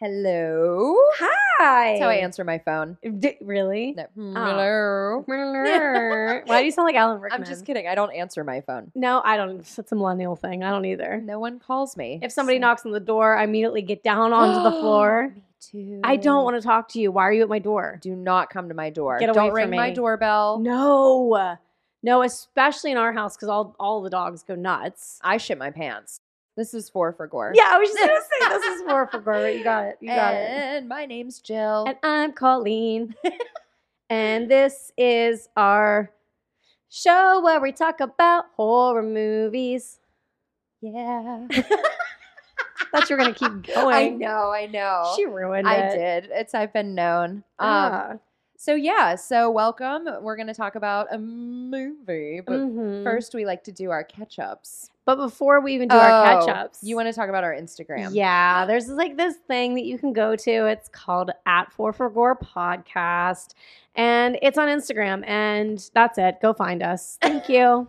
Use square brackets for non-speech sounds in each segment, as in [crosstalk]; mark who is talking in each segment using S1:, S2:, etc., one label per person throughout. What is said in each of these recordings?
S1: hello.
S2: Hi.
S1: That's how I answer my phone.
S2: D- really?
S1: No.
S2: [laughs] Oh. Why do you sound like Alan Rickman?
S1: I'm just kidding. I don't answer my phone.
S2: No, I don't. It's a millennial thing. I don't either.
S1: No one calls me.
S2: If somebody knocks on the door, I immediately get down onto the [gasps]
S1: [gasps]
S2: floor.
S1: Me too.
S2: I don't want to talk to you. Why are you at my door?
S1: Do not come to my door.
S2: Get away
S1: don't
S2: from
S1: ring my
S2: me.
S1: doorbell.
S2: No. No, especially in our house because all, all the dogs go nuts.
S1: I shit my pants. This is four for gore.
S2: Yeah, I was just going to say this is
S1: [laughs]
S2: more for Gorbet. You got it. You got it.
S1: and my name's Jill.
S2: And I'm Colleen. and this is our show where we talk about horror movies.
S1: yeah.
S2: [laughs] Thought you were gonna keep
S1: [laughs]
S2: going.
S1: I know, I know.
S2: Oh, She ruined
S1: I
S2: it.
S1: did. It's I've been known. Um,
S2: Ah.
S1: so yeah, so welcome. We're gonna talk about a movie, but
S2: Mhm.
S1: first we like to do our catch ups.
S2: but before we even do our
S1: Oh,
S2: catch ups,
S1: You want to talk about our Instagram?
S2: Yeah, there's like this thing that you can go to. It's called at Four for Gore Podcast, and it's on Instagram. And that's it. Go find us.
S1: [laughs]
S2: Thank you.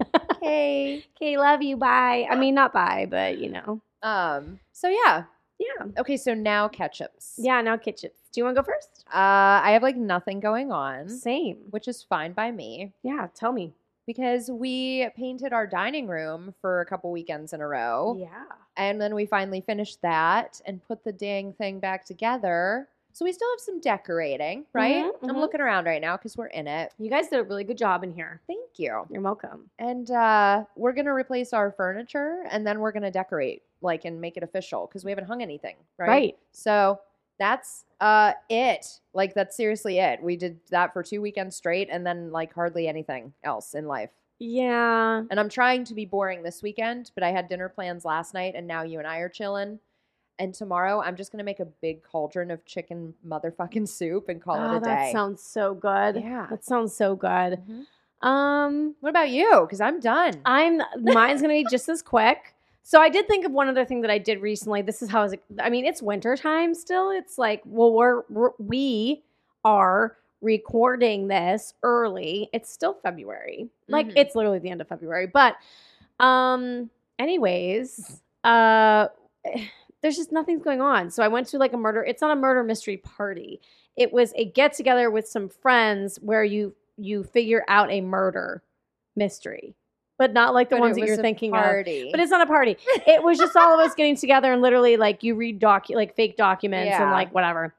S2: [laughs]
S1: Okay.
S2: Okay, love you. Bye. I mean, not bye, but you know,
S1: Um. So yeah.
S2: yeah,
S1: Okay. So now catch ups.
S2: yeah. Now kitchens. Do you want to go first?
S1: Uh, I have like nothing going on,
S2: Same.
S1: which is fine by me
S2: Yeah, tell me.
S1: because we painted our dining room for a couple weekends in a row.
S2: Yeah.
S1: And then we finally finished that and put the dang thing back together. So we still have some decorating, right?
S2: Mhm,
S1: I'm
S2: mhm.
S1: looking around right now because we're in it.
S2: You guys did a really good job in here.
S1: Thank you.
S2: You're welcome.
S1: And uh, we're going to replace our furniture and then we're going to decorate, like, and make it official because we haven't hung anything, right? So that's uh, it. Like, that's seriously it. We did that for two weekends straight and then, like, hardly anything else in life.
S2: Yeah.
S1: And I'm trying to be boring this weekend, but I had dinner plans last night, and now you and I are chilling. And tomorrow, I'm just gonna make a big cauldron of chicken motherfucking soup and call it
S2: Oh,
S1: a
S2: that
S1: day.
S2: sounds so good.
S1: Yeah.
S2: That sounds so good.
S1: Mhm.
S2: Um,
S1: What about you? Because I'm done.
S2: I'm mine's gonna be just as quick. So I did think of one other thing that I did recently. This is how I was. I mean, it's winter time still. It's like well, we're, we're we are recording this early. It's still February. Like
S1: Mhm.
S2: it's literally the end of February. But um, anyways, uh, there's just nothing's going on. So I went to like a murder. It's not a murder mystery party. It was a get together with some friends where you you figure out a murder mystery, but not like the
S1: But
S2: ones
S1: it
S2: that you're
S1: was a
S2: thinking of.
S1: party.
S2: But it's not a party. It was just all of us getting together and literally like you read docu like fake documents and
S1: Yeah.
S2: like whatever.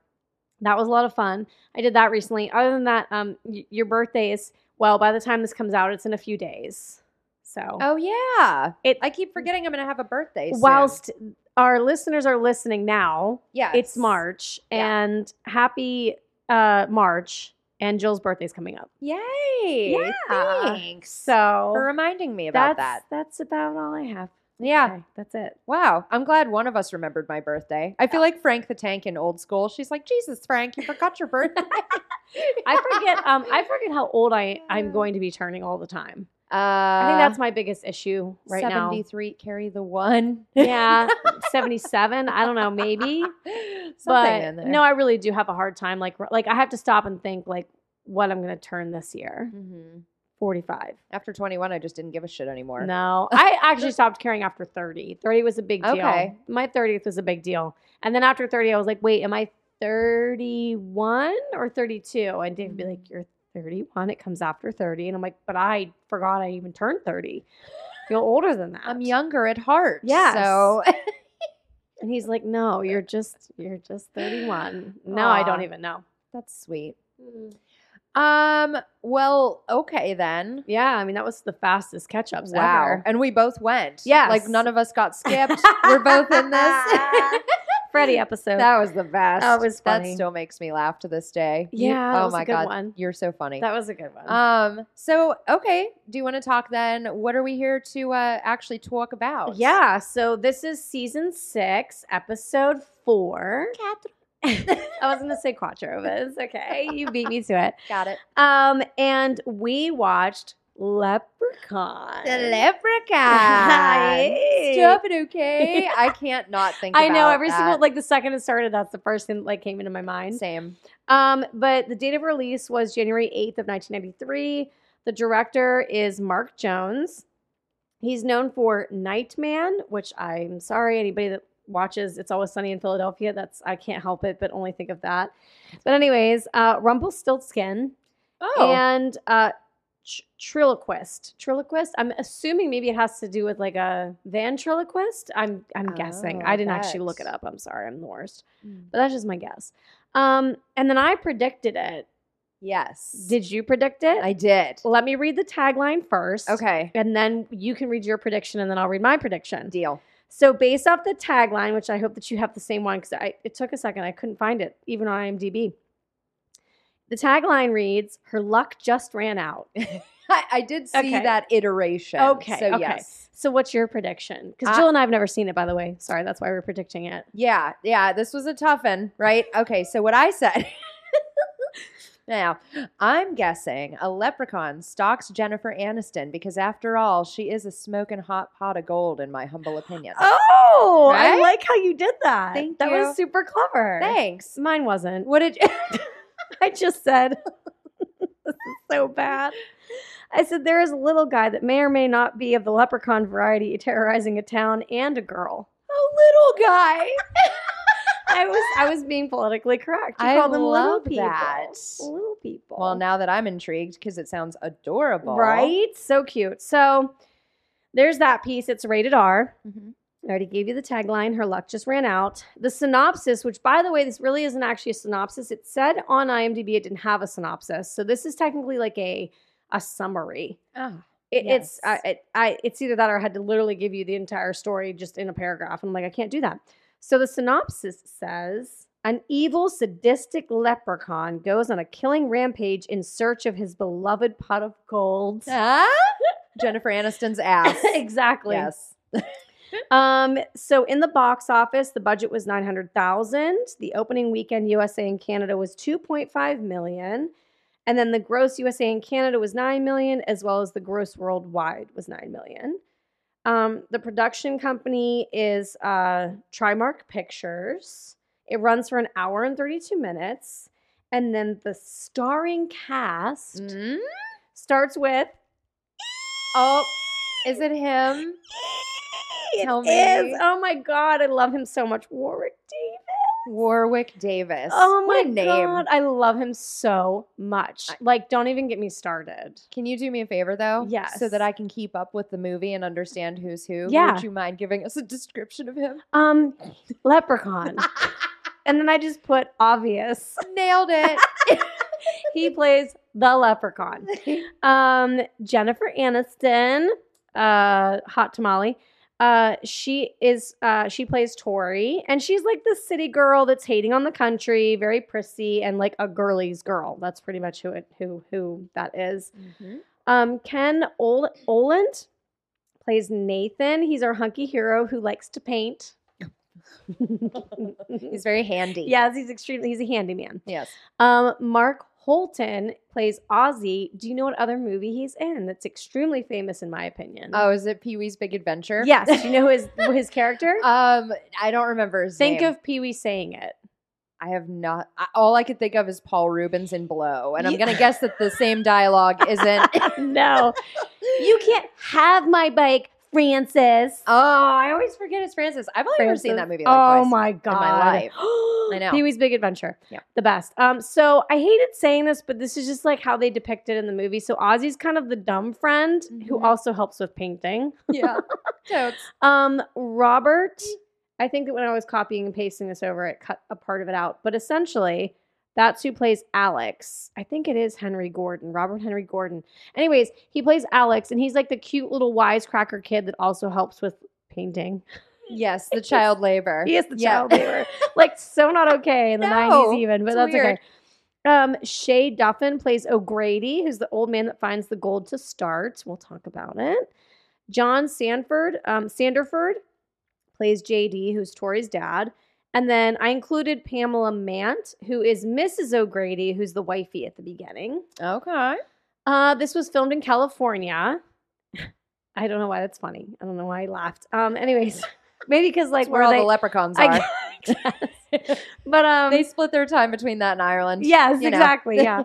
S2: That was a lot of fun. I did that recently. Other than that, um, y- your birthday is well. By the time this comes out, it's in a few days. So
S1: oh yeah,
S2: It-
S1: I keep forgetting I'm gonna have a birthday. soon.
S2: whilst our listeners are listening now,
S1: yeah,
S2: it's March
S1: Yeah.
S2: and happy uh March and Jill's birthday's coming up.
S1: Yay!
S2: Yeah.
S1: Thanks
S2: So
S1: for reminding me about
S2: that's,
S1: that.
S2: That's about all I have.
S1: Yeah.
S2: Okay, that's it.
S1: Wow, I'm glad one of us remembered my birthday. I feel like Frank the Tank in old school. She's like, Jesus, Frank, you forgot your
S2: [laughs]
S1: [laughs] Uh, birthday.
S2: I
S1: [laughs]
S2: forget um I forget how old I I'm going to be turning all the time.
S1: Uh,
S2: I think that's my biggest issue right now.
S1: 73, carry the one. [laughs]
S2: Yeah, 77, I don't know, maybe.
S1: Something
S2: but
S1: in there.
S2: no, I really do have a hard time like like I have to stop and think like what I'm going to turn this year.
S1: Mhm.
S2: 45.
S1: After 21, I just didn't give a shit anymore. [laughs]
S2: No, I actually stopped caring after 30. 30 was a big deal.
S1: Okay.
S2: My 30th was a big deal. And then after 30, I was like, wait, am I 31 or 32? And Dave would be like, you're 31. It comes after 30. And I'm like, but I forgot I even turned 30. I feel older than that.
S1: I'm younger at heart.
S2: Yes.
S1: So
S2: And he's like, no, you're just, you're just 31. No, I don't
S1: Aw. Mm.
S2: even know.
S1: [laughs] that's sweet. Um, well, okay then.
S2: Yeah. I mean, that was the fastest catch ups ever.
S1: And we both went.
S2: Yes.
S1: Like none of us got skipped. We're both in this.
S2: [laughs] Freddie episode.
S1: [laughs] That was the best.
S2: That was funny.
S1: That still makes me laugh to this day. You-
S2: yeah. that
S1: oh
S2: was
S1: my
S2: a good
S1: god,
S2: one.
S1: you're so funny.
S2: That was a good one.
S1: um. So okay, do you want to talk then? What are we here to uh, actually talk about?
S2: Yeah, so this is season six, episode four. [laughs] I was gonna say Quattro, but it's okay. You beat me to it.
S1: got it.
S2: Um, and we watched Leprechaun.
S1: The
S2: [laughs]
S1: leprechaun.
S2: Hey.
S1: Stop it, okay? I can't not think.
S2: [laughs] I know
S1: about
S2: every single
S1: that.
S2: like the second it started, that's the first thing that like came into my mind.
S1: same.
S2: Um, but the date of release was January 8th of 1993. The director is Mark Jones. He's known for Nightman, which I'm sorry anybody that watches It's Always Sunny in Philadelphia. That's I can't help it, but only think of that. But anyways, uh, Rumpelstiltskin
S1: Oh,
S2: and uh, tr- Triloquist. Triloquist. I'm assuming maybe it has to do with like a ventriloquist. I'm I'm guessing.
S1: Oh,
S2: I didn't
S1: I
S2: actually look it
S1: bet.
S2: up. I'm sorry. I'm the worst.
S1: Mm.
S2: But that's just my guess. Um, and then I predicted it.
S1: yes.
S2: Did you predict it?
S1: I did?
S2: Let me read the tagline first.
S1: Okay,
S2: And then you can read your prediction, and then I'll read my prediction.
S1: deal.
S2: So based off the tagline, which I hope that you have the same one because I it took a second, I couldn't find it even on IMDb. The tagline reads, "Her luck just ran out."
S1: [laughs]
S2: [laughs]
S1: I, I did see
S2: Okay.
S1: that iteration.
S2: Okay,
S1: So
S2: okay.
S1: yes.
S2: So what's your prediction? Because
S1: I-
S2: Jill and I have never seen it, by the way. Sorry, that's why we're predicting it.
S1: Yeah, yeah, this was a tough one, right? Okay, so what I said. [laughs] now, I'm guessing a leprechaun stalks Jennifer Aniston because, after all, she is a smoking hot pot of gold, in my humble opinion.
S2: Oh,
S1: I
S2: like how you did that.
S1: That
S2: that
S1: was
S2: was super clever.
S1: Thanks.
S2: Mine wasn't.
S1: What did you.
S2: [laughs] I just said, [laughs] this is so bad. I said, there is a little guy that may or may not be of the leprechaun variety terrorizing a town and a girl.
S1: a little guy.
S2: [laughs] I was I was being politically correct. You
S1: I
S2: called them little
S1: love
S2: people.
S1: that.
S2: Little people.
S1: Well, now that I'm intrigued because it sounds adorable.
S2: right? So cute. So there's that piece. It's rated R.
S1: Mhm.
S2: I already gave you the tagline. Her luck just ran out. The synopsis, which by the way, this really isn't actually a synopsis. It said on IMDb it didn't have a synopsis. So this is technically like a a summary.
S1: Ah,
S2: It, It's I,
S1: Yes.
S2: it, I it's either that or I had to literally give you the entire story just in a paragraph. And I'm like, I can't do that. So the synopsis says an evil, sadistic leprechaun goes on a killing rampage in search of his beloved pot of gold.
S1: Huh? Jennifer Aniston's ass.
S2: [laughs] exactly.
S1: Yes.
S2: Um, so in the box office, the budget was 900,000. The opening weekend USA and Canada was 2.5 million. And then the gross USA and Canada was 9 million as well as the gross worldwide was 9 million. Um, the production company is uh Trimark Pictures. It runs for an hour and 32 minutes. And then the starring cast
S1: Mm.
S2: starts with
S1: Oh, is it him?
S2: It
S1: Tell
S2: is-
S1: me.
S2: Oh my god, I love him so much. Warwick Davis.
S1: Warwick Davis.
S2: Oh my
S1: What a name.
S2: god, I love him so much.
S1: I-
S2: like, don't even get me started.
S1: Can you do me a favor though? So
S2: Yes.
S1: that I can keep up with the movie and understand who's who.
S2: Yeah.
S1: Would you mind giving us a description of him? [laughs]
S2: Um, Leprechaun, [laughs] and then I just put obvious.
S1: Nailed
S2: [laughs]
S1: it. [laughs]
S2: He plays the Leprechaun. Um, Jennifer Aniston, uh, hot tamale. Uh, she is. Uh, she plays Tori, and she's like the city girl that's hating on the country, very prissy, and like a girly's girl. That's pretty much who it who who that is.
S1: Mhm.
S2: Um, Ken Ol- Oland plays Nathan. He's our hunky hero who likes to paint.
S1: [laughs] He's very handy.
S2: [laughs] yes, he's extremely. He's a handyman.
S1: Yes.
S2: Um, Mark Holton plays Ozzy. Do you know what other movie he's in? That's extremely famous, in my opinion.
S1: Oh, is it Pee Wee's Big Adventure?
S2: yes. Do you know
S1: [laughs]
S2: his his character?
S1: Um, I don't remember his
S2: Think
S1: name.
S2: of Pee Wee
S1: [laughs]
S2: saying it. [laughs]
S1: I have not. I, all I could think of is Paul Rubens in Blow, and I'm
S2: Ye-
S1: gonna guess that the same dialogue
S2: [laughs]
S1: isn't.
S2: no, you can't have my bike, Francis.
S1: Oh, I always forget it's Francis. I've only ever seen
S2: Francis.
S1: that movie. Like
S2: oh
S1: twice.
S2: my god!
S1: life.
S2: I
S1: know.
S2: [gasps] Pee Wee's Big Adventure.
S1: Yeah.
S2: the best. Um, so I hated saying this, but this is just like how they depict it in the movie. So Ozzy's kind of the dumb friend who
S1: Mhm.
S2: also helps with painting.
S1: [laughs]
S2: [laughs]
S1: Yeah. Totes.
S2: Um, Robert, I think that when I was copying and pasting this over, it cut a part of it out. But essentially, that's who plays Alex. I think it is Henry Gordon, Robert Henry Gordon. Anyways, he plays Alex, and he's like the cute little wisecracker kid that also helps with painting.
S1: Yes, the child labor.
S2: He is the
S1: Yeah.
S2: child labor. like so not okay in the
S1: No,
S2: nineties even, but
S1: it's
S2: that's
S1: weird.
S2: okay. Um, Shay Duffin plays O'Grady, who's the old man that finds the gold to start. We'll talk about it. John Sanford, um, Sanderford plays JD, who's Tori's dad. And then I included Pamela Mant, who is Mrs. O'Grady, who's the wifey at the beginning.
S1: [laughs] Okay.
S2: Uh, this was filmed in California. [laughs] I don't know why that's funny. I don't know why I laughed. Um, anyways, [laughs] maybe because like
S1: That's where
S2: were
S1: all
S2: they-
S1: the leprechauns are.
S2: I
S1: [laughs]
S2: guess. [laughs] but um
S1: Um,
S2: [laughs]
S1: they split their time between that and Ireland. [laughs]
S2: yes,
S1: you know.
S2: exactly. Yeah.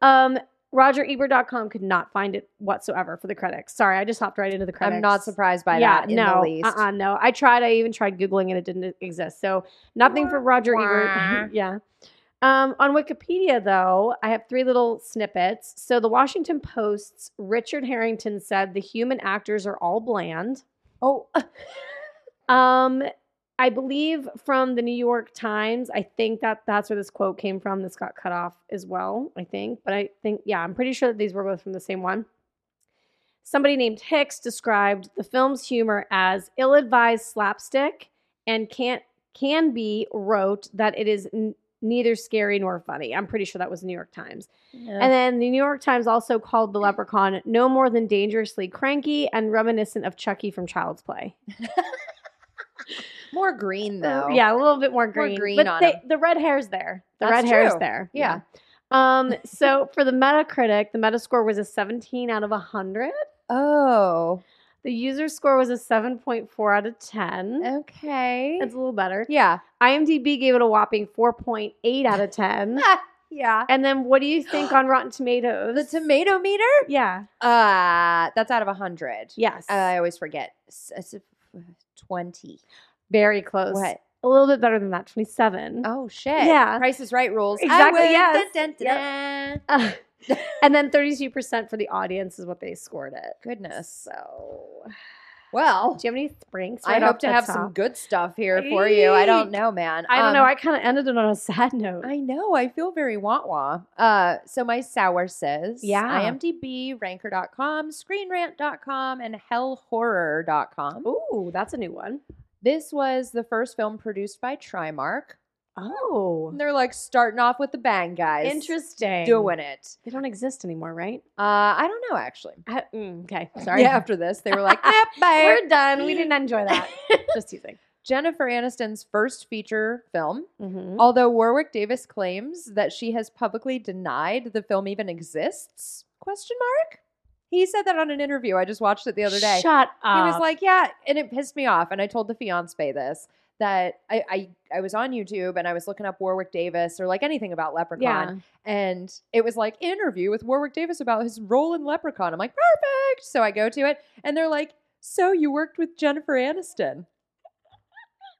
S2: Um RogerEbert.com could not find it whatsoever for the critics. Sorry, I just hopped right into the critics.
S1: I'm not surprised by that in
S2: no,
S1: the least.
S2: Uh-uh, no. I tried. I even tried googling it. It didn't e-, exist. So nothing for Roger
S1: Wah.
S2: Ebert. [laughs] yeah. Um, on Wikipedia, though, I have three little snippets. So the Washington Post's Richard Harrington said the human actors are all bland.
S1: Oh, [laughs]
S2: Um, I believe from the New York Times. I think that that's where this quote came from. This got cut off as well, I think. But I think, yeah, I'm pretty sure that these were both from the same one. Somebody named Hicks described the film's humor as ill-advised slapstick and can't can be wrote that it is n- neither scary nor funny. I'm pretty sure that was New York Times. And then the New York Times also called the Leprechaun no more than dangerously cranky and reminiscent of Chucky from Child's Play.
S1: more green
S2: Uh,
S1: though.
S2: Yeah, a little bit more green.
S1: green
S2: but
S1: on
S2: they,
S1: 'em.
S2: the red hair's there. The
S1: That's
S2: red hair's
S1: true.
S2: there.
S1: Yeah. [laughs]
S2: Um, so for the Metacritic, the Metascore was a 17 out of 100.
S1: Oh,
S2: The user score was a 7.4 out of 10.
S1: okay.
S2: That's a little better.
S1: Yeah.
S2: IMDb gave it a whopping 4.8 out
S1: [laughs]
S2: of 10.
S1: yeah.
S2: and then what do you think on Rotten Tomatoes?
S1: The tomato meter?
S2: Yeah.
S1: Uh, that's out of 100.
S2: Yes.
S1: I always forget. S- uh, s- 20.
S2: Very close.
S1: What?
S2: A little bit better than that. 27.
S1: Oh, shit.
S2: Yeah.
S1: Price is right rules. I
S2: Exactly,
S1: would-
S2: yes.
S1: dun, dun, dun, dun.
S2: Uh, [laughs] and then 32% for the audience is what they scored it.
S1: Goodness.
S2: So
S1: Well,
S2: Do you have any springs?
S1: I
S2: right
S1: hope
S2: off
S1: to
S2: the
S1: have some
S2: top?
S1: good stuff here for you. I don't
S2: Eek.
S1: know, man.
S2: I don't
S1: Um,
S2: know. I kind of ended it on a sad note.
S1: I know. I feel very want wah. Uh, so my sour says,
S2: Yeah.
S1: IMDb, ranker.com, screenrant.com, and hellhorror.com.
S2: Ooh, that's a new one.
S1: This was the first film produced by Trimark.
S2: Oh,
S1: And they're like starting off with the bang, guys.
S2: interesting.
S1: Doing it.
S2: They don't exist anymore, right?
S1: Uh, I don't know, actually.
S2: I- mm, okay, sorry. [laughs]
S1: Yeah, after this, they were like, yep, bye.
S2: we're done. We didn't enjoy
S1: [laughs]
S2: that. Just teasing.
S1: Jennifer Aniston's first feature film.
S2: Mm-hmm.
S1: Although Warwick Davis claims that she has publicly denied the film even exists? Question mark. He said that on an interview. I just watched it the other day.
S2: Shut
S1: he
S2: up.
S1: was like, "Yeah," and it pissed me off. And I told the fiance this that I, I I was on YouTube and I was looking up Warwick Davis or like anything about Leprechaun,
S2: yeah.
S1: and it was like interview with Warwick Davis about his role in Leprechaun. I'm like, perfect. So I go to it, and they're like, so you worked with Jennifer Aniston.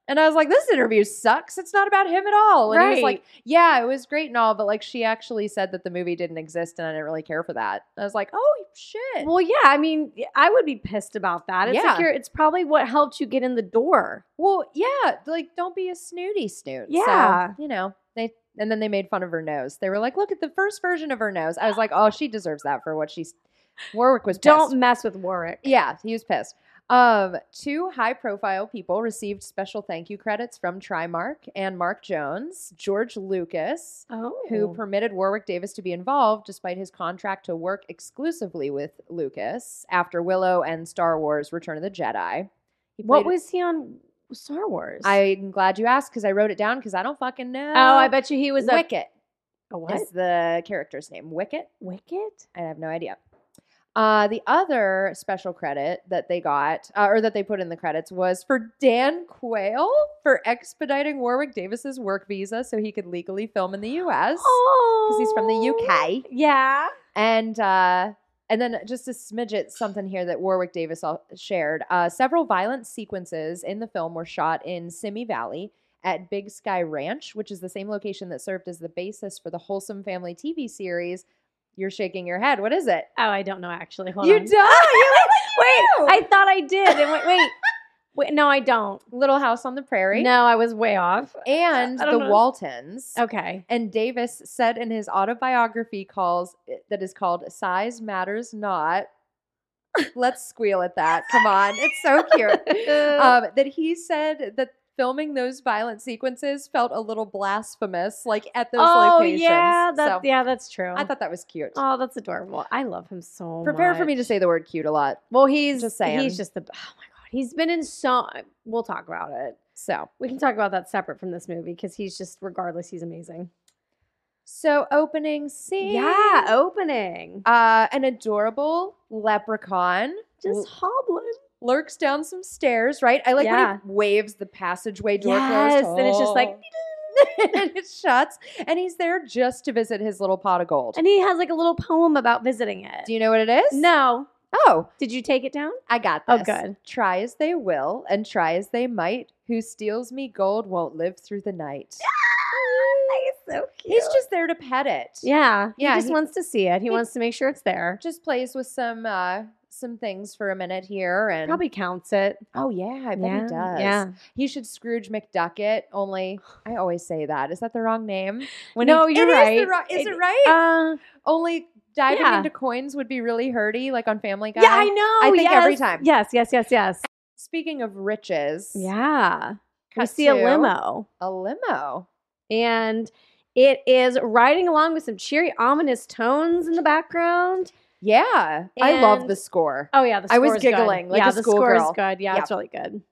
S1: And I was like, this interview sucks. It's not about him at all. And he was like,
S2: Right.
S1: yeah, it was great and all, but like she actually said that the movie didn't exist and I didn't really care for that. And I was like, oh shit.
S2: Well, yeah. I mean, I would be pissed about that. It's
S1: Yeah.
S2: like you're, it's probably what helped you get in the door.
S1: Well, yeah, like don't be a snooty snoot. So,
S2: Yeah.
S1: you know, they and then they made fun of her nose. They were like, look at the first version of her nose. I was like, oh, she deserves that for what she's Warwick was pissed.
S2: Don't mess with Warwick.
S1: Yeah, he was pissed. Um, two high profile people received special thank you credits from Trimark and Mark Jones, George Lucas,
S2: Oh,
S1: who permitted Warwick Davis to be involved despite his contract to work exclusively with Lucas after Willow and Star Wars Return of the Jedi. He
S2: what
S1: played-
S2: was he on Star Wars?
S1: I'm glad you asked because I wrote it down because I don't fucking know.
S2: oh, I bet you he was a,
S1: Wicket
S2: a what?
S1: is the character's name. Wicket?
S2: Wicket?
S1: I have no idea. Uh, the other special credit that they got, uh, or that they put in the credits, was for Dan Quayle for expediting Warwick Davis's work visa so he could legally film in the U.S. because he's from the UK.
S2: Oh. Yeah.
S1: And uh, and then just a smidget something here that Warwick Davis al- shared. Uh, several violent sequences in the film were shot in Simi Valley at Big Sky Ranch, which is the same location that served as the basis for the Wholesome Family TV series. You're shaking your head. What is it?
S2: Oh, I don't know actually. Hold
S1: you
S2: on. [laughs]
S1: don't. You
S2: Wait,
S1: do.
S2: I thought I did. And wait, wait, wait. No, I don't.
S1: Little House on the Prairie.
S2: No, I was way off.
S1: And
S2: I don't
S1: the
S2: know. Oh.
S1: Waltons.
S2: Okay.
S1: And Davis said in his autobiography calls that is called Size Matters Not. Let's squeal at that. Come on. It's so
S2: Uh, [laughs]
S1: cute. um, that he said that filming those violent sequences felt a little blasphemous, like at those
S2: oh
S1: locations.
S2: yeah,
S1: So
S2: that's yeah, that's true.
S1: I thought that was cute.
S2: Oh, that's adorable. I love him so.
S1: Prepare for me
S2: much.
S1: to say the word cute a lot.
S2: Well, he's
S1: Just saying.
S2: He's just the. Oh my god, he's been in so. We'll talk about it.
S1: So,
S2: We can talk about that separate from this movie because he's just, regardless, he's amazing.
S1: so opening scene.
S2: Yeah, opening.
S1: Uh, an adorable leprechaun
S2: Just hobbling.
S1: lurks down some stairs, right? I like
S2: Yeah.
S1: when he waves the passageway door
S2: yes,
S1: closed.
S2: and it's just like
S1: Oh. [laughs] and it shuts. And he's there just to visit his little pot of gold.
S2: And he has like a little poem about visiting it.
S1: Do you know what it is?
S2: no.
S1: Oh,
S2: Did you take it down?
S1: I got
S2: Oh,
S1: this.
S2: good.
S1: Try as they will and try as they might, who steals me gold won't live through the night.
S2: He's so cute.
S1: He's just there to pet it.
S2: yeah.
S1: Yeah,
S2: He just
S1: he-
S2: wants to see it. He, wants to make sure it's there.
S1: Just plays with some uh some things for a minute here and
S2: Probably counts it.
S1: Oh yeah, I bet
S2: yeah.
S1: he does.
S2: Yeah.
S1: He should Scrooge McDucket,
S2: [sighs]
S1: only I always say that. Is that the wrong name? When
S2: No,
S1: he-
S2: you're
S1: It is the
S2: right.
S1: wrong- Is
S2: It-
S1: it, right?
S2: Uh,
S1: only diving
S2: yeah.
S1: into coins would be really hurty, like on Family Guy.
S2: yeah, I
S1: I
S2: know.
S1: think every
S2: yes.
S1: time.
S2: Yes, yes, yes, yes.
S1: Speaking of riches,
S2: Yeah. we
S1: cut
S2: see a
S1: to
S2: limo.
S1: A limo.
S2: And it is riding along with some cheery, ominous tones in the background.
S1: Yeah, I love
S2: And-
S1: the score.
S2: Oh yeah, the
S1: I was
S2: score's good.
S1: giggling like
S2: yeah,
S1: a
S2: the score
S1: schoolgirl.
S2: is good. Yeah,
S1: Yeah.
S2: it's really good.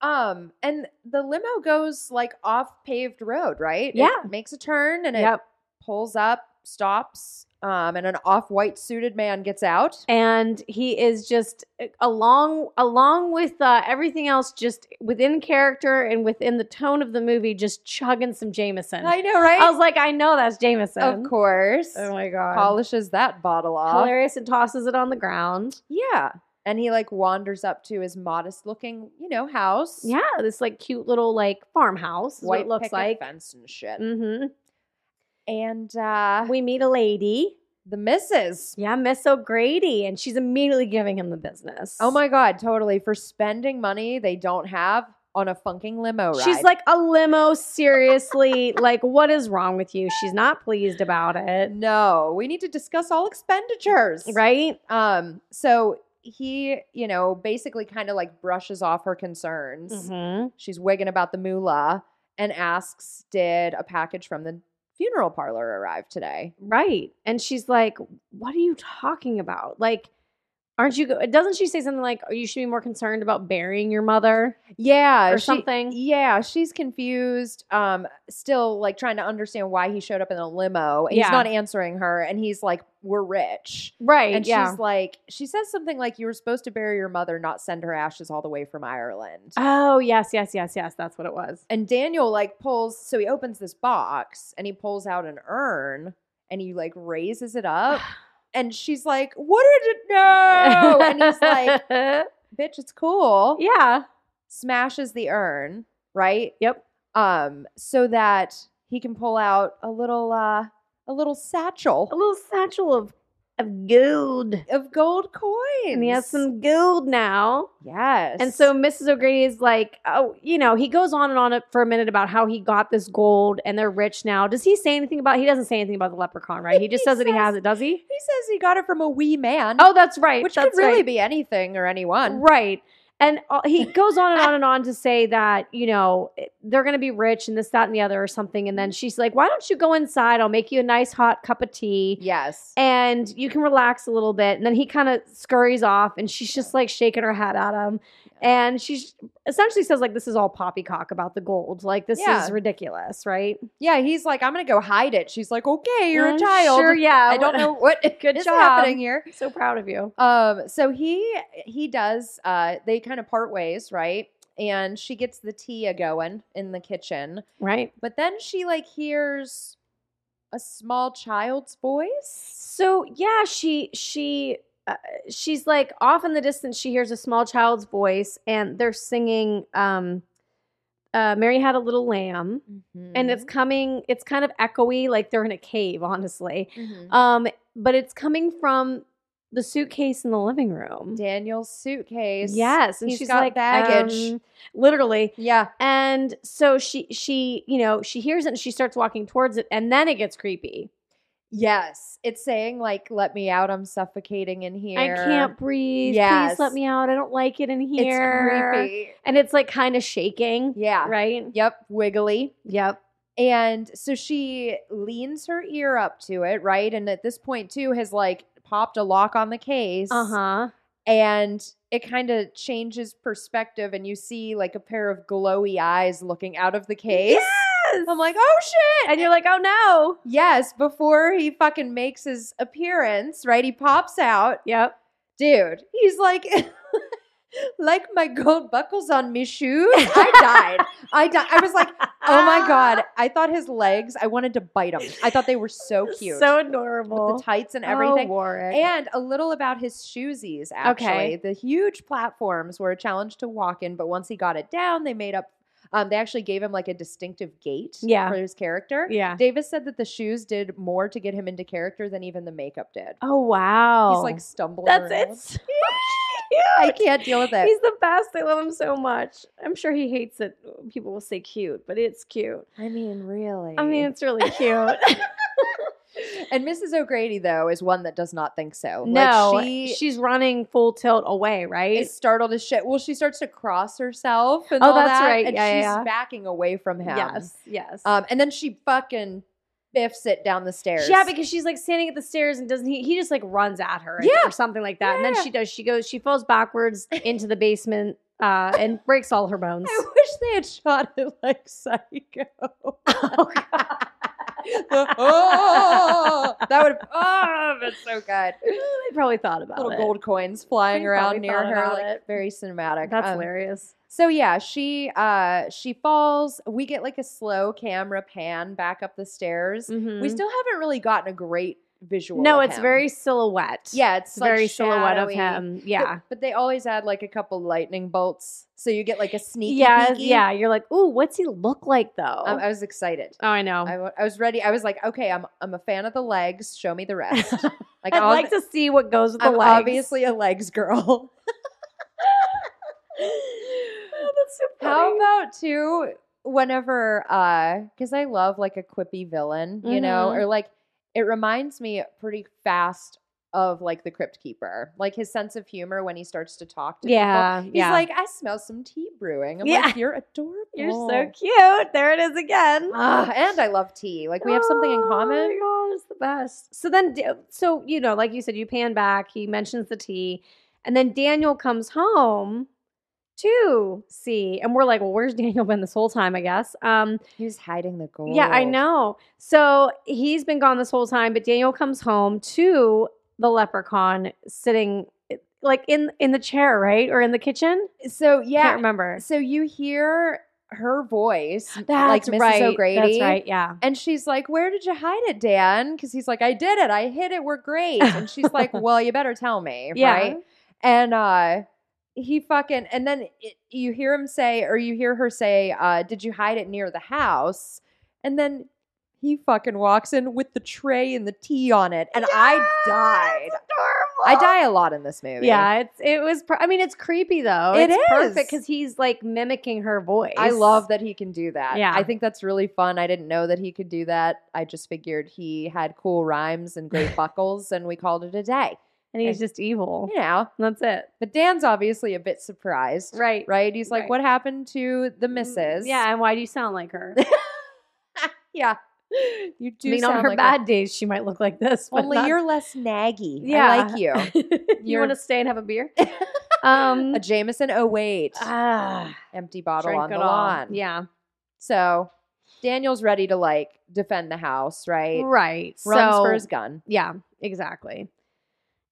S1: Um, and the limo goes like off paved road, right? It
S2: Yeah.
S1: makes a turn and it
S2: Yep.
S1: pulls up, stops, um, and an off white suited man gets out.
S2: And he is just uh, along along with uh, everything else, just within character and within the tone of the movie, just chugging some Jameson. I,
S1: I know, right?
S2: was like, I know that's Jameson.
S1: of course.
S2: Oh my god.
S1: Polishes that bottle off.
S2: Hilarious and tosses it on the ground.
S1: Yeah. And he like wanders up to his modest looking, you know, house.
S2: Yeah, this like cute little like farmhouse is what
S1: White
S2: it looks
S1: picket
S2: like.
S1: fence and shit.
S2: hmm
S1: And uh
S2: We meet a lady.
S1: the missus.
S2: Yeah, Miss O'Grady, and she's immediately giving him the business.
S1: Oh my god, totally. For spending money they don't have on a funking limo ride.
S2: She's like a limo, seriously. [laughs] like, what is wrong with you? She's not pleased about it,
S1: No, we need to discuss all expenditures.
S2: right?
S1: Um, so he, you know, basically kind of like brushes off her concerns.
S2: Mm-hmm.
S1: She's wigging about the moolah and asks, Did a package from the funeral parlor arrive today?
S2: Right. And she's like, "What are you talking about? Like, aren't you? Go- Doesn't she say something like, oh, you should be more concerned about burying your mother
S1: Yeah.
S2: or
S1: Uh, she-
S2: something?"
S1: Yeah, she's confused. Um, still like trying to understand why he showed up in a limo. And
S2: Yeah.
S1: He's not answering her, and he's like, "We're rich."
S2: Right.
S1: And
S2: yeah.
S1: she's like, she says something like, "You were supposed to bury your mother, not send her ashes all the way from Ireland."
S2: oh yes, yes, yes, yes. That's what it was.
S1: and Daniel like pulls, so he opens this box and he pulls out an urn and he like raises it
S2: [sighs]
S1: up, and she's like, "What did it
S2: [laughs]
S1: know?" Oh, and he's like, "Bitch, it's cool."
S2: "Yeah,
S1: Smashes the urn, right?
S2: yep."
S1: um, so that he can pull out a little uh, a little
S2: A
S1: satchel
S2: little satchel of of gold,
S1: of gold coins.
S2: and he has some gold now.
S1: yes,
S2: And so Mrs. O'Grady is like, oh, you know, he goes on and on for a minute about how he got this gold and they're rich now. Does he say anything about? He doesn't say anything about the leprechaun, right? He just
S1: He
S2: says that he
S1: says-
S2: has it, does he?
S1: he says he got it from a wee man.
S2: Oh, that's right.
S1: which
S2: that's
S1: could really
S2: right.
S1: be anything or anyone.
S2: right. And uh,
S1: [laughs]
S2: he goes on and on and on to say that you know they're going to be rich and this, that, and the other or something. And
S1: Mm-hmm.
S2: then she's like, why don't you go inside? I'll make you a nice hot cup of tea.
S1: Yes.
S2: And you can relax a little bit. And then he kind of scurries off and she's just like shaking her head at him. And she essentially says, like, this is all poppycock about the gold. Like, this
S1: Yeah.
S2: is ridiculous, right?
S1: yeah, he's like, I'm gonna go hide it. She's like, Okay, you're
S2: Mm,
S1: a child.
S2: Sure,
S1: [laughs]
S2: yeah.
S1: I don't
S2: [laughs]
S1: know what
S2: Good
S1: is
S2: job.
S1: happening here.
S2: so proud of you.
S1: Um, so he he does. Uh, they kind of part ways, right? And she gets the tea a going in the kitchen.
S2: Right.
S1: But then she like hears a small child's voice.
S2: So, yeah, she, she, uh, she's like off in the distance. She hears a small child's voice and they're singing, um, uh, Mary had a little lamb. And
S1: Mm-hmm.
S2: it's coming, it's kind of echoey, like they're in a cave, honestly. Um, but it's coming from the suitcase in the living room.
S1: Daniel's suitcase.
S2: Yes, and
S1: He's
S2: she's
S1: got
S2: like
S1: baggage.
S2: um, literally.
S1: Yeah.
S2: And so she she you know she hears it and she starts walking towards it, and then it gets creepy.
S1: Yes. It's saying like, "Let me out. I'm suffocating in here.
S2: I can't breathe. Please
S1: Yes.
S2: let me out. I don't like it in
S1: It's
S2: here.
S1: creepy.
S2: And it's like kind of shaking.
S1: Yeah.
S2: Right.
S1: Yep. Wiggly.
S2: Yep.
S1: And so she leans her ear up to it, right? And at this point, too, has like popped a lock on the case.
S2: Uh huh.
S1: and it kind of changes perspective and you see like a pair of glowy eyes looking out of the case i'm like oh shit
S2: And you're like, oh no.
S1: yes before he fucking makes his appearance right he pops out
S2: Yep.
S1: dude he's like [laughs] like my gold buckles on me shoes. I died. I died. I was
S2: [laughs]
S1: like, oh my [laughs] god.
S2: Ah.
S1: I thought his legs. I wanted to bite him. I thought they were so cute.
S2: [laughs] So
S1: with
S2: adorable.
S1: the tights and
S2: Oh,
S1: everything.
S2: Warwick.
S1: and a little about his shoesies, actually.
S2: Okay.
S1: The huge platforms were a challenge to walk in, but once he got it down, they made up, um, they actually gave him like a distinctive gait
S2: Yeah.
S1: for his character.
S2: yeah.
S1: Davis said that the shoes did more to get him into character than even the makeup did.
S2: Oh wow.
S1: He's like stumbling.
S2: that's
S1: around.
S2: it. So cute.
S1: I can't deal with it.
S2: He's the best. I love him so much. I'm sure he hates that people will say cute, but it's cute.
S1: I mean, really.
S2: I mean, it's really
S1: [laughs]
S2: cute.
S1: and Mrs. O'Grady though is one that does not think so.
S2: no,
S1: like she
S2: she's running full tilt away, right?
S1: is startled as shit. Well, she starts to cross herself and
S2: Oh,
S1: all
S2: that's
S1: that,
S2: right.
S1: and
S2: Yeah, yeah,
S1: she's
S2: yeah.
S1: backing away from him.
S2: Yes, yes.
S1: Um, and then she fucking biffs it down the stairs.
S2: yeah, because she's like standing at the stairs and doesn't he? He just like runs at her,
S1: Yeah.
S2: or something like that. And
S1: Yeah.
S2: then she does. She goes. She falls backwards into the basement uh, and breaks all her bones.
S1: [laughs]
S2: [laughs]
S1: I wish they had [laughs] shot it like Psycho.
S2: oh,
S1: [laughs] oh, that would have oh, that's so good.
S2: they probably thought about
S1: Little
S2: it.
S1: gold coins flying
S2: They
S1: around
S2: probably
S1: near
S2: thought
S1: her,
S2: about
S1: like
S2: it.
S1: very cinematic.
S2: That's
S1: Um,
S2: hilarious.
S1: So yeah, she uh she falls. We get like a slow camera pan back up the stairs.
S2: Mhm.
S1: We still haven't really gotten a great visual.
S2: no,
S1: of
S2: it's
S1: him.
S2: very silhouette.
S1: yeah, it's
S2: it's very
S1: like,
S2: silhouette of
S1: shadowy.
S2: him.
S1: But-
S2: Yeah.
S1: but, they always add like a couple lightning bolts, so you get like a sneaky.
S2: yeah,
S1: peeky.
S2: yeah. You're like, ooh, what's he look like though?
S1: Um, I was excited.
S2: oh, I know.
S1: I, wa- I was ready. I was like, okay, I'm I'm a fan of the legs. Show me the [laughs] rest. Like
S2: I'd
S1: I'll-
S2: like to see what goes with the
S1: I'm
S2: legs.
S1: obviously a legs girl.
S2: [laughs]
S1: [laughs]
S2: Oh, that's so
S1: How
S2: funny.
S1: about too whenever uh because I love like a quippy villain, you know,
S2: Mhm.
S1: or like it reminds me pretty fast of like the Crypt Keeper. Like his sense of humor when he starts to talk to people.
S2: yeah,
S1: He's
S2: yeah.
S1: like, I smell some tea brewing. I'm
S2: Yeah.
S1: like, [laughs] you're adorable.
S2: you're so cute. There it is again.
S1: Ah, and I love tea. Like we have something in
S2: Oh
S1: common.
S2: my God, it's the best. So then, Da- so you know, like you said, you pan back. He mentions the tea, and then Daniel comes home to see, and we're like, well, where's Daniel been this whole time? I guess. Um,
S1: He was hiding the gold.
S2: yeah, I know. So he's been gone this whole time, but Daniel comes home to the leprechaun sitting eh, like in in the chair, right, or in the kitchen.
S1: So
S2: Can't
S1: yeah,
S2: remember.
S1: so you hear her voice, like
S2: That's
S1: Mrs.
S2: right.
S1: O'Grady.
S2: That's right. Yeah.
S1: And she's like, Where did you hide it, Dan? Because he's like, I did it. I hid it. We're great. And she's [laughs] like, Well, you better tell me.
S2: Yeah.
S1: Right. And uh, he fucking, and then it, you hear him say, or you hear her say, uh, Did you hide it near the house? And then he fucking walks in with the tray and the tea on it. And I died. I die a lot in this movie.
S2: Yeah, it's it was. Pr- I mean, it's creepy though.
S1: It
S2: it's perfect
S1: is.
S2: because he's like mimicking her voice.
S1: I love that he can do that.
S2: Yeah.
S1: I think that's really fun. I didn't know that he could do that. I just figured he had cool rhymes and
S2: [laughs]
S1: great buckles, and we called it a day.
S2: and he's just evil.
S1: You know,
S2: That's it.
S1: but Dan's obviously a bit surprised,
S2: Right.
S1: right? He's like,
S2: Right.
S1: "What happened to the missus?"
S2: Yeah, and why do you sound like [laughs] her?
S1: [laughs] yeah. You do.
S2: I mean,
S1: sound
S2: on her
S1: like
S2: bad days, she might look like this. but
S1: Only
S2: not-
S1: you're less naggy.
S2: Yeah,
S1: I like you.
S2: [laughs] you
S1: You're-
S2: want to stay and have a beer?
S1: [laughs]
S2: um,
S1: A Jameson. Oh wait,
S2: [sighs] ah,
S1: empty bottle
S2: drink
S1: on
S2: it
S1: the
S2: all.
S1: lawn.
S2: Yeah,
S1: So Daniel's ready to like defend the house, right?
S2: right.
S1: Runs
S2: so
S1: for his gun.
S2: yeah, exactly.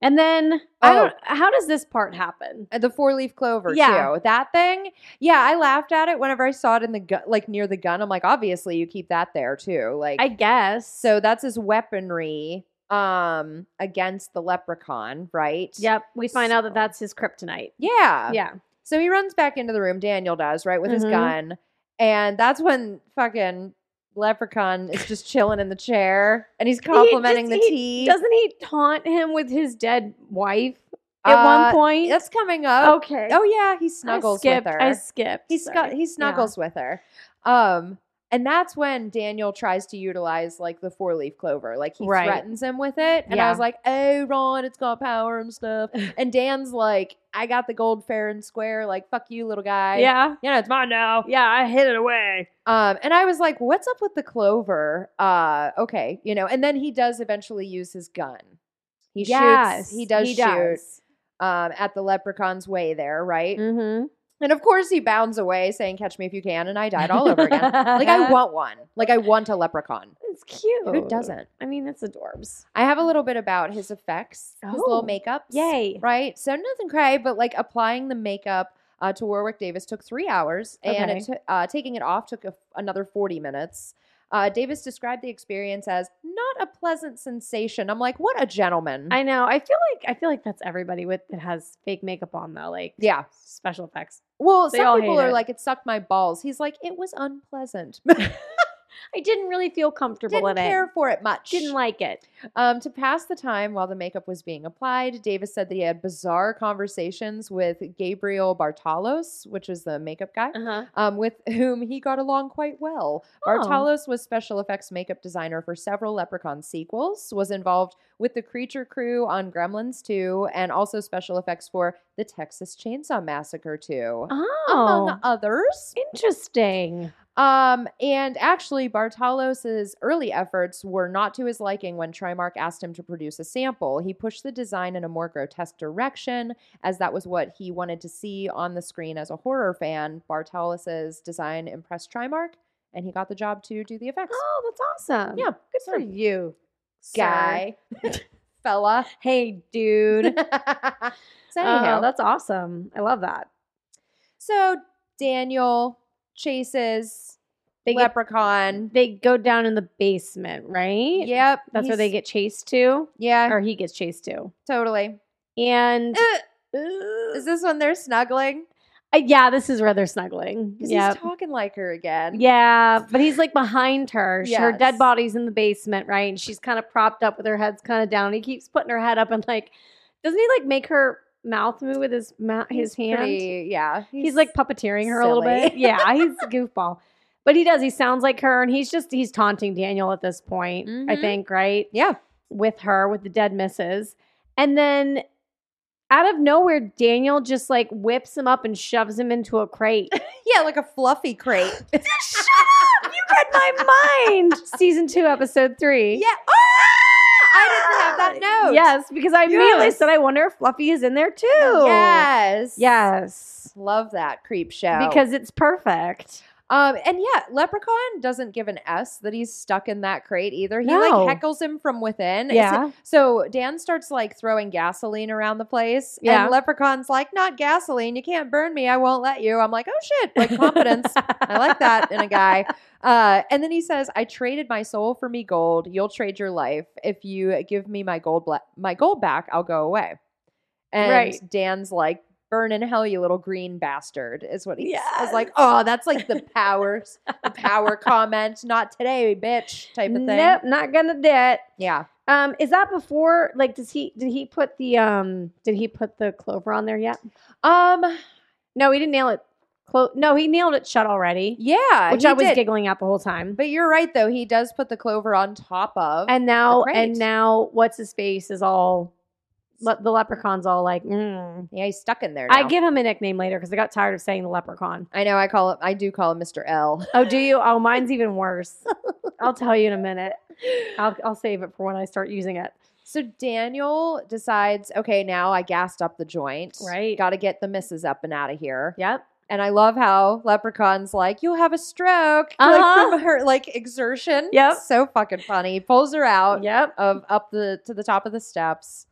S2: And then I
S1: Oh.
S2: don't, how does this part happen?
S1: Uh, the four leaf clover
S2: Yeah.
S1: too. That thing. Yeah, I laughed at it whenever I saw it in the gu- like near the gun. I'm like, obviously you keep that there too. Like
S2: I guess
S1: so that's his weaponry um against the leprechaun, right?
S2: Yep, we find out that
S1: So-
S2: that's his kryptonite.
S1: Yeah.
S2: Yeah.
S1: So he runs back into the room, Daniel does, right, with his
S2: Mhm.
S1: gun. And that's when fucking leprechaun is just chilling in the chair and he's complimenting
S2: just-
S1: the
S2: he
S1: tea.
S2: Doesn't he taunt him with his dead wife at
S1: Uh,
S2: one point?
S1: that's coming up.
S2: okay.
S1: Oh yeah, he snuggles
S2: I skipped,
S1: with her.
S2: I skipped.
S1: he scu-
S2: sorry.
S1: he snuggles with her um and that's when daniel tries to utilize like the four leaf clover like he
S2: Right.
S1: threatens him with it and
S2: Yeah.
S1: i was like oh ron it's got power and
S2: [laughs]
S1: stuff and dan's like i got the gold fair and square like fuck you little guy
S2: Yeah.
S1: you know it's mine now
S2: Yeah, I hid it away.
S1: um and i was like what's up with the clover uh okay you know and then he does eventually use his gun he shoots he does shoot um at the leprechaun's way there right
S2: Mm-hmm.
S1: And of course, he bounds away saying, Catch me if you can. And I died all over
S2: [laughs]
S1: again. Like, I want one. Like, I want a leprechaun.
S2: It's cute.
S1: Uh-huh. Who doesn't?
S2: I mean, that's adorbs.
S1: I have a little bit about his effects, his
S2: Oh.
S1: little makeups.
S2: Yay.
S1: Right? So, nothing cray, but like applying the makeup uh, to Warwick Davis took three hours, and it t- uh, taking it off took a, another 40 minutes. Uh, Davis described the experience as not a pleasant sensation. I'm like, what a gentleman.
S2: I know. I feel like I feel like that's everybody with that has fake makeup on though. Like
S1: yeah.
S2: special effects.
S1: Well,
S2: They all
S1: some people
S2: hate
S1: are
S2: it.
S1: like, it sucked my balls. He's like, it was unpleasant.
S2: I didn't really feel comfortable
S1: Didn't
S2: in it.
S1: care for it much.
S2: Didn't like it.
S1: Um, to pass the time while the makeup was being applied, Davis said that he had bizarre conversations with Gabriel Bartalos, which is the makeup guy,
S2: Uh-huh.
S1: um, with whom he got along quite well.
S2: Oh.
S1: Bartalos was special effects makeup designer for several Leprechaun sequels, was involved with the Creature Crew on Gremlins 2, and also special effects for the Texas Chainsaw Massacre 2.
S2: Oh,
S1: Among others,
S2: interesting.
S1: um, and actually, Bartalos's early efforts were not to his liking when Trimark asked him to produce a sample. He pushed the design in a more grotesque direction, as that was what he wanted to see on the screen as a horror fan. Bartalos's design impressed Trimark, and he got the job to do the effects.
S2: Oh, that's awesome.
S1: Yeah,
S2: good for
S1: sir.
S2: you, sir.
S1: Guy, [laughs] fella.
S2: Hey, [laughs] dude.
S1: so, anyhow,
S2: Oh, that's awesome. I love that.
S1: so Daniel chases
S2: They get-
S1: Leprechaun.
S2: They go down in the basement, right?
S1: Yep.
S2: That's where they
S1: he's-
S2: get chased to,
S1: Yeah,
S2: or he gets chased to.
S1: totally.
S2: And
S1: Eh.
S2: Uh,
S1: Is this when they're snuggling?
S2: yeah, this is where they're snuggling.
S1: Because
S2: Yeah.
S1: he's talking like her again.
S2: Yeah, but he's like behind her. She- Her dead
S1: Yes.
S2: body's in the basement, right? And she's kind of propped up with her head's kind of down. He keeps putting her head up and like, doesn't he like make her mouth move with his mouth, his
S1: He's
S2: hand?
S1: pretty- yeah.
S2: he's, like puppeteering her a
S1: silly.
S2: little bit. Yeah, he's
S1: [laughs]
S2: a goofball, but he does. He sounds like her, and he's just he's taunting Daniel at this point. I
S1: Mhm.
S2: think right
S1: yeah.
S2: with her with the dead misses, and then out of nowhere, Daniel just like whips him up and shoves him into
S1: [laughs]
S2: a crate.
S1: Yeah, like a fluffy crate.
S2: [laughs] Shut up! You read my mind. [laughs] Season two, episode three.
S1: yeah. Ah!
S2: [laughs]
S1: I didn't have that note.
S2: Yes, because I immediately
S1: Yes.
S2: said I wonder if Fluffy is in there too.
S1: Yes.
S2: Yes.
S1: Love that creep show.
S2: Because it's perfect.
S1: um and yeah, Leprechaun doesn't give an S that he's stuck in that crate either. He
S2: No.
S1: like heckles him from within. It's-
S2: Yeah.
S1: So Dan starts like throwing gasoline around the place.
S2: Yeah.
S1: And Leprechaun's like, not gasoline. You can't burn me. I won't let you. I'm like, oh shit. Like confidence. I like that in a guy.
S2: [laughs]
S1: Uh, and then he says, "I traded my soul for me gold. You'll trade your life if you give me my gold. Bla- my gold back, I'll go away." And
S2: Right.
S1: Dan's like, "Burn in hell, you little green bastard," is what he s- I was like,
S2: Yes.
S1: "Oh, that's like the powers, the
S2: [laughs]
S1: power comment. Not today, bitch." Type of thing.
S2: Nope, not gonna do it.
S1: Yeah.
S2: Um, is that before like does he did he put the um did he put the clover on there yet?
S1: Um.
S2: No, he didn't nail it. Clo- no, he nailed it shut already.
S1: Yeah.
S2: which
S1: he
S2: I was
S1: did.
S2: giggling at the whole time.
S1: But you're right, though. He does put the clover on top of.
S2: and now and
S1: crate.
S2: now what's his face is all le- the leprechaun's all like mm.
S1: yeah, he's stuck in there.
S2: i
S1: now.
S2: give him a nickname later because i got tired of saying the leprechaun
S1: I know. I call him. I do call him Mr. L. [laughs]
S2: oh do you oh mine's even worse i'll tell you in a minute I'll, I'll save it for when i start using it
S1: So Daniel decides, okay, now I gassed up the joint.
S2: Right.
S1: Got to get the misses up and out of here.
S2: yep
S1: And I love how Leprechaun's like, you'll have a stroke. [laughs]
S2: Uh-huh.
S1: Like from her like exertion.
S2: Yep.
S1: So fucking funny. He pulls her out
S2: [laughs] yep
S1: of up the to the top of the steps.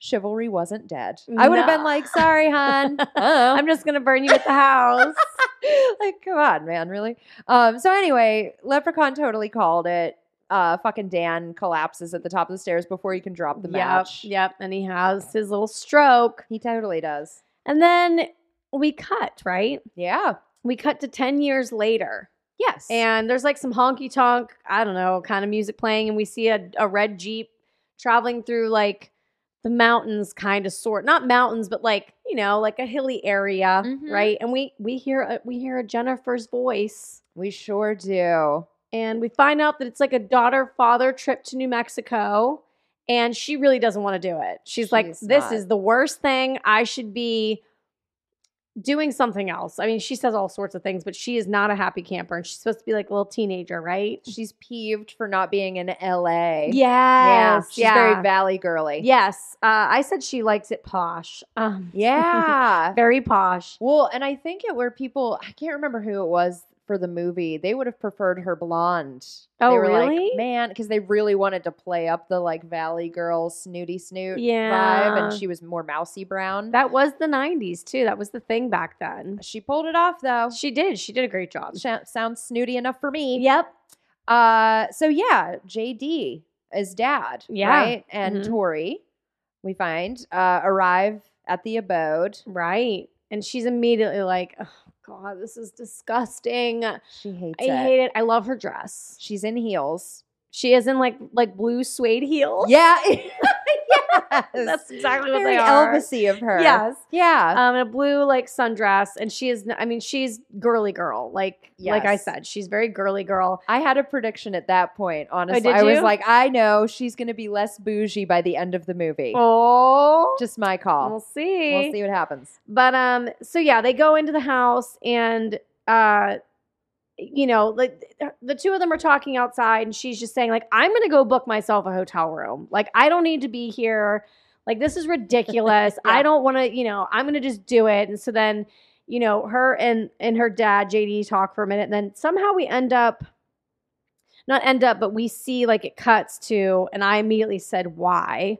S1: Chivalry wasn't dead. I would have
S2: No.
S1: been like, sorry,
S2: [laughs]
S1: hon. Oh.
S2: i'm just gonna burn you at the house
S1: like, come on, man, really? Um, so anyway, Leprechaun totally called it. Uh, fucking Dan collapses at the top of the stairs before you can drop [laughs] the
S2: yep
S1: match.
S2: yep and he has his little stroke
S1: He totally does.
S2: and then we cut right
S1: Yeah.
S2: we cut to 10 years later
S1: Yes.
S2: and there's like some honky tonk, I don't know, kind of music playing, and we see a, a red jeep traveling through like the mountains, kind of sort, not mountains, but like you know, like a hilly area,
S1: Mhm.
S2: right? And we we hear a, we hear a Jennifer's voice,
S1: we sure do.
S2: and we find out that it's like a daughter father trip to New Mexico. And she really doesn't want to do it. She's like,
S1: She's
S2: this
S1: not.
S2: is the worst thing. I should be doing something else. I mean, she says all sorts of things, but she is not a happy camper and she's supposed to be like a little teenager, right?
S1: She's peeved for not being in LA.
S2: Yes.
S1: Yeah,
S2: Yeah.
S1: she's very valley girly.
S2: yes. [laughs] Uh, I said she likes it posh. Um,
S1: Yeah.
S2: [laughs] very posh.
S1: well, and I think it were people, I can't remember who it was for the movie. They would have preferred her blonde.
S2: Oh,
S1: they were
S2: really?
S1: like, man, because they really wanted to play up the like valley girl snooty snoot
S2: Yeah.
S1: vibe. And she was more mousy brown.
S2: That was the 90s too. That was the thing back then.
S1: she pulled it off though.
S2: She did. She did a great job.
S1: Sha- sounds snooty enough for me.
S2: Yep.
S1: Uh, so yeah, JD is dad,
S2: Yeah.
S1: right? And
S2: Mhm.
S1: Tori, we find, uh, arrive at the abode.
S2: Right. And she's immediately like, oh, God, this is disgusting. I
S1: She hates it.
S2: hate it. I love her dress.
S1: She's in heels.
S2: She is in like like blue suede heels.
S1: Yeah, [laughs]
S2: [laughs] That's exactly what
S1: Very
S2: they are.
S1: Elvisy of her.
S2: Yes.
S1: yeah.
S2: Um, and a blue like sundress, and she is. I mean, she's girly girl. Like, like I
S1: Yes.
S2: said, she's very girly girl.
S1: I had a prediction at that point. Honestly,
S2: Oh, did
S1: I was
S2: you?
S1: like, I know she's going to be less bougie by the end of the movie.
S2: Oh,
S1: Just my call.
S2: we'll see.
S1: We'll see what happens.
S2: But um, so yeah, they go into the house, and uh, you know, like the two of them are talking outside, and she's just saying like, I'm gonna go book myself a hotel room. Like, I don't need to be here. Like, this is ridiculous.
S1: Yeah.
S2: I don't want to. You know, I'm gonna just do it. And so then, you know, her and and her dad JD talk for a minute, and then somehow we end up. Not end up, but we see like it cuts to, and I immediately
S1: [laughs]
S2: said, Why?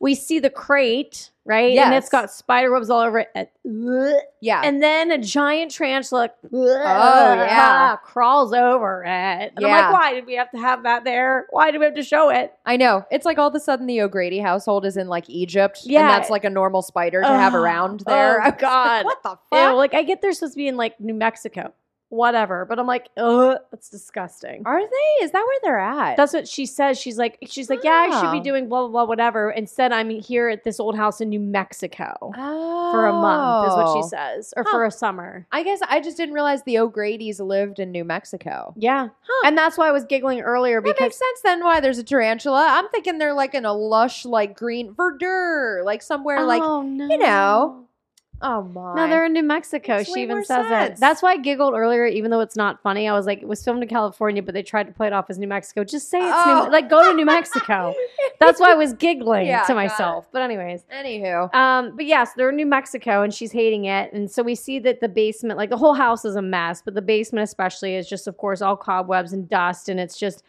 S2: we see the crate, right? And
S1: Yes.
S2: it's got spider webs all over it. And, Ugh.
S1: Yeah.
S2: and then a giant tarantula ugh,
S1: Oh, yeah.
S2: [laughs] crawls over it. And I'm
S1: Yeah.
S2: like, why did we have to have that there? Why do we have to show it?
S1: I know. It's like all of a sudden the O'Grady household is in like Egypt.
S2: Yeah.
S1: And that's like a normal spider to have
S2: Ugh.
S1: around
S2: Oh,
S1: there. [laughs] I was like,
S2: God.
S1: what the
S2: Ew,
S1: fuck?
S2: like, I get they're supposed to be in like New Mexico, whatever. But I'm like, ugh, that's disgusting.
S1: Are they? Is that where they're at?
S2: That's what she says. She's like, she's like, yeah, I should
S1: Oh.
S2: be doing blah blah blah, whatever. Instead, I'm here at this old house in New Mexico
S1: oh.
S2: for a month, is what she says, or
S1: Huh.
S2: for a summer.
S1: Oh. I guess I just didn't realize the O'Grady's lived in New Mexico.
S2: Yeah,
S1: Huh.
S2: and that's why I was giggling earlier
S1: that
S2: because
S1: makes sense then why there's a tarantula. I'm thinking they're like in a lush, like green verdure, like somewhere like,
S2: oh, no.
S1: you know, oh my.
S2: No, they're in New Mexico.
S1: Makes way
S2: she even
S1: more
S2: says
S1: sense.
S2: it. That's why I giggled earlier, even though it's not funny. I was like, it was filmed in California, but they tried to play it off as New Mexico. Just say it's
S1: Oh.
S2: New, like go to New Mexico. [laughs]
S1: [laughs]
S2: That's why I was giggling
S1: Yeah, got
S2: to
S1: it.
S2: myself. But anyways,
S1: Anywho.
S2: Um, but yes, they're in New Mexico and she's hating it. And so we see that the basement, like the whole house is a mess, but the basement especially is just, of course, all cobwebs and dust. And it's just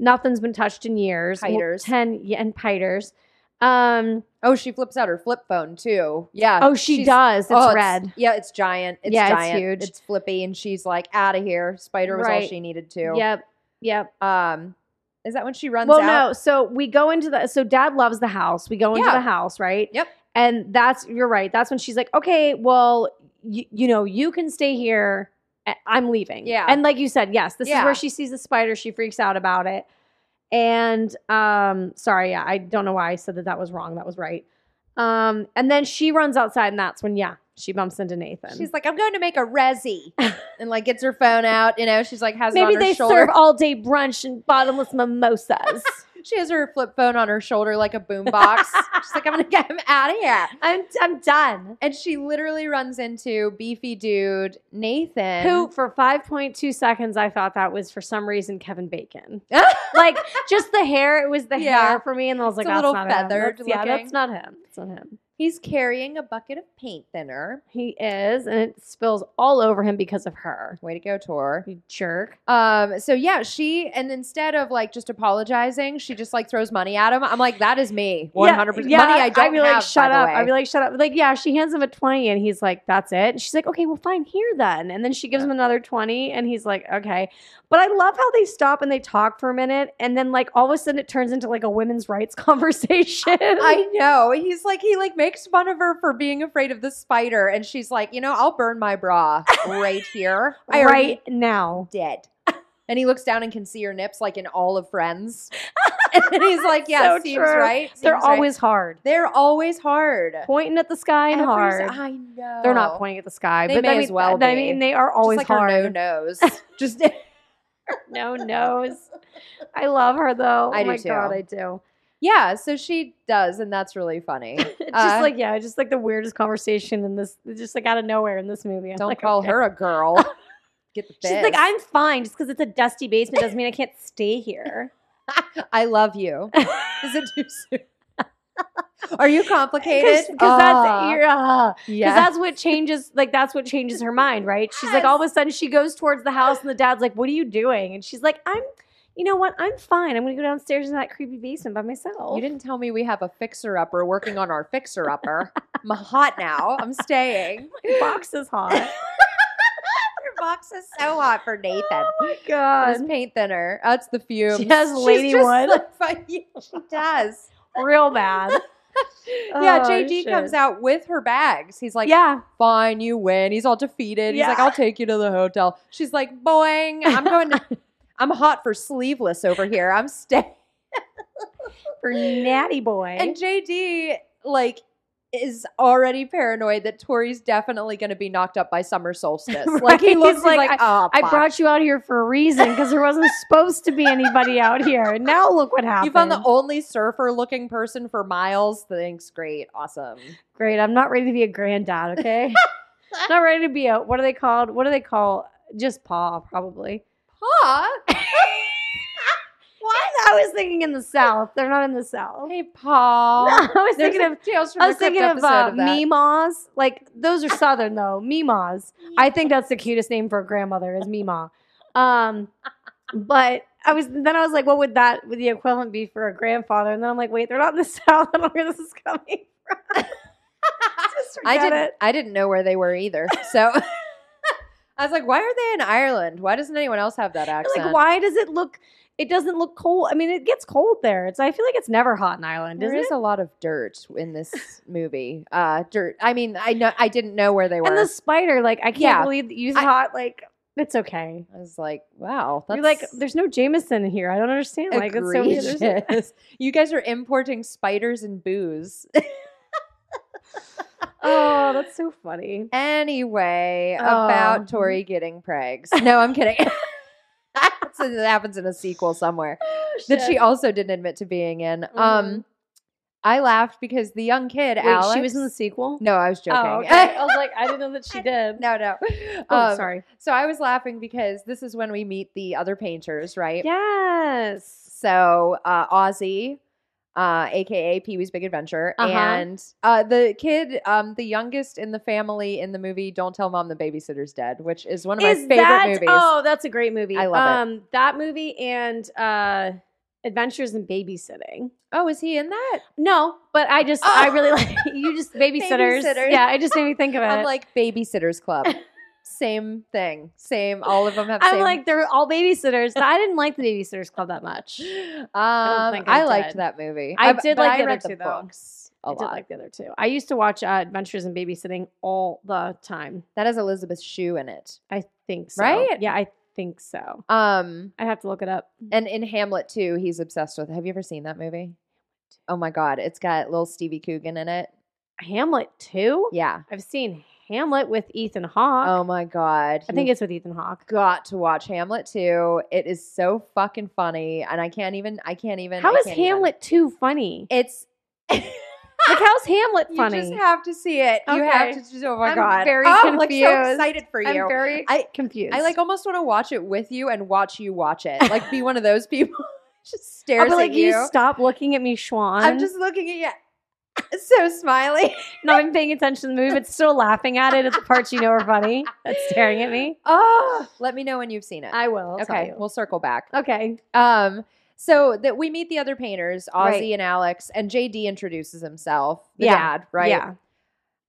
S2: nothing's been touched in years. Well,
S1: Piters.
S2: 10 yeah, and piters. Um,
S1: Oh, she flips out her flip phone too. Yeah.
S2: oh, she
S1: Uh, she's-
S2: does. It's
S1: Oh,
S2: red.
S1: yeah, it's giant. It's
S2: Yeah, it's
S1: giant.
S2: huge.
S1: It's flippy, and she's like, "Out of here!" Spider was all
S2: Right.
S1: she needed to.
S2: Yep. Yep.
S1: Um, is that when she runs
S2: Well,
S1: out?
S2: no. So we go into the, so dad loves the house. We go into
S1: Yeah.
S2: the house, right?
S1: Yep.
S2: And that's, you're right. That's when she's like, okay, well, y- you know, you can stay here. I- I'm leaving.
S1: Yeah.
S2: And like you said, yes, this is
S1: Yeah.
S2: where she sees the spider. She freaks out about it. And um, sorry, yeah, I don't know why I said that that was wrong. That was right. Um, and then she runs outside, and that's when, yeah, she bumps into Nathan.
S1: She's like, "I'm going to make a
S2: [laughs]
S1: resi," and like gets her phone out. You know, she's like, has it
S2: maybe
S1: on her
S2: they
S1: shoulder.
S2: serve all day brunch and
S1: [laughs]
S2: bottomless mimosas.
S1: she has her flip phone on her shoulder like a
S2: [laughs]
S1: boombox. she's like, "I'm going to get him out of here,"
S2: I'm, I'm done.
S1: and she literally runs into beefy dude Nathan.
S2: Who, for 5.2 seconds, I thought that was for some reason
S1: [laughs]
S2: Kevin Bacon. like, just the hair, it was the
S1: Yeah.
S2: hair for me. And I was like,
S1: It's a
S2: that's
S1: little
S2: not
S1: feathered
S2: him. That's, yeah,
S1: looking.
S2: that's not him. That's not him.
S1: He's carrying a bucket of paint thinner.
S2: He is, and it spills all over him because of her.
S1: Way to go, Tor.
S2: You jerk.
S1: Um, so yeah, she and instead of like just apologizing, she just like throws money at him. I'm like, that is me, one hundred percent.
S2: yeah,
S1: Money I don't
S2: I'd be
S1: have.
S2: like, shut
S1: by
S2: up.
S1: The way.
S2: I'd be like, shut up. Like, yeah, she hands him a 20 and he's like, that's it. And she's like, okay, well, fine, here then. And then she gives him another 20 and he's like, okay. But I love how they stop and they talk for a minute and then, like, all of a sudden it turns into like a women's rights [laughs] conversation. [laughs]
S1: I know. He's like, he like makes fun of her for being afraid of the spider, and she's like, you know, I'll burn my bra
S2: [laughs]
S1: right here. I already
S2: right now.
S1: did. And he looks down and can see her nips, like in all of
S2: [laughs]
S1: Friends. and he's like, yeah,
S2: So
S1: seems
S2: true.
S1: right.
S2: They're
S1: seems right."
S2: always hard.
S1: they're always hard.
S2: Pointing at the sky and
S1: Every-
S2: hard.
S1: I know.
S2: They're not pointing at the sky,
S1: Oh. They
S2: but
S1: may
S2: I mean,
S1: as well be.
S2: I mean, they are
S1: Just
S2: always
S1: like Her
S2: hard.
S1: no nose.
S2: [laughs]
S1: Just [laughs]
S2: No nose. I love her though.
S1: I
S2: oh
S1: do
S2: my
S1: too.
S2: god, I do. [laughs]
S1: Yeah, so she does, and that's really funny.
S2: just
S1: Uh,
S2: like yeah, just like the weirdest conversation in this, just like out of nowhere in this movie. I'm
S1: Don't
S2: like,
S1: call
S2: okay.
S1: her a
S2: [laughs]
S1: girl. Get the
S2: She's like, I'm fine. Just because it's a dusty basement doesn't mean I can't stay here.
S1: I'm. I love
S2: [laughs]
S1: you. Is it too soon? [laughs] Are you complicated?
S2: Because that's
S1: Ah,
S2: you're, ah. 'Cause
S1: yeah.
S2: that's what changes. Like that's what changes her mind, right? She's like, all of a sudden, she goes towards the house, and the dad's like, "What are you doing?" And she's like, "I'm, you know what? I'm fine. I'm gonna go downstairs in that creepy basement by myself." [laughs]
S1: you didn't tell me we have a fixer upper working on our fixer
S2: [laughs]
S1: upper. I'm hot now. I'm staying.
S2: box is hot.
S1: Your box is so hot for Nathan.
S2: God,
S1: His paint thinner. That's the fumes.
S2: She has
S1: She's
S2: lady
S1: just [laughs]
S2: one.
S1: like, fuck you. she does.
S2: real bad. [laughs]
S1: yeah,
S2: Oh,
S1: JD
S2: shit.
S1: comes out with her bags. He's like,
S2: yeah,
S1: fine, you win. He's all defeated. He's like,
S2: Yeah.
S1: I'll take you to the hotel. She's like, boing. I'm going
S2: [laughs]
S1: to, I'm hot for sleeveless over here. I'm staying.
S2: for natty boy.
S1: And JD, like, is already paranoid that Tori's definitely going to be knocked up by summer solstice.
S2: [laughs]
S1: Like, he
S2: Right.
S1: looks
S2: He's
S1: like,
S2: like,
S1: like oh,
S2: I
S1: fuck.
S2: brought you out here for a reason because there wasn't supposed to be anybody out here. And now look what happened.
S1: You found the only surfer looking person for miles. Thanks. Great. Awesome.
S2: Great. I'm not ready to be a
S1: [laughs]
S2: granddad, okay? not ready to be a what are they called? What do they call just
S1: [laughs]
S2: paw probably. [laughs]
S1: Paw? what?
S2: I was thinking in the south. They're not in the south.
S1: Hey,
S2: No,
S1: Paul.
S2: [laughs] I
S1: There's
S2: was thinking
S1: a
S2: of
S1: Tales from
S2: I
S1: the
S2: was
S1: Crypt
S2: thinking of,
S1: episode
S2: uh,
S1: of that.
S2: Meemaws. Like those are southern though. Meemaws. I think that's the cutest name for a grandmother is Meemaw. Um, but I was then I was like, what would that would the equivalent be for a grandfather? And then I'm like, wait, they're not in the [laughs] south. I don't know where this is coming from. [laughs] Just
S1: I
S2: forget
S1: didn't.
S2: it.
S1: I didn't know where they were
S2: [laughs]
S1: either. So [laughs] I was like, "Why are they in Ireland? Why doesn't anyone else have that accent?"
S2: Like, why does it look? It doesn't look cold. I mean, it gets cold there. It's. I feel like it's never hot in Ireland,
S1: there
S2: isn't
S1: is
S2: it?
S1: a lot of dirt in this movie. Uh, dirt. I mean, I know I didn't know where they were.
S2: And the spider, like, I can't
S1: Yeah.
S2: believe that you
S1: I-
S2: thought like it's okay.
S1: I was like, "Wow, that's
S2: You're like, there's no Jameson in here. I don't understand. Like, it's so weird. There's-
S1: egregious. [laughs] you guys are importing spiders and
S2: [laughs]
S1: booze."
S2: [laughs] Oh, that's so funny.
S1: Anyway,
S2: Oh.
S1: about Tori getting pregs. No, I'm
S2: [laughs]
S1: kidding. [laughs] That's- It happens in a sequel
S2: [laughs]
S1: somewhere that she also didn't admit to being in.
S2: Mhm.
S1: Um, I laughed because the young kid,
S2: Wait,
S1: Alex.
S2: she was in the sequel.
S1: No, I was joking.
S2: Oh, okay. I was like, I didn't know that she
S1: [laughs]
S2: did.
S1: no, no.
S2: [laughs] Oh,
S1: Um,
S2: sorry.
S1: So I was laughing because this is when we meet the other painters, right?
S2: Yes.
S1: So uh, Ozzy, uh, aka Pee Wee's Big Adventure,
S2: Uh-huh.
S1: and uh, the kid, um, the youngest in the family in the movie "Don't Tell Mom the Babysitter's Dead," which is one of my favorite
S2: that,
S1: movies.
S2: Oh, that's a great movie.
S1: I love
S2: um, That movie and uh, Adventures in Babysitting.
S1: oh, is he in that?
S2: No, but I just I
S1: Oh.
S2: really like
S1: [laughs]
S2: you just babysitters.
S1: Babysitters.
S2: Yeah, it just made me think of it.
S1: I'm like Babysitters
S2: [laughs]
S1: Club. same thing. Same. All of them have.
S2: I'm
S1: same
S2: like they're all babysitters. but I didn't like the Babysitters Club
S1: [gasps]
S2: that much.
S1: Um,
S2: don't
S1: I,
S2: think I
S1: liked
S2: did.
S1: that movie.
S2: I
S1: b-
S2: did
S1: but
S2: like the other
S1: read
S2: two,
S1: the
S2: though.
S1: books a
S2: I did
S1: lot.
S2: like the other two. I used to watch uh, Adventures in Babysitting all the time.
S1: That has Elizabeth Shue in it.
S2: I think so.
S1: Right?
S2: Yeah, I think so.
S1: Um,
S2: I'd have to look it up.
S1: and in Hamlet too, he's obsessed with. Have you ever seen that movie? Oh my God, it's got little Stevie Coogan in it.
S2: Hamlet too.
S1: Yeah.
S2: I've seen Hamlet with Ethan Hawke.
S1: Oh my God.
S2: I think it's with Ethan Hawke.
S1: got to watch Hamlet too. It is so fucking funny, and I can't even. I can't even.
S2: How
S1: I
S2: is
S1: can't even.
S2: Hamlet too funny?
S1: [laughs] It's.
S2: Like how's Hamlet funny?
S1: You just have to see it. You have
S2: Okay.
S1: to. Just, oh my
S2: I'm
S1: god!
S2: very
S1: oh, I'm like so
S2: confused.
S1: excited for you.
S2: I'm very
S1: I-
S2: confused.
S1: I like almost want to watch it with you and watch you watch it. Like be one
S2: [laughs]
S1: of those people [laughs] just
S2: I'll
S1: stares
S2: be like
S1: at you.
S2: you stop looking at me, Schwan.
S1: I'm just looking at you. [laughs] So smiley.
S2: not even paying attention to the move. It's still laughing at it at the parts you know are funny. That's staring at me.
S1: Oh, let me know when you've seen it.
S2: I will. I'll tell
S1: okay,
S2: you.
S1: we'll circle back.
S2: okay.
S1: Um, so that we meet the other painters, Ozzy
S2: Right.
S1: and Alex, and JD introduces himself, the
S2: Yeah,
S1: dad, right?
S2: Yeah.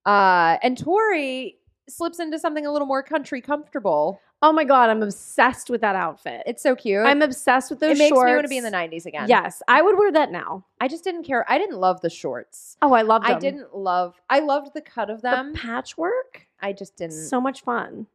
S1: Uh, and Tori slips into something a little more country comfortable.
S2: Oh my god, I'm obsessed with that outfit.
S1: It's so cute.
S2: I'm obsessed with
S1: it
S2: those
S1: makes
S2: shorts.
S1: me want to be in the '90s again.
S2: Yes, I would wear that now.
S1: I just didn't care. I didn't love the shorts.
S2: Oh, I love them.
S1: I didn't love. I loved the cut of
S2: the
S1: them.
S2: patchwork.
S1: I just didn't.
S2: So much fun.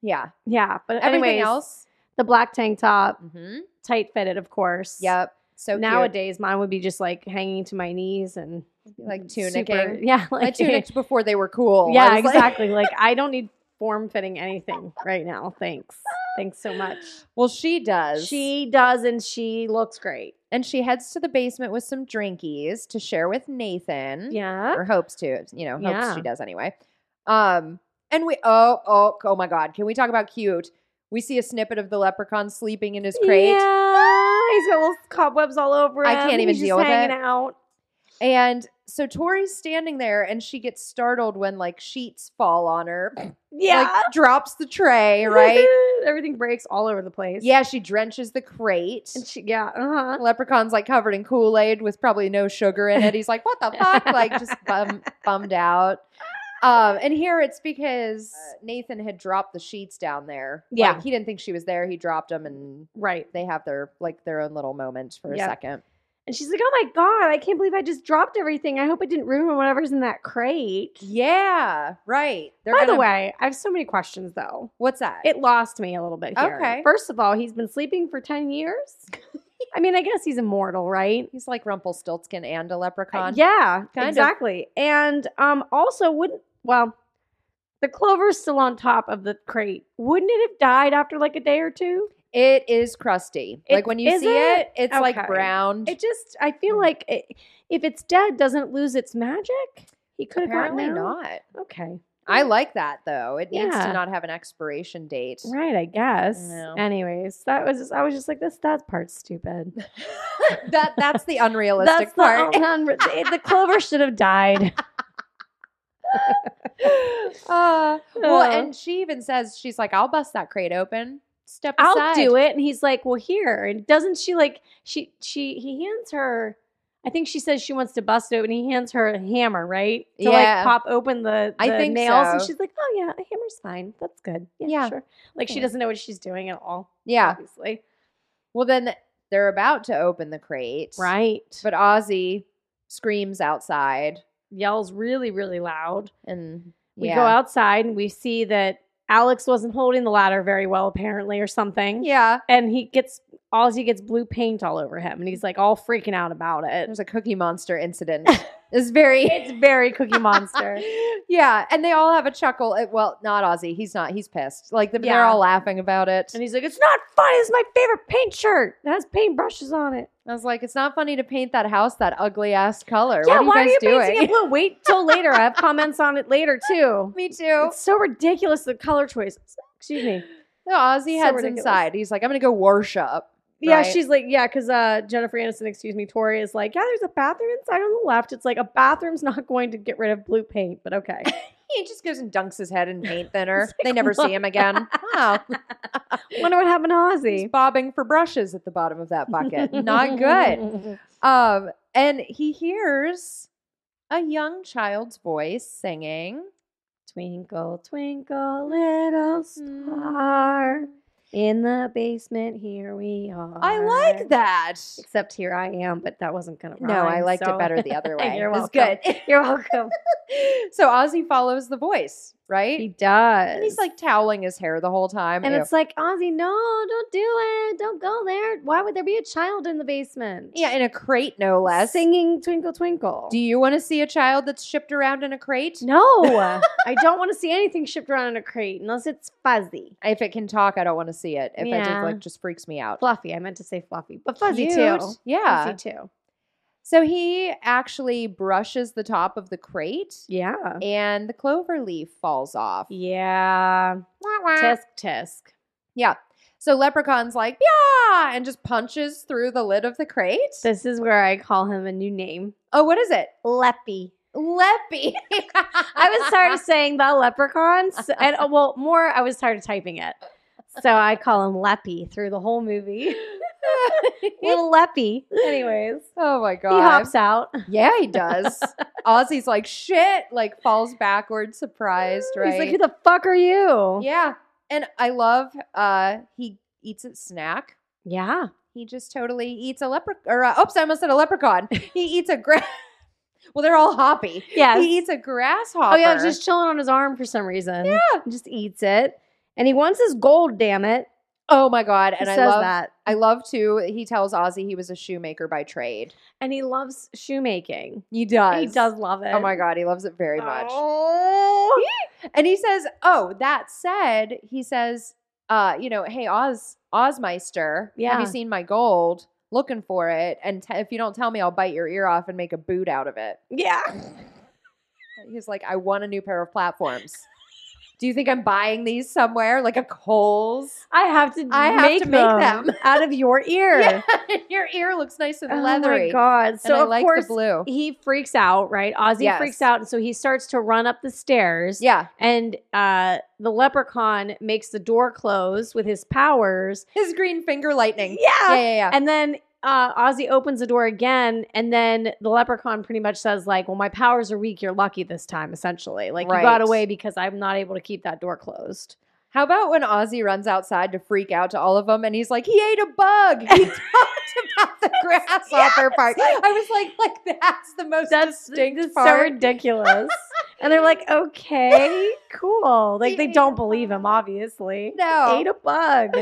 S1: yeah.
S2: Yeah, but
S1: Everything
S2: anyways,
S1: else.
S2: the black tank top,
S1: Mm-hmm.
S2: tight fitted, of course.
S1: Yep. So nowadays,
S2: Nowadays, mine would be just like hanging to my knees and
S1: like
S2: super-
S1: tunicking.
S2: [laughs] yeah,
S1: I tunicked before they were cool. I
S2: Yeah,
S1: was like-
S2: exactly. Like, I don't need form fitting anything right now. Thanks. Thanks so much.
S1: Well, she does.
S2: She does, and she looks great.
S1: and she heads to the basement with some drinkies to share with Nathan.
S2: Yeah.
S1: Or hopes to, you know, hopes
S2: Yeah.
S1: she does anyway. Um, and we oh oh oh my god, can we talk about cute? We see a snippet of the leprechaun sleeping in his crate.
S2: Yeah. He's got little cobwebs all over him.
S1: I can't even
S2: He's just
S1: deal with
S2: hanging
S1: it.
S2: out.
S1: And so Tori's standing there and she gets startled when like sheets fall on her.
S2: Yeah.
S1: Like drops the tray, right?
S2: [laughs] Everything breaks all over the place.
S1: yeah, she drenches the crate.
S2: And she, yeah. Uh huh.
S1: Leprechaun's like covered in Kool Aid with probably no sugar in it. He's like, "What the fuck?" Like [laughs] just bum, bummed out. Um, and here it's because Nathan had dropped the sheets down there.
S2: Yeah.
S1: Like, he didn't think she was there. He dropped them, and
S2: Right.
S1: they have their like their own little moment for a
S2: Yeah.
S1: second.
S2: And she's like, oh my God, I can't believe I just dropped everything. I hope I didn't ruin whatever's in that crate.
S1: Yeah, right. They're
S2: By the
S1: gonna-
S2: way, I have so many questions though.
S1: what's that?
S2: It lost me a little bit here.
S1: Okay.
S2: First of all, he's been sleeping for 10 years. I mean, I guess he's immortal, right?
S1: He's like Rumpelstiltskin and a
S2: Uh,
S1: leprechaun.
S2: Yeah,
S1: Kind of.
S2: exactly. And um, also, wouldn't well, the clover's still on top of the crate. Wouldn't it have died after like a day or two?
S1: It is crusty.
S2: It-
S1: like when you
S2: is
S1: see it,
S2: it?
S1: it's
S2: Okay.
S1: like browned.
S2: It just, I feel
S1: Hmm.
S2: like it, if it's dead, doesn't it lose its magic? He could have gotten
S1: Apparently
S2: out.
S1: not.
S2: Okay,
S1: I like that though. It needs to
S2: Yeah.
S1: not have an expiration date.
S2: right, I guess.
S1: know.
S2: Anyways, that was just, I was just like this. That part's stupid.
S1: that that's the unrealistic
S2: That's
S1: part. [laughs]
S2: [laughs] the un- the, the clover should have died. [laughs]
S1: Uh, well,
S2: Uh.
S1: and she even says she's like, "I'll bust that crate open. Step
S2: I'll
S1: aside.
S2: do it. And he's like, well, here. And doesn't she like she she he hands her I think she says she wants to bust it open. He hands her a hammer, right? To
S1: Yeah.
S2: like pop open the,
S1: I
S2: the
S1: think
S2: nails. And
S1: so.
S2: she's like, Oh yeah, a hammer's fine. That's good. Yeah,
S1: Yeah.
S2: sure. Like she
S1: Yeah.
S2: doesn't know what she's doing at all.
S1: Yeah.
S2: Obviously.
S1: Well, then they're about to open the crate,
S2: Right. But
S1: But Ozzy screams outside,
S2: yells really, really loud.
S1: and
S2: We
S1: yeah.
S2: go outside and we see that Alex wasn't holding the ladder very well, apparently, or something.
S1: Yeah,
S2: And he gets all he gets blue paint all over him and he's like all freaking out about it.
S1: there's a Cookie Monster incident. It's very.
S2: [laughs] It's very Cookie Monster.
S1: [laughs] Yeah, and they all have a chuckle. At, well, not Ozzy. He's not. He's pissed. Like they're
S2: Yeah.
S1: all laughing about it.
S2: and he's like, it's not funny. It's my favorite paint shirt. It has paint brushes on it.
S1: I was like, it's not funny to paint that house that ugly ass color.
S2: yeah,
S1: what
S2: why
S1: are you guys
S2: are you
S1: doing?
S2: painting it blue? Wait till
S1: [laughs]
S2: later. I have comments on it later too.
S1: Me too.
S2: It's so ridiculous the color choices. Excuse me.
S1: No, Ozzy
S2: So
S1: heads
S2: ridiculous.
S1: inside. He's like, I'm gonna go worship.
S2: Yeah,
S1: Right.
S2: she's like, yeah, because uh, Jennifer Aniston, excuse me, Tori is like, yeah, there's a bathroom inside on the left. It's like a bathroom's not going to get rid of blue paint,
S1: [laughs]
S2: but okay.
S1: He just goes and dunks his
S2: [laughs]
S1: head in paint thinner.
S2: It's
S1: they
S2: like,
S1: never see
S2: what? Ah,
S1: him
S2: [laughs]
S1: again. [laughs] Wow.
S2: Wonder what happened to
S1: He's
S2: Ozzy.
S1: bobbing for brushes at the bottom of that bucket.
S2: [laughs]
S1: Not good. Um, and he hears a young child's voice singing.
S2: Twinkle, twinkle, little star. In the basement, here we are.
S1: I like that.
S2: Except here I am, but that wasn't gonna rhyme.
S1: No, I liked
S2: so-
S1: it better the other way.
S2: [laughs] You're
S1: it was
S2: welcome.
S1: good.
S2: [laughs]
S1: [laughs]
S2: You're welcome.
S1: so Ozzy follows the voice, right?
S2: he does.
S1: and he's like toweling his hair the whole time.
S2: and
S1: Ew.
S2: it's like, Ozzy, no, don't do it. Don't go there. Why would there be a child in the basement?
S1: yeah, in a crate, no less.
S2: Singing Twinkle Twinkle.
S1: Do you want to see a child that's shipped around in a crate? [laughs]
S2: no, I don't want to see anything shipped around in a crate unless it's fuzzy.
S1: If it can talk, I don't want to see it. If it
S2: Yeah.
S1: just like just freaks me out.
S2: Fluffy. I meant to say fluffy, but fuzzy
S1: Cute.
S2: too.
S1: Yeah.
S2: Fuzzy too.
S1: So he actually brushes the top of the crate
S2: Yeah.
S1: and the clover leaf falls off.
S2: Yeah.
S1: Wah, wah.
S2: Tisk tisk.
S1: Yeah. So Leprechaun's like, yeah, and just punches through the lid of the crate.
S2: This is where I call him a new name.
S1: oh, what is it?
S2: Leppy.
S1: Leppy.
S2: [laughs] I was tired of saying the leprechaun, so- and uh, well, more I was tired of typing it, so I call him Leppy through the
S1: [laughs]
S2: whole movie. Little Leppy. Anyways,
S1: [laughs] oh my god.
S2: he hops out.
S1: Yeah, he
S2: [laughs]
S1: does. Ozzy's like, shit, like falls backward, surprised, right?
S2: He's like, "Who the fuck are you?"
S1: Yeah. And I love uh he eats a snack.
S2: Yeah.
S1: He just totally eats a leprechaun or uh, oops, I almost said a
S2: [laughs]
S1: leprechaun. He eats a grass [laughs] Well, they're all hoppy.
S2: Yes.
S1: He eats a grasshopper.
S2: Oh yeah, it's just chilling on his arm for some reason. Yeah, just eats it, and he wants his gold. Damn it!
S1: Oh my god.
S2: He
S1: And I
S2: says
S1: love
S2: that,
S1: I love too. He tells Ozzy he was a shoemaker by trade.
S2: and he loves shoemaking.
S1: He does.
S2: He does love it.
S1: Oh
S2: [laughs]
S1: my god, he loves it very much.
S2: Oh.
S1: And he says, "Oh, that said, he says uh, you know, hey Oz Ozmeister, have
S2: Yeah.
S1: you seen my gold? Looking for it, and t- if you don't tell me, I'll bite your ear off and make a boot out of it.
S2: Yeah.
S1: He's like, I want a new pair of platforms. Do you think I'm buying these somewhere, like a Kohl's?
S2: I have to
S1: I have
S2: make,
S1: to make
S2: them
S1: them.
S2: out of your ear.
S1: [laughs] Yeah, [laughs] your ear looks nice and
S2: Oh
S1: leathery.
S2: my god.
S1: And
S2: So
S1: I
S2: of
S1: like
S2: course
S1: the blue.
S2: he freaks out, right? Ozzy
S1: Yes.
S2: freaks out and so he starts to run up the stairs.
S1: Yeah,
S2: And uh, the leprechaun makes the door close with his powers.
S1: his green finger lightning.
S2: Yeah.
S1: yeah, yeah.
S2: And then uh, Ozzy opens the door again, and then the leprechaun pretty much says, like, well, my powers are weak. You're lucky this time, essentially. Like, you
S1: Right.
S2: got away because I'm not able to keep that door closed.
S1: How about when Ozzy runs outside to freak out to all of them and he's like, he ate a bug. He [laughs] talked about [laughs] the grasshopper part. I was like, like that's the most
S2: That's
S1: distinct
S2: that's so
S1: part.
S2: ridiculous. and they're like,
S1: [laughs]
S2: okay, cool. Like,
S1: He
S2: they
S1: ate a
S2: don't believe him,
S1: bug.
S2: obviously.
S1: No.
S2: Ate a bug.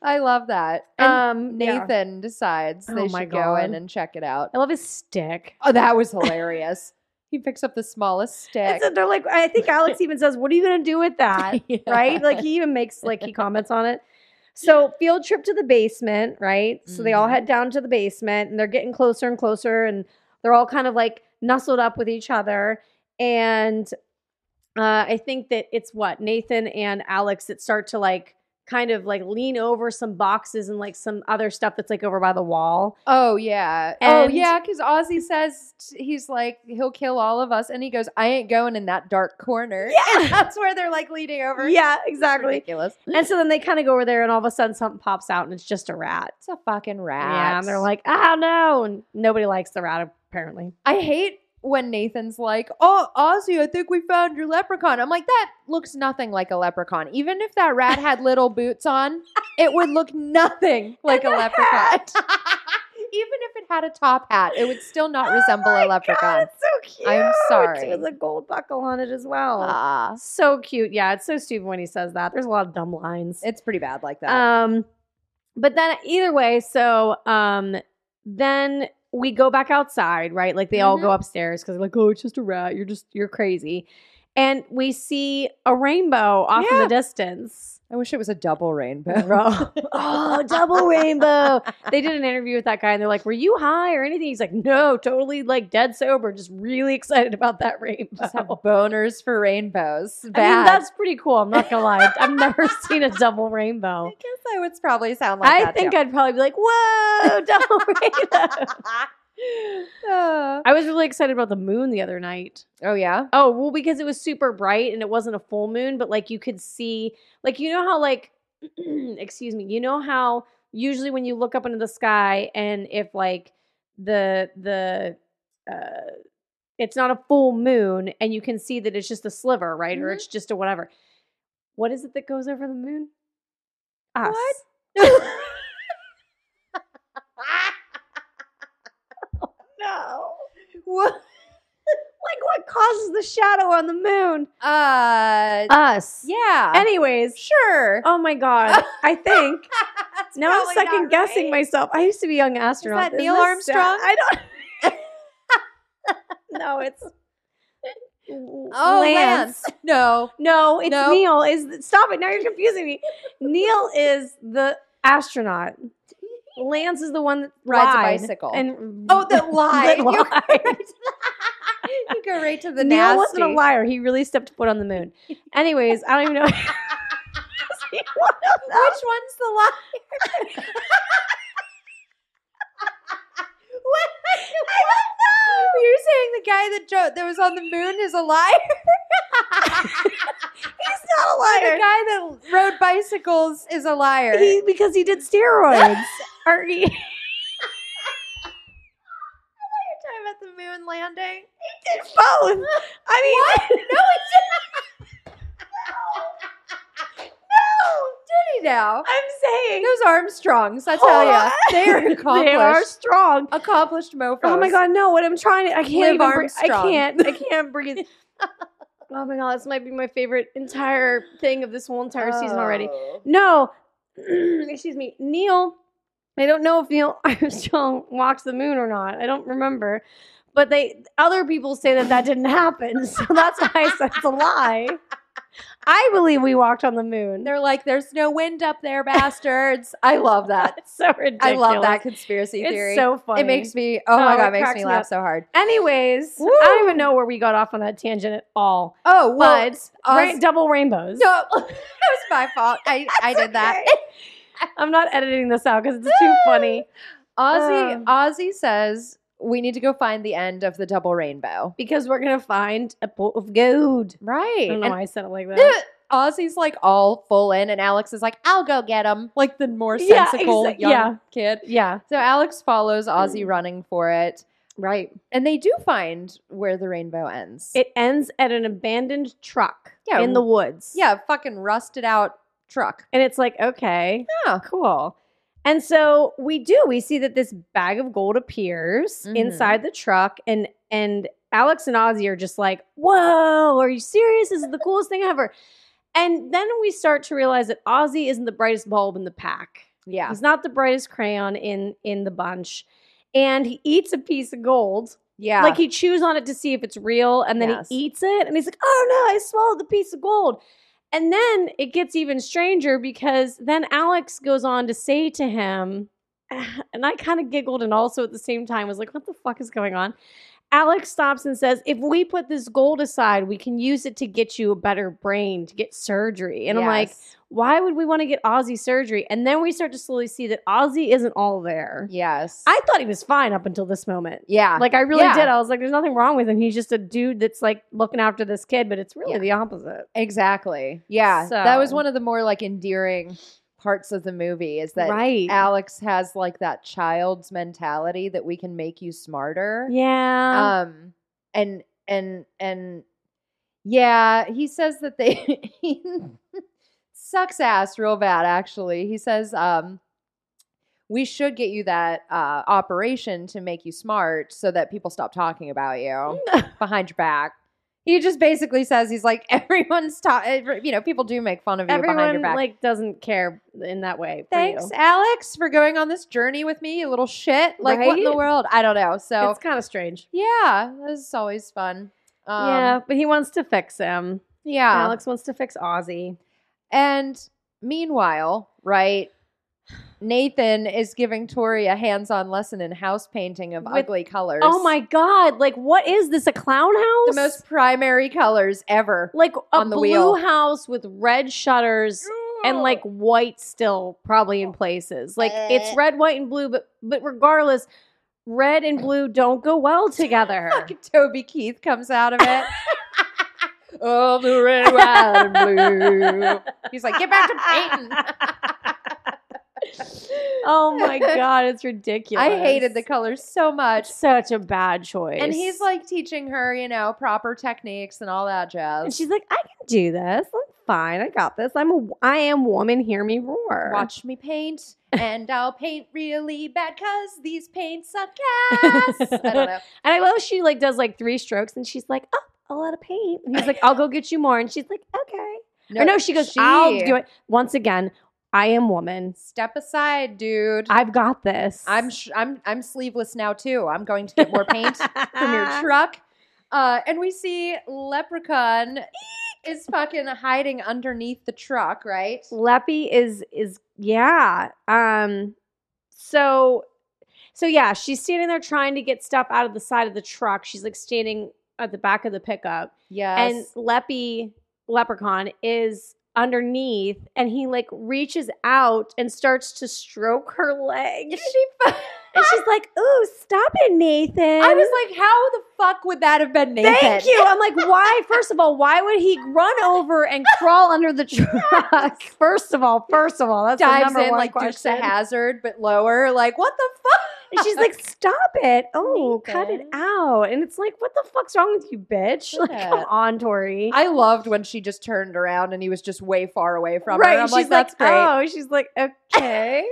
S1: I love that. And
S2: um, yeah.
S1: Nathan decides
S2: Oh
S1: they
S2: my
S1: should go in
S2: God.
S1: and check it out.
S2: I love his stick.
S1: Oh, that was hilarious. he picks up the smallest
S2: And
S1: stick.
S2: so they're like, I think [laughs] Alex even says, what are you going to do [laughs] with that?
S1: Yeah.
S2: right? Like he even makes like [laughs] he comments on it. So field trip to the basement, right? So they all
S1: Mhm.
S2: head down to the basement and they're getting closer and closer and they're all kind of like nestled up with each other. And uh, I think that it's what Nathan and Alex that start to like kind of like lean over some boxes and like some other stuff that's like over by the [laughs] wall.
S1: Oh yeah. oh
S2: And-
S1: yeah, because Ozzy says t- he's like he'll kill all of us, and he goes, "I ain't going in that dark corner."
S2: Yeah.
S1: that's where they're like leaning over.
S2: [laughs] Yeah,
S1: It's
S2: exactly.
S1: ridiculous.
S2: And so then they kind of go over there and all of a sudden something pops out and it's just a rat.
S1: It's a fucking rat.
S2: Yeah, and they're like, oh no. And nobody likes the rat apparently.
S1: I hate when Nathan's like, "Oh, Ozzy, I think we found your leprechaun." I'm like, that looks nothing like a leprechaun. Even if that rat had little boots on, it would look nothing like a
S2: And a [laughs]
S1: leprechaun.
S2: hat.
S1: Even if it had a top hat, it would still not
S2: Oh
S1: resemble
S2: my
S1: a
S2: God,
S1: leprechaun.
S2: it's so cute.
S1: I'm sorry.
S2: With a gold buckle on it as well.
S1: Ah,
S2: so cute. Yeah, it's so stupid when he says that. There's a lot of dumb lines.
S1: it's pretty bad like that.
S2: Um, but then either way, so um, then we go back outside, right? Like they all
S1: Mhm.
S2: go upstairs because they're like, oh, it's just a rat. You're just you're crazy. And we see a rainbow off in
S1: Yeah.
S2: the distance.
S1: I wish it was a double
S2: [laughs]
S1: rainbow.
S2: Bro. oh, double rainbow. They did an interview with that guy and they're like, Were you high or anything? He's like, No, totally like dead sober, just really excited about that rainbow. [laughs]
S1: Just have boners for rainbows.
S2: I
S1: Bad.
S2: mean, that's pretty cool. I'm not gonna lie. I've never [laughs] seen a double rainbow.
S1: I guess I would probably sound [laughs] like
S2: I
S1: that
S2: think
S1: too.
S2: I'd probably be like, Whoa, [laughs] double
S1: [laughs]
S2: rainbow.
S1: Uh,
S2: I was really excited about the moon the other night.
S1: oh [laughs] yeah.
S2: Oh, well, because it was super bright and it wasn't a full moon, but like you could see, like, you know how, like, [clears throat] excuse me, you know how usually when you look up into the sky and if like the, the, uh, it's not a full moon and you can see that it's just a sliver, right? Or
S1: Mhm.
S2: it's just a whatever. What is it that goes over the moon? Us.
S1: What?
S2: No.
S1: What? [laughs]
S2: Like, what causes the shadow on the moon?
S1: Uh,
S2: Us.
S1: yeah.
S2: Anyways.
S1: sure.
S2: Oh my God. I think.
S1: [laughs] That's
S2: Now I'm
S1: probably not
S2: second guessing
S1: right.
S2: myself. I used to be a young astronaut.
S1: that Neil
S2: this
S1: Armstrong?
S2: sad? I
S1: [laughs]
S2: don't. no, it's.
S1: Oh, Lance. No.
S2: No, it's
S1: No.
S2: Neil. Is stop it? Now you're confusing me.
S1: [laughs]
S2: Neil is the astronaut. Lance is the one that
S1: Rides a
S2: lied
S1: bicycle.
S2: And
S1: Oh, [laughs] that lied.
S2: [laughs] That
S1: You're
S2: lied. [laughs]
S1: you go right to the
S2: Neil
S1: nasty.
S2: wasn't a liar. He really stepped foot on the moon.
S1: [laughs]
S2: Anyways, I don't even know. [laughs] Which
S1: Which one's the liar?
S2: [laughs]
S1: what? I don't know. You're saying the guy that jo- that was on the moon is a liar?
S2: He's not a
S1: The
S2: liar.
S1: guy that rode bicycles is a liar.
S2: He, because he did
S1: [laughs]
S2: steroids. Or he-
S1: time at the moon landing.
S2: did both. I mean, [laughs]
S1: No, he didn't. no, did he now?
S2: I'm saying
S1: Those Armstrongs, I
S2: Hold
S1: tell
S2: on.
S1: ya, they are accomplished.
S2: [laughs] they are strong.
S1: accomplished mofos.
S2: Oh my god, no! What I'm trying to, I
S1: Liv
S2: can't even. Breathe. I
S1: Armstrong.
S2: can't. I
S1: [laughs]
S2: can't breathe. oh my god, this might be my favorite entire thing of this whole entire season
S1: Oh.
S2: already. No, [clears throat] excuse me, Neil. I don't know if Neil [laughs] Armstrong walked the moon or not. I don't remember, [laughs] but they other people say that that didn't happen, so that's why I said it's a lie. I believe we walked on the moon.
S1: They're like, there's no wind up there, bastards. I love that.
S2: That's so [laughs] ridiculous.
S1: I love that conspiracy theory.
S2: It's so funny.
S1: It makes me, oh, my
S2: Oh,
S1: God,
S2: it
S1: it makes
S2: cracks
S1: me
S2: me
S1: laugh
S2: up.
S1: so hard.
S2: Anyways, I don't even know where we got off on that tangent at all.
S1: Oh, well,
S2: but
S1: us-
S2: ra-
S1: [laughs]
S2: double rainbows.
S1: no, [laughs] it was my fault.
S2: [laughs]
S1: I, I did that.
S2: I'm not editing this out because
S1: [laughs]
S2: it's too funny.
S1: Ozzy,
S2: Um.
S1: Ozzy says, we need to go find the end of the double rainbow.
S2: Because we're gonna find a pool of gold. I
S1: Right.
S2: don't know
S1: And
S2: why I said it
S1: [laughs]
S2: like that.
S1: Ozzy's like all full in, and Alex is like, I'll go get him. Like the more
S2: Yeah,
S1: sensical
S2: exa-
S1: young
S2: yeah.
S1: kid.
S2: yeah,
S1: So Alex follows Ozzy running for it.
S2: right.
S1: And they do find where the rainbow ends.
S2: It ends at an abandoned truck
S1: Yeah,
S2: in the woods.
S1: yeah, fucking rusted out truck.
S2: And it's like, okay,
S1: Yeah.
S2: cool. And so we do. We see that this bag of gold appears
S1: Mhm.
S2: inside the truck, and and Alex and Ozzy are just like, "Whoa, are you serious? This is the coolest thing ever." And then we start to realize that Ozzy isn't the brightest bulb in the pack.
S1: Yeah.
S2: He's not the brightest crayon in in the bunch. And he eats a piece of gold.
S1: Yeah.
S2: Like he chews on it to see if it's real and then
S1: Yes.
S2: he eats it and he's like, "Oh no, I swallowed the piece of gold." And then it gets even stranger because then Alex goes on to say to him, [sighs] and I kind of giggled and also at the same time was like, "What the fuck is going on?" Alex stops and says, "If we put this gold aside, we can use it to get you a better brain, to get surgery." And I'm like,
S1: Yes.
S2: why would we want to get Ozzy surgery? And then we start to slowly see that Ozzy isn't all there.
S1: yes.
S2: I thought he was fine up until this moment.
S1: yeah.
S2: Like I really
S1: Yeah.
S2: did. I was like, there's nothing wrong with him. He's just a dude that's like looking after this kid, but it's really
S1: Yeah.
S2: the opposite.
S1: exactly. Yeah. That was
S2: So-
S1: one of the more like endearing parts of the movie is that
S2: right.
S1: Alex has like that child's mentality that we can make you smarter.
S2: yeah.
S1: um and and and yeah he says that they [laughs] he sucks ass real bad actually he says um we should get you that uh, operation to make you smart so that people stop talking about [laughs] you behind your back he just basically says he's like [laughs] everyone's talking you know people do make fun of you behind
S2: Everyone
S1: your back
S2: like doesn't care in that way. for you.
S1: thanks alex for going on this journey with me you little shit like what in the
S2: Right?
S1: world i don't know so
S2: It's kind of strange.
S1: yeah, that's always fun. Um,
S2: yeah, but he wants to fix him.
S1: yeah.
S2: Alex wants to fix Ozzy.
S1: And meanwhile, right, Nathan is giving Tori a hands-on lesson in house painting of
S2: With-
S1: ugly colors.
S2: Oh my god! Like, what is this? A clown house?
S1: The most primary colors ever.
S2: like a
S1: on the
S2: blue
S1: wheel.
S2: house with red shutters and like
S1: Oh.
S2: white still probably in places. Like it's red, white, and blue, but but regardless, red and blue don't go
S1: [laughs]
S2: well together.
S1: fucking [laughs] Toby Keith comes out of
S2: [laughs]
S1: it. oh, the red, white, and blue. He's like, get back to painting.
S2: [laughs] oh
S1: [laughs]
S2: my god, it's ridiculous.
S1: I hated the colors so much.
S2: such a bad choice.
S1: And he's like teaching her, you know, proper techniques and all that jazz.
S2: and she's like, I can do this. I'm fine. I got this. I'm a I am woman. Hear me roar.
S1: Watch me paint, and I'll paint really bad because these paints suck
S2: [laughs]
S1: ass. I don't know.
S2: And I love she like does like three strokes and she's like, oh, a lot of paint. And he's like,
S1: [laughs]
S2: I'll go get you more. And she's like, okay. or no, she goes, I'll do it. Once again, I am woman.
S1: Step aside, dude. I,
S2: I've got this.
S1: am sh- I'm I'm sleeveless now too. I'm going to get more
S2: [laughs]
S1: paint from your [laughs] truck. Uh, and we see Leprechaun is fucking hiding underneath the truck, right?
S2: Leppy is is yeah. Um so so yeah, she's standing there trying to get stuff out of the side of the truck. She's like standing at the back of the pickup.
S1: Yes.
S2: And Leppy Leprechaun is underneath and he like reaches out and starts to stroke her leg.
S1: And she, fu-
S2: And she's like, "Ooh, stop it, Nathan."
S1: I was like, how the fuck would that have been Nathan?
S2: Thank you. I'm like, why? First of all, why would he run over and crawl under the
S1: [laughs]
S2: truck? First of all, first of all, that's the
S1: Dives
S2: number
S1: in
S2: one
S1: like Dukes
S2: question.
S1: of Hazard, but lower. Like, what the fuck?
S2: And she's like, "Stop
S1: [laughs]
S2: it! Oh, cut it
S1: Nathan.
S2: out!" And it's like, "What the fuck's wrong with you, bitch? Like,
S1: Yeah.
S2: come on, Tori."
S1: I loved when she just turned around and he was just way far away from
S2: right?
S1: her. I'm
S2: she's
S1: like, that's [laughs] great.
S2: "Oh," she's like,
S1: [laughs]
S2: "Okay."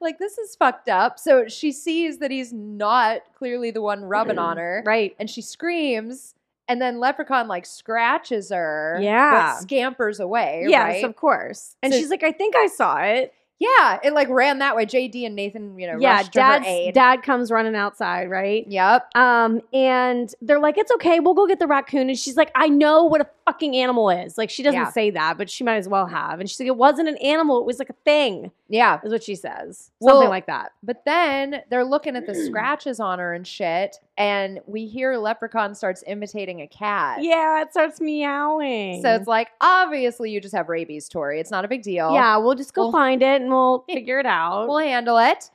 S1: like, this is fucked up. So she sees that he's not clearly the one rubbing on her.
S2: right.
S1: And she screams. And then Leprechaun, like, scratches her.
S2: Yeah.
S1: But scampers away.
S2: Yes,
S1: eh, Right?
S2: of course. And
S1: So-
S2: she's like, "I think I saw it."
S1: Yeah, it like ran that way. JD and Nathan, you know,
S2: yeah,
S1: rushed to her
S2: dad's
S1: aid.
S2: dad comes running outside, right?
S1: Yep.
S2: Um, and they're like, "It's okay, we'll go get the raccoon." And she's like, "I know what a fucking animal is." Like she doesn't
S1: Yeah.
S2: say that, but she might as well have. And she's like, "It wasn't an animal; it was like a thing,"
S1: Yeah.
S2: is what she says, something
S1: Well-
S2: like that.
S1: But then they're looking
S2: [clears throat]
S1: at the scratches on her and shit, and we hear Leprechaun starts imitating a cat.
S2: Yeah, it starts meowing.
S1: uh, So it's like, obviously, you just have rabies, Tori. It's not a big deal.
S2: yeah, we'll just go
S1: Well-
S2: find it
S1: [laughs]
S2: and we'll figure it out.
S1: We'll handle it.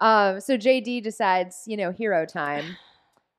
S1: Um, so JD decides, you know, hero
S2: [sighs]
S1: time.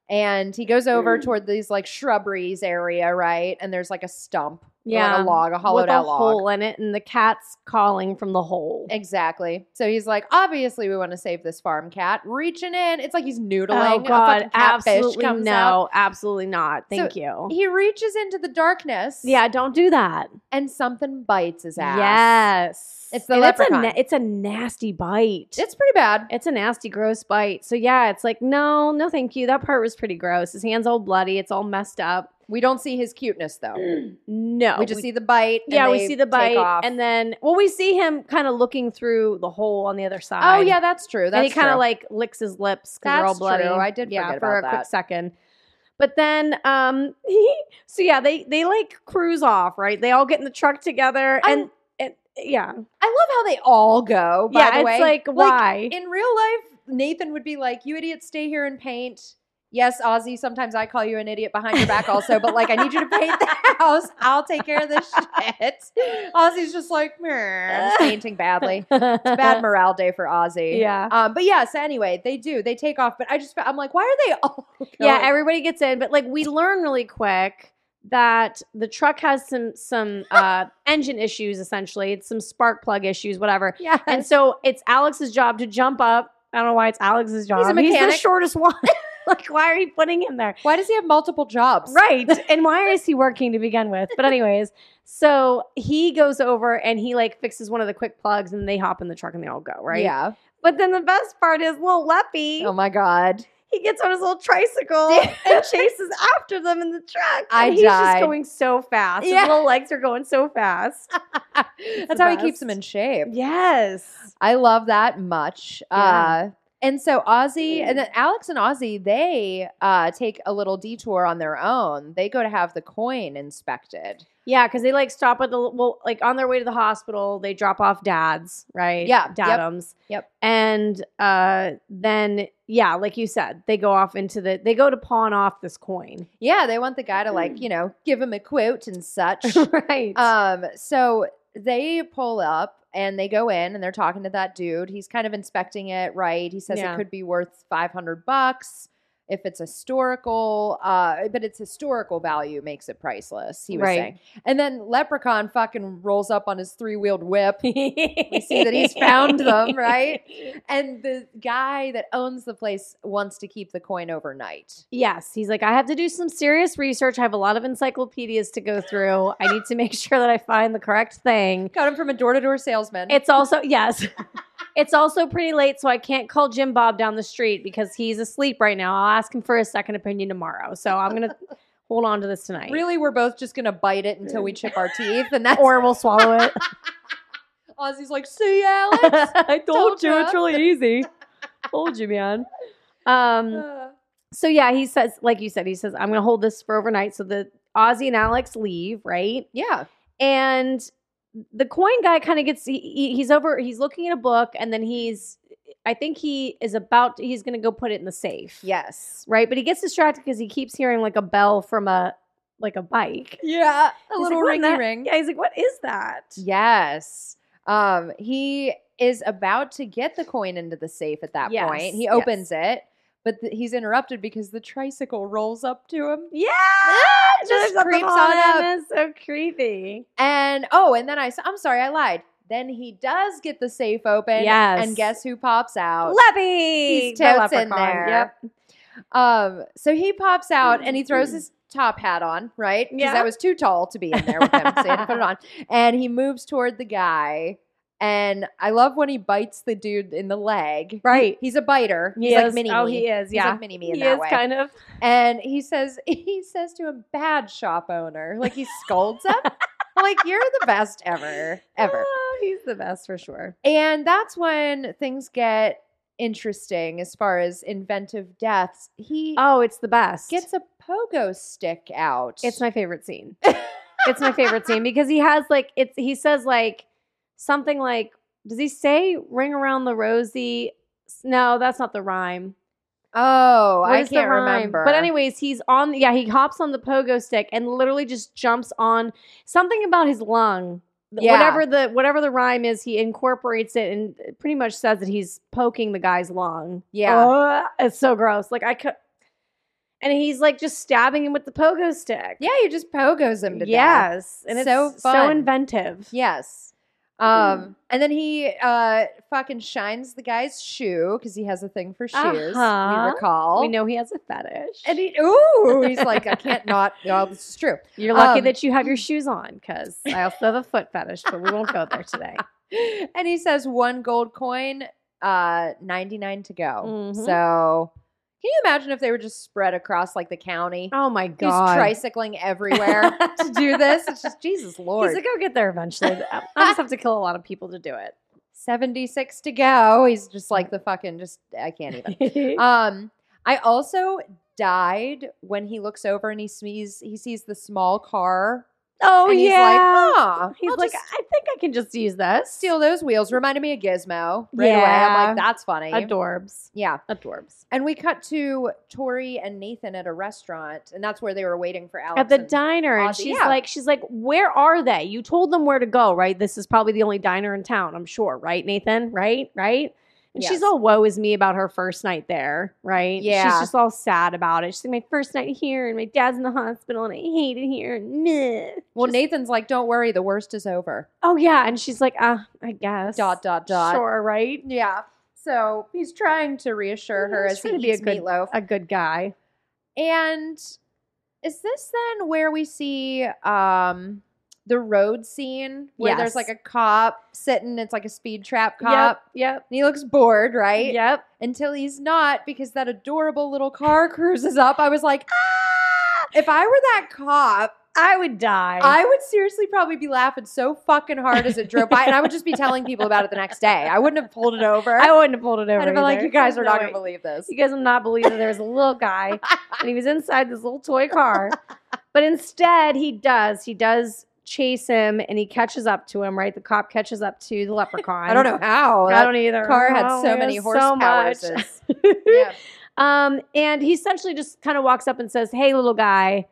S1: And he goes over
S2: Mm.
S1: toward these like shrubberies area, right? And there's like a stump, or, like, a
S2: yeah,
S1: log, a hollowed
S2: with a
S1: out log.
S2: hole in it, and the cat's calling from the hole.
S1: Exactly. So he's like, obviously, we want to save this farm cat. Reaching in, it's like he's noodling.
S2: Oh
S1: A
S2: God!
S1: fucking catfish
S2: Absolutely
S1: comes up.
S2: no! Absolutely not! Thank you.
S1: He reaches into the darkness.
S2: Yeah, don't do that.
S1: And something bites his ass.
S2: Yes.
S1: It's the
S2: And
S1: leprechaun.
S2: It's a, na- it's a nasty bite.
S1: It's pretty bad.
S2: It's a nasty, gross bite. So yeah, it's like, no, no, thank you. That part was pretty gross. His hand's all bloody. It's all
S1: [clears throat]
S2: messed up.
S1: We don't see his cuteness though.
S2: No.
S1: we just see the bite. and
S2: Uh, Yeah,
S1: they
S2: we see the
S1: take
S2: bite.
S1: off.
S2: And then well, we see him kind of looking through the hole on the other side.
S1: oh yeah, that's true. That's
S2: and he kind of
S1: true.
S2: like licks his lips because they're all
S1: That's
S2: bloody.
S1: true. I did
S2: yeah,
S1: forget
S2: for
S1: about
S2: a quick
S1: that.
S2: second. But then, um, [laughs] so yeah, they they like cruise off, right? They all get in the truck together,
S1: I-
S2: and, and
S1: I
S2: yeah,
S1: love how they all go. By
S2: yeah,
S1: the
S2: it's
S1: way,
S2: like why? [laughs]
S1: in real life, Nathan would be like, "You idiot, stay here and paint." Yes, Ozzy. Sometimes I call you an idiot behind your back, also. But like, I need you to paint the [laughs] house. I'll take care of this shit. Ozzy's just like, "Meh, I'm just painting badly. It's a
S2: [laughs]
S1: bad morale day for Ozzy.
S2: Yeah.
S1: Um, but yeah, so anyway, they do. They take off. But I just, I'm like, why are they all? [laughs]
S2: Yeah,
S1: going?
S2: everybody gets in, but like we learn really quick that the truck has some some
S1: [laughs]
S2: uh engine issues essentially. It's some spark plug issues, whatever.
S1: yeah.
S2: [laughs] And so it's Alex's job to jump up. I don't know why it's Alex's job. the
S1: mechanic. [laughs]
S2: shortest one. [laughs] like why are you putting him there?
S1: why does he have multiple jobs?
S2: Right. [laughs] and why is he working to begin with? But anyways, so he goes over and he like fixes one of the quick plugs and they hop in the truck and they all go, right?
S1: Yeah.
S2: But then the best part is little Leppy.
S1: Oh my god.
S2: he gets on his little tricycle
S1: Yeah.
S2: [laughs] and chases after them in the truck.
S1: I
S2: and he's
S1: died.
S2: just going so fast.
S1: Yeah.
S2: His little legs are going so fast.
S1: [laughs]
S2: [laughs]
S1: That's how he keeps
S2: best.
S1: them in shape.
S2: yes.
S1: I love that much.
S2: Yeah.
S1: Uh, and so Ozzy and then Alex and Ozzy, they uh, take a little detour on their own. They go to have the coin inspected.
S2: Yeah, because they like stop at the well, like on their way to the hospital, they drop off dads, right?
S1: Yeah, yep,
S2: Dadums.
S1: yep.
S2: And uh then yeah, like you said, they go off into the they go to pawn off this coin.
S1: Yeah, they want the guy to like, you know, give him a quote and such.
S2: [laughs]
S1: [laughs]
S2: right.
S1: um, so they pull up and they go in and they're talking to that dude. He's kind of inspecting it, right? He says
S2: Yeah.
S1: it could be worth 500 bucks if it's historical, uh, but its historical value makes it priceless, he was
S2: Right. [laughs]
S1: saying. And then Leprechaun fucking rolls up on his three wheeled whip.
S2: we
S1: see that he's found them, right?
S2: [laughs]
S1: And the guy that owns the place wants to keep the coin overnight.
S2: Yes, he's like, I have to do some serious research. I have a lot of encyclopedias to go through. I need to make [laughs] sure that I find the correct thing.
S1: Got him from a door to door salesman.
S2: It's also, yes, it's also pretty late, so I can't call Jim Bob down the street because he's asleep right now. I'll ask him for his second opinion tomorrow. So I'm going to hold on to this tonight.
S1: really, we're both just going to bite it until we chip our teeth. And that's
S2: [laughs] Or we'll swallow it.
S1: Ozzy's like, see,
S2: [laughs]
S1: Alex?
S2: I told you,
S1: Told
S2: it's
S1: ya.
S2: really easy. told you, man. Um,
S1: Uh.
S2: So yeah, he says, like you said, he says, I'm gonna hold this for overnight. So the Ozzy and Alex leave, right?
S1: [laughs] yeah.
S2: And the coin guy kind of gets he- he, he's over, he's looking at a book, and then he's I think he is about he's gonna go put it in the safe.
S1: Yes.
S2: Right. But he gets distracted because he keeps hearing like a bell from a like a bike.
S1: Yeah. A
S2: He's
S1: little
S2: like, "What
S1: ringy
S2: in that-"
S1: ring.
S2: Yeah, he's like, What is that?
S1: Yes. Um, he is about to get the coin into the safe at that
S2: Yes,
S1: point. He
S2: yes.
S1: opens it, but th- he's interrupted because the tricycle rolls up to him.
S2: Yeah. Ah,
S1: it
S2: There's
S1: just
S2: nothing
S1: creeps on
S2: him.
S1: up.
S2: It's so creepy.
S1: And oh, and then I s- I'm sorry, I lied. Then he does get the safe open.
S2: Yes.
S1: And guess who pops out?
S2: Leppy.
S1: He's
S2: The
S1: totes in
S2: leprechaun.
S1: there.
S2: Yep.
S1: Um, so he pops out and he throws his top hat on, right? Because
S2: Mm-hmm. Yeah.
S1: I was too tall to be in there with him, so he had to
S2: [laughs]
S1: put it on. And he moves toward the guy. And I love when he bites the dude in the leg.
S2: Right.
S1: He's a biter.
S2: He
S1: he's like
S2: is.
S1: mini me.
S2: Oh, he is.
S1: He's
S2: Yeah.
S1: like mini me in
S2: he
S1: that
S2: is
S1: way.
S2: kind of.
S1: and he says [laughs] he says to him,
S2: [laughs]
S1: "Bad shop owner." Like he scolds him. I'm like you're the best ever, ever.
S2: Ah, He's the best for sure.
S1: And that's when things get interesting as far as inventive deaths. He
S2: Oh, it's the best.
S1: gets a pogo stick out.
S2: It's my
S1: [laughs]
S2: favorite scene. it's my favorite scene because he has like it's he says like something like does he say ring around the rosy? No, that's not the rhyme.
S1: oh, I
S2: Where's the
S1: can't
S2: rhyme?
S1: remember.
S2: But anyways, he's on yeah, he hops on the pogo stick and literally just jumps on something about his lung.
S1: Yeah.
S2: Whatever the whatever the rhyme is, he incorporates it and pretty much says that he's poking the guy's lung.
S1: yeah,
S2: Ugh, it's so gross. Like I could and he's like just stabbing him with the pogo stick.
S1: yeah, he just pogos him to death.
S2: Yes. And it's
S1: So
S2: so
S1: fun.
S2: inventive.
S1: Yes.
S2: Mm-hmm.
S1: Um, and then he uh fucking shines the guy's shoe because he has a thing for shoes.
S2: Uh-huh.
S1: We recall.
S2: We know he has a fetish.
S1: And
S2: [laughs]
S1: he, ooh, he's like, I can't not. No, this is true.
S2: You're lucky
S1: um,
S2: that you
S1: [laughs]
S2: have your shoes on because I also have a foot fetish, but we won't go
S1: [laughs]
S2: there today.
S1: And he says one gold coin, uh, ninety nine to go.
S2: Mhm.
S1: So, can you imagine if they were just spread across like the county?
S2: Oh my
S1: he's
S2: god.
S1: tricycling [laughs]
S2: [laughs]
S1: everywhere to do this. It's just Jesus Lord.
S2: He's like, I'll get there eventually. I I just have to kill a lot of people to do
S1: [laughs] 76 to go. He's just like the fucking just I can't
S2: [laughs]
S1: even.
S2: it.
S1: Um I also died when he looks over and he sees he sees the small car.
S2: oh
S1: and
S2: yeah.
S1: He's like, huh.
S2: He's
S1: I'll
S2: like,
S1: just
S2: I think I can just use this.
S1: steal those wheels. Reminded me of Gizmo. Right away. I'm
S2: Yeah.
S1: like, that's funny.
S2: adorbs.
S1: yeah.
S2: Adorbs.
S1: And we cut to Tori and Nathan at a restaurant, and that's where they were waiting for Alex.
S2: At the
S1: and-
S2: diner, and
S1: Ozzy,
S2: she's
S1: yeah.
S2: like, she's like, where are they? You told them where to go, right? This is probably the only diner in town, I'm sure, right, Nathan? Right, right. And
S1: Yes.
S2: she's all woe is me about her first night there, right?
S1: Yeah.
S2: she's just all sad about it. She's like, my first night here, and my dad's in the hospital, and I hate it here. And meh.
S1: Well,
S2: Just-
S1: Nathan's like, don't worry, the worst is over.
S2: oh yeah, and she's like, ah, I guess.
S1: Dot, dot, dot.
S2: Sure, right?
S1: Yeah. So he's trying to reassure her
S2: He's
S1: as he
S2: trying to
S1: eats
S2: be a good-
S1: meatloaf.
S2: A good guy.
S1: And is this then where we see um the road scene where there's
S2: Yes.
S1: like a cop sitting, it's like a speed trap cop.
S2: Yep.
S1: And he looks bored, right?
S2: Yep. Yep.
S1: Until he's not because that adorable little car [laughs] cruises up. I was like, ah! If I were that cop,
S2: I would die.
S1: I would seriously probably be laughing so fucking hard as it drove by. And I would just be telling people about it the next day. I wouldn't have pulled it over.
S2: I wouldn't have pulled it over.
S1: I'd have been like,
S2: either.
S1: you guys are
S2: No
S1: not
S2: way.
S1: going to believe this.
S2: You guys will not believe that there was a little guy and he was inside this little toy car. But instead, he does. He does chase him and he catches up to him, right? The cop catches up to the leprechaun.
S1: I don't know how.
S2: I
S1: That
S2: don't either.
S1: car had
S2: Oh,
S1: so
S2: it
S1: many
S2: was so
S1: horsepowers. [laughs]
S2: much. [laughs]
S1: yeah.
S2: Um, and he essentially just kind of walks up and says, Hey, little guy,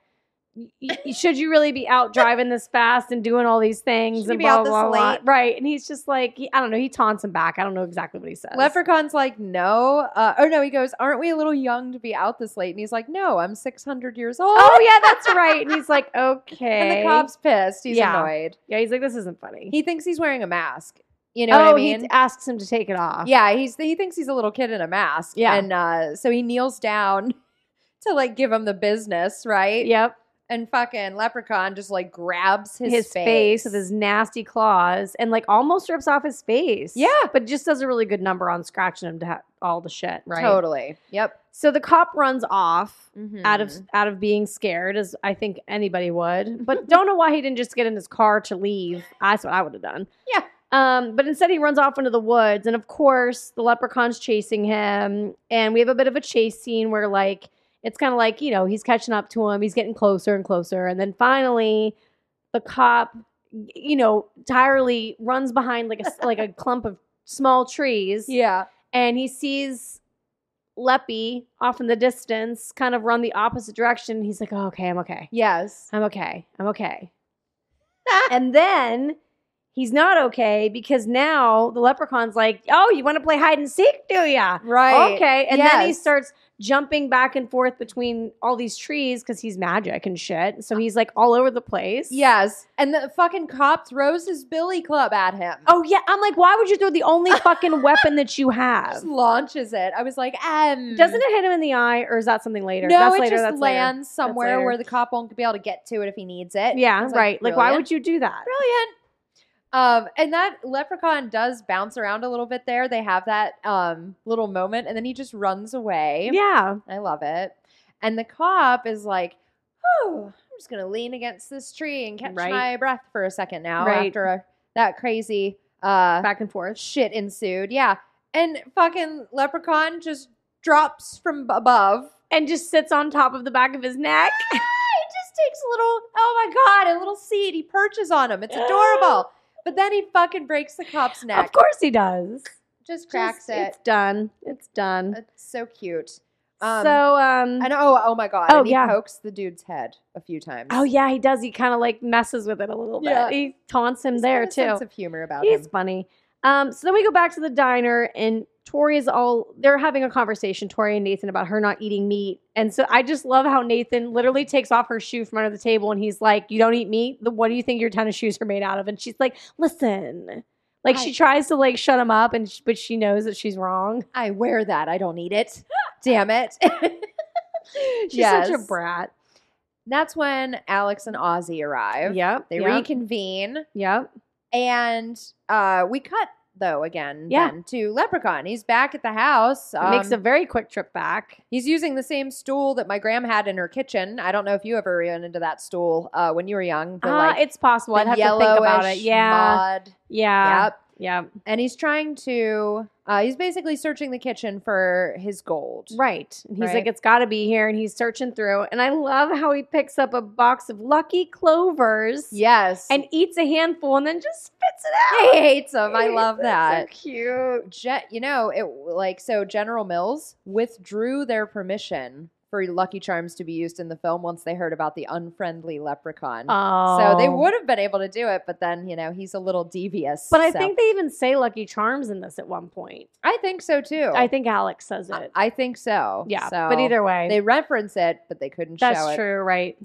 S2: y- y- should you really be out driving this fast and doing all these things
S1: Should you
S2: and
S1: be
S2: blah,
S1: out
S2: blah,
S1: this
S2: blah?
S1: late?
S2: Right. And he's just like, he, I don't know. He taunts him back. I don't know exactly what he says.
S1: Leprechaun's like, no. Uh, oh, no. He goes, aren't we a little young to be out this late? And he's like, no, I'm 600 years old.
S2: Oh, yeah, that's right. And he's like, Okay.
S1: [laughs] And the cop's pissed. He's
S2: Yeah.
S1: annoyed.
S2: Yeah, he's like, this isn't funny.
S1: He thinks he's wearing a mask. You know what I mean?
S2: Oh, he asks him to take it off.
S1: yeah. He's, he thinks he's a little kid in a mask.
S2: Uh-huh. Yeah.
S1: And uh, so he kneels down [laughs] to like give him the business, right?
S2: Yep.
S1: And fucking Leprechaun just like grabs his,
S2: His, face. with his nasty claws and like almost rips off his face.
S1: Yeah.
S2: But just does a really good number on scratching him to ha- all the shit, right?
S1: Totally. Yep.
S2: So the cop runs off out of
S1: Mhm.
S2: out of being scared, as I think anybody would. But [laughs] don't know why he didn't just get in his car to leave. That's what I would have done.
S1: Yeah.
S2: Um, but instead, he runs off into the woods, and of course, the leprechaun's chasing him. And we have a bit of a chase scene where, like, it's kind of like you know he's catching up to him, he's getting closer and closer, and then finally, the cop, you know, tirely runs behind like a s- like a clump of small
S1: [laughs]
S2: trees
S1: Yeah.
S2: and he sees Leppy off in the distance, kind of run the opposite direction. He's like, oh, okay, I'm okay.
S1: Yes.
S2: I'm okay.
S1: [laughs]
S2: I'm okay. and then he's not okay because now the leprechaun's like, oh, you want to play hide and seek, do ya?
S1: Right.
S2: Okay. And then he
S1: Yes.
S2: starts jumping back and forth between all these trees because he's magic and shit. So he's like all over the place.
S1: Yes. And the fucking cop throws his billy club at him.
S2: Oh, yeah. I'm like, why would you throw the
S1: [laughs]
S2: only fucking weapon that you have?
S1: just launches it. I was like, um,
S2: Doesn't it hit him in the eye, or is that something later?
S1: No,
S2: that's
S1: it
S2: later,
S1: just
S2: that's later.
S1: lands somewhere
S2: later.
S1: where the cop won't be able to get to it if he needs it.
S2: Yeah,
S1: It's
S2: right. Like, why
S1: brilliant.
S2: would you do that?
S1: brilliant? Um, and that leprechaun does bounce around a little bit there. They have that um little moment, and then he just runs away.
S2: Yeah,
S1: I love it. And the cop is like, "Oh, I'm just gonna lean against this tree and catch
S2: Right.
S1: my breath for a second now
S2: Right.
S1: after a, that crazy Uh,
S2: back and forth.
S1: shit ensued. Yeah. And fucking leprechaun just drops from b- above.
S2: And just sits on top of the back of his neck.
S1: It just takes a little, oh my God, a little seed. He perches on him. It's
S2: [gasps]
S1: adorable. but then he fucking breaks the cop's neck.
S2: Of course he does.
S1: Just cracks
S2: Just- It's done. It's done.
S1: it. It's so cute. Um,
S2: so um
S1: And oh, oh my God.
S2: Oh,
S1: and he
S2: yeah.
S1: pokes the dude's head a few times.
S2: Oh yeah, he does. He kind of like messes with it a little bit.
S1: Yeah.
S2: He taunts him
S1: He's got
S2: there
S1: a
S2: too.
S1: Sense of humor about
S2: He's
S1: him.
S2: funny. Um, so then we go back to the diner, and Tori is all they're having a conversation, Tori and Nathan, about her not eating meat. And so I just love how Nathan literally takes off her shoe from under the table, and he's like, "You don't eat meat? The, what do you think your tennis shoes are made out of?" And she's like, "Listen." Like
S1: Right.
S2: she tries to like shut him up, and sh- but she knows that she's wrong. [laughs]
S1: I wear that. I don't need it. Damn it. [laughs]
S2: She's such a
S1: Yes.
S2: brat.
S1: That's when Alex and Ozzy arrive.
S2: Yep.
S1: They
S2: yep,
S1: reconvene.
S2: Yep.
S1: And uh, we cut though again
S2: Yeah.
S1: then to Leprechaun. He's back at the house. Um,
S2: Makes a very quick trip back.
S1: he's using the same stool that my gram had in her kitchen. I don't know if you ever ran into that stool uh, when you were young. The,
S2: Ah,
S1: like,
S2: it's possible. I'd
S1: the
S2: have to think about it.
S1: yellowish
S2: Yeah.
S1: mud.
S2: Yeah.
S1: Yep.
S2: Yeah.
S1: And he's trying to. Uh, he's basically searching the kitchen for his gold.
S2: Right. And he's
S1: Right.
S2: like, it's got to be here. And he's searching through. And I love how he picks up a box of lucky clovers
S1: Yes. [laughs]
S2: and eats a handful and then just spits
S1: he
S2: it out.
S1: hates him. I love that.
S2: That's so cute.
S1: Gen- you know, it like so General Mills withdrew their permission for Lucky Charms to be used in the film once they heard about the unfriendly leprechaun.
S2: Oh.
S1: So they would have been able to do it, but then, you know, he's a little devious.
S2: But I
S1: so-
S2: think they even say Lucky Charms in this at one point.
S1: I think so too.
S2: I think Alex says
S1: I,
S2: it.
S1: I think so.
S2: yeah.
S1: Oh. So
S2: but either way,
S1: they reference it, but they couldn't show
S2: that's
S1: it.
S2: true, right?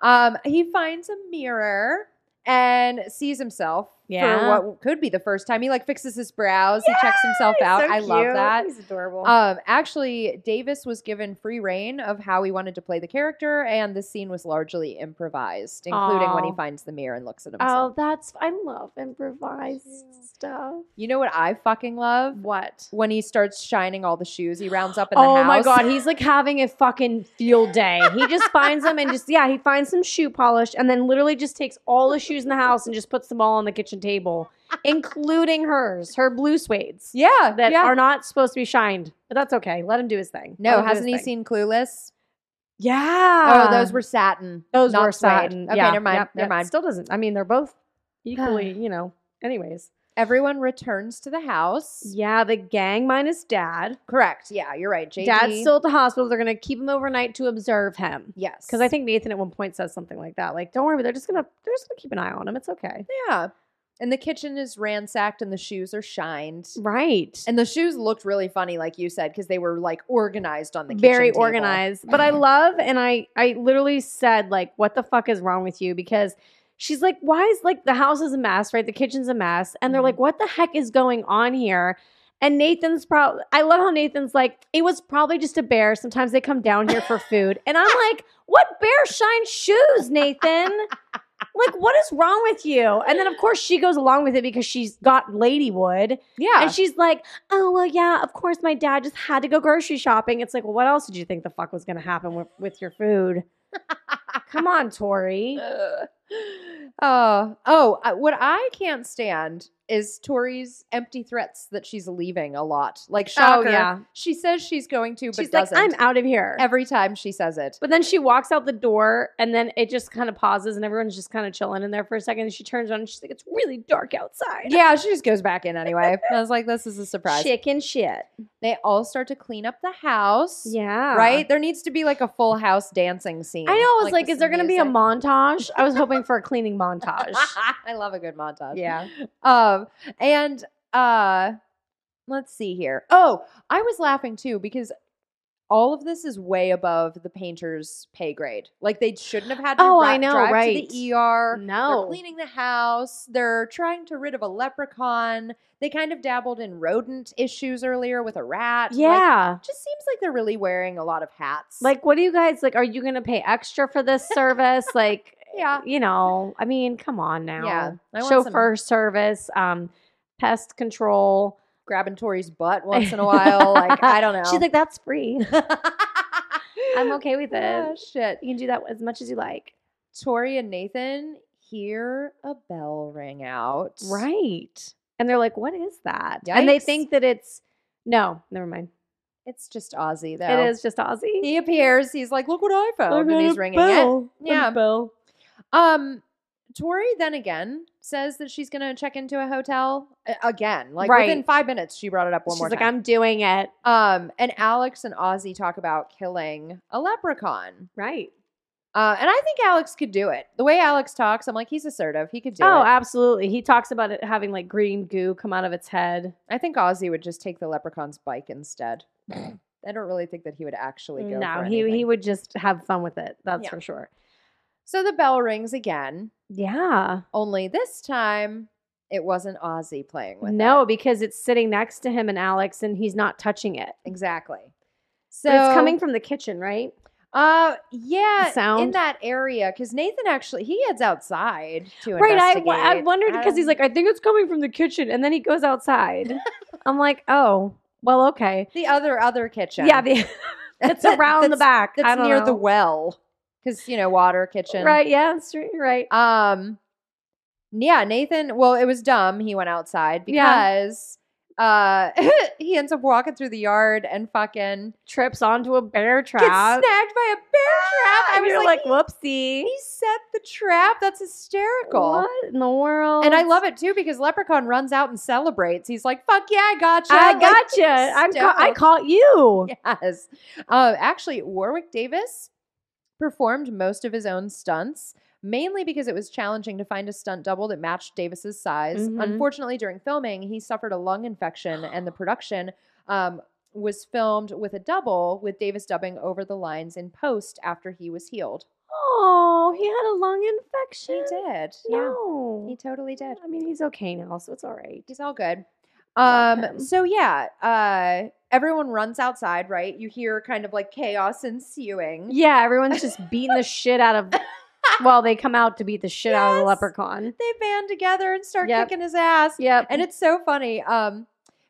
S1: Um he finds a mirror and sees himself
S2: Yeah.
S1: for what could be the first time. He like fixes his brows, he checks himself out. I love that.
S2: He's adorable.
S1: Um, actually, Davis was given free reign of how he wanted to play the character, and the scene was largely improvised, including when he
S2: Aw.
S1: finds the mirror and looks at himself.
S2: oh, that's, I love improvised stuff.
S1: You know what I fucking love?
S2: What?
S1: When he starts shining all the shoes he rounds up in the
S2: [gasps] oh
S1: house.
S2: my god, he's like having a fucking field day. He
S1: [laughs]
S2: just finds them and just yeah, he finds some shoe polish and then literally just takes all the shoes in the house and just puts them all on the kitchen table, including hers, her blue suedes
S1: Yeah,
S2: that
S1: yeah.
S2: are not supposed to be shined. But that's okay. Let him do his thing. Let
S1: no,
S2: him do
S1: hasn't he
S2: his
S1: seen
S2: thing.
S1: Clueless?
S2: Yeah.
S1: oh, those were satin.
S2: those
S1: not
S2: were
S1: suede.
S2: satin.
S1: Okay,
S2: Yeah,
S1: never mind.
S2: yep,
S1: Never
S2: yep.
S1: mind.
S2: Still doesn't. I mean, they're both
S1: [sighs]
S2: equally, you know. Anyways,
S1: Everyone returns to the house.
S2: yeah, the gang minus dad.
S1: Correct. Yeah, you're right. JD.
S2: Dad's still at the hospital. They're gonna keep him overnight to observe him.
S1: yes,
S2: Because I think Nathan at one point says something like that, like, "Don't worry, they're just gonna they're just gonna keep an eye on him. It's okay."
S1: yeah. And the kitchen is ransacked, and the shoes are shined.
S2: Mm. Right.
S1: And the shoes looked really funny, like you said, because they were like organized on the kitchen
S2: Very
S1: table.
S2: organized. But I love, and I I literally said like, "What the fuck is wrong with you?" Because she's like, "Why is like the house is a mess, right? The kitchen's a mess," and they're
S1: Mhm.
S2: like, "What the heck is going on here?" And Nathan's probably, I love how Nathan's like, it was probably just a bear. Sometimes they come down here for food.
S1: [laughs]
S2: And I'm like, what bear shines shoes, Nathan? like, what is wrong with you? And then, of course, she goes along with it because she's got Ladywood.
S1: Yeah.
S2: And she's like, oh, well, yeah, of course, my dad just had to go grocery shopping. It's like, well, what else did you think the fuck was going to happen with, with
S1: [laughs]
S2: your food? Come on, Tori.
S1: Ugh. [sighs] oh, oh, uh, what I can't stand is Tori's empty threats that she's leaving a lot. Like, shocker.
S2: Oh, yeah.
S1: She says she's going to, but
S2: She's like,
S1: doesn't.
S2: I'm out of here.
S1: Every time she says it.
S2: But then she walks out the door and then it just kind of pauses and everyone's just kind of chilling in there for a second. And she turns around and she's like, it's really dark outside.
S1: Yeah, she just goes back in anyway. I was like, this is a surprise.
S2: Chicken shit.
S1: They all start to clean up the house.
S2: Yeah.
S1: Right? There needs to be like a full house dancing scene.
S2: I know. I was like,
S1: with
S2: is there
S1: some
S2: going to be a
S1: music.
S2: montage? I was hoping for a cleaning
S1: [laughs]
S2: montage.
S1: I love a good montage.
S2: yeah.
S1: Um, and uh, let's see here. Oh, I was laughing too because all of this is way above the painter's pay grade. Like they shouldn't have had to
S2: Oh,
S1: ri-
S2: I know,
S1: drive
S2: right.
S1: to the ER. They're
S2: No.
S1: cleaning the house. They're trying to rid of a leprechaun. They kind of dabbled in rodent issues earlier with a rat. Like,
S2: Yeah.
S1: it just seems like they're really wearing a lot of hats.
S2: Like, what do you guys like? Are you going to pay extra
S1: [laughs]
S2: for this service? like,
S1: Yeah.
S2: you know, I mean, come on now.
S1: Yeah, I want some-
S2: Chauffeur service, um, pest control.
S1: grabbing Tori's
S2: [laughs]
S1: butt once in a while. like I don't know.
S2: She's like, [laughs] that's
S1: [laughs]
S2: free. I'm
S1: I'm
S2: okay with
S1: Oh,
S2: it.
S1: shit.
S2: You can do that as much as you like.
S1: Tori and Nathan hear a bell ring out.
S2: Right. and they're like, "What is that?" And they
S1: Yikes.
S2: think that it's no, never mind.
S1: It's just Ozzy, though.
S2: It is just Aussie.
S1: He appears. He's like, "Look what I found," and he's ringing it. Yeah.
S2: bell.
S1: Um, Tori then again says that she's going to check into a hotel uh, again. Like
S2: Right.
S1: within five minutes, she brought it up one
S2: She's
S1: more
S2: like,
S1: time.
S2: "I'm doing it
S1: um, and Alex and Ozzy talk about killing a leprechaun.
S2: right."
S1: Uh, and I think Alex could do it. The way Alex talks, I'm like, he's assertive. He could do
S2: oh,
S1: it.
S2: absolutely. He talks about it having like green goo come out of its head.
S1: I think Ozzy would just take the leprechaun's bike instead. [clears throat] I don't really think that he would actually go.
S2: No,
S1: for
S2: he he
S1: anything.
S2: would just have fun with it. That's
S1: Yeah.
S2: for sure.
S1: So the bell rings again.
S2: Yeah.
S1: Only this time, it wasn't Ozzy playing with
S2: No,
S1: it.
S2: because it's sitting next to him and Alex, and he's not touching it.
S1: exactly. So
S2: But it's coming from the kitchen, right?
S1: Uh, yeah, in
S2: sound?
S1: that area because Nathan actually he heads outside to
S2: Right. I,
S1: investigate.
S2: w- I wondered because he's
S1: Um,
S2: like, I think it's coming from the kitchen, and then he
S1: [laughs]
S2: goes outside. I'm like, oh, well, okay.
S1: the other other kitchen.
S2: Yeah, the, [laughs] it's around the
S1: That's-
S2: back. I
S1: That's
S2: don't
S1: near the
S2: know.
S1: well because you know water kitchen.
S2: Right. Yeah. That's true. You're Right.
S1: Um. Yeah, Nathan. Well, it was dumb. He went outside
S2: Yeah.
S1: because uh [laughs] he ends up walking through the yard and fucking
S2: Trips onto a bear trap.
S1: gets snagged by a bear trap. I
S2: and
S1: was
S2: you're
S1: like,
S2: like, whoopsie.
S1: he set the trap. That's hysterical.
S2: What in the world?
S1: And I love it too because Leprechaun runs out and celebrates. He's like, "Fuck yeah, I gotcha! [laughs]
S2: I
S1: Like,
S2: gotcha. I'm ca- I
S1: stoked.
S2: caught you.
S1: [laughs] Yes. Uh, actually, Warwick Davis performed most of his own stunts, mainly because it was challenging to find a stunt double that matched Davis's size.
S2: Mhm.
S1: Unfortunately, during filming, he suffered a lung
S2: [gasps]
S1: infection, and the production um, was filmed with a double, with Davis dubbing over the lines in post after he was healed.
S2: Oh, he had a lung
S1: He
S2: [gasps] infection.
S1: did.
S2: No.
S1: Yeah, he totally did.
S2: I mean, he's okay now, so it's all right.
S1: He's all good.
S2: Love
S1: Um,
S2: him.
S1: so yeah, uh, everyone runs outside, right? You hear kind of like chaos ensuing.
S2: Yeah, [laughs] everyone's just beating the shit out [laughs] of. Well, they come out to beat the shit out of the
S1: Yes.
S2: leprechaun.
S1: They band together and start
S2: Yep.
S1: kicking his ass.
S2: Yep.
S1: And it's so funny. Um,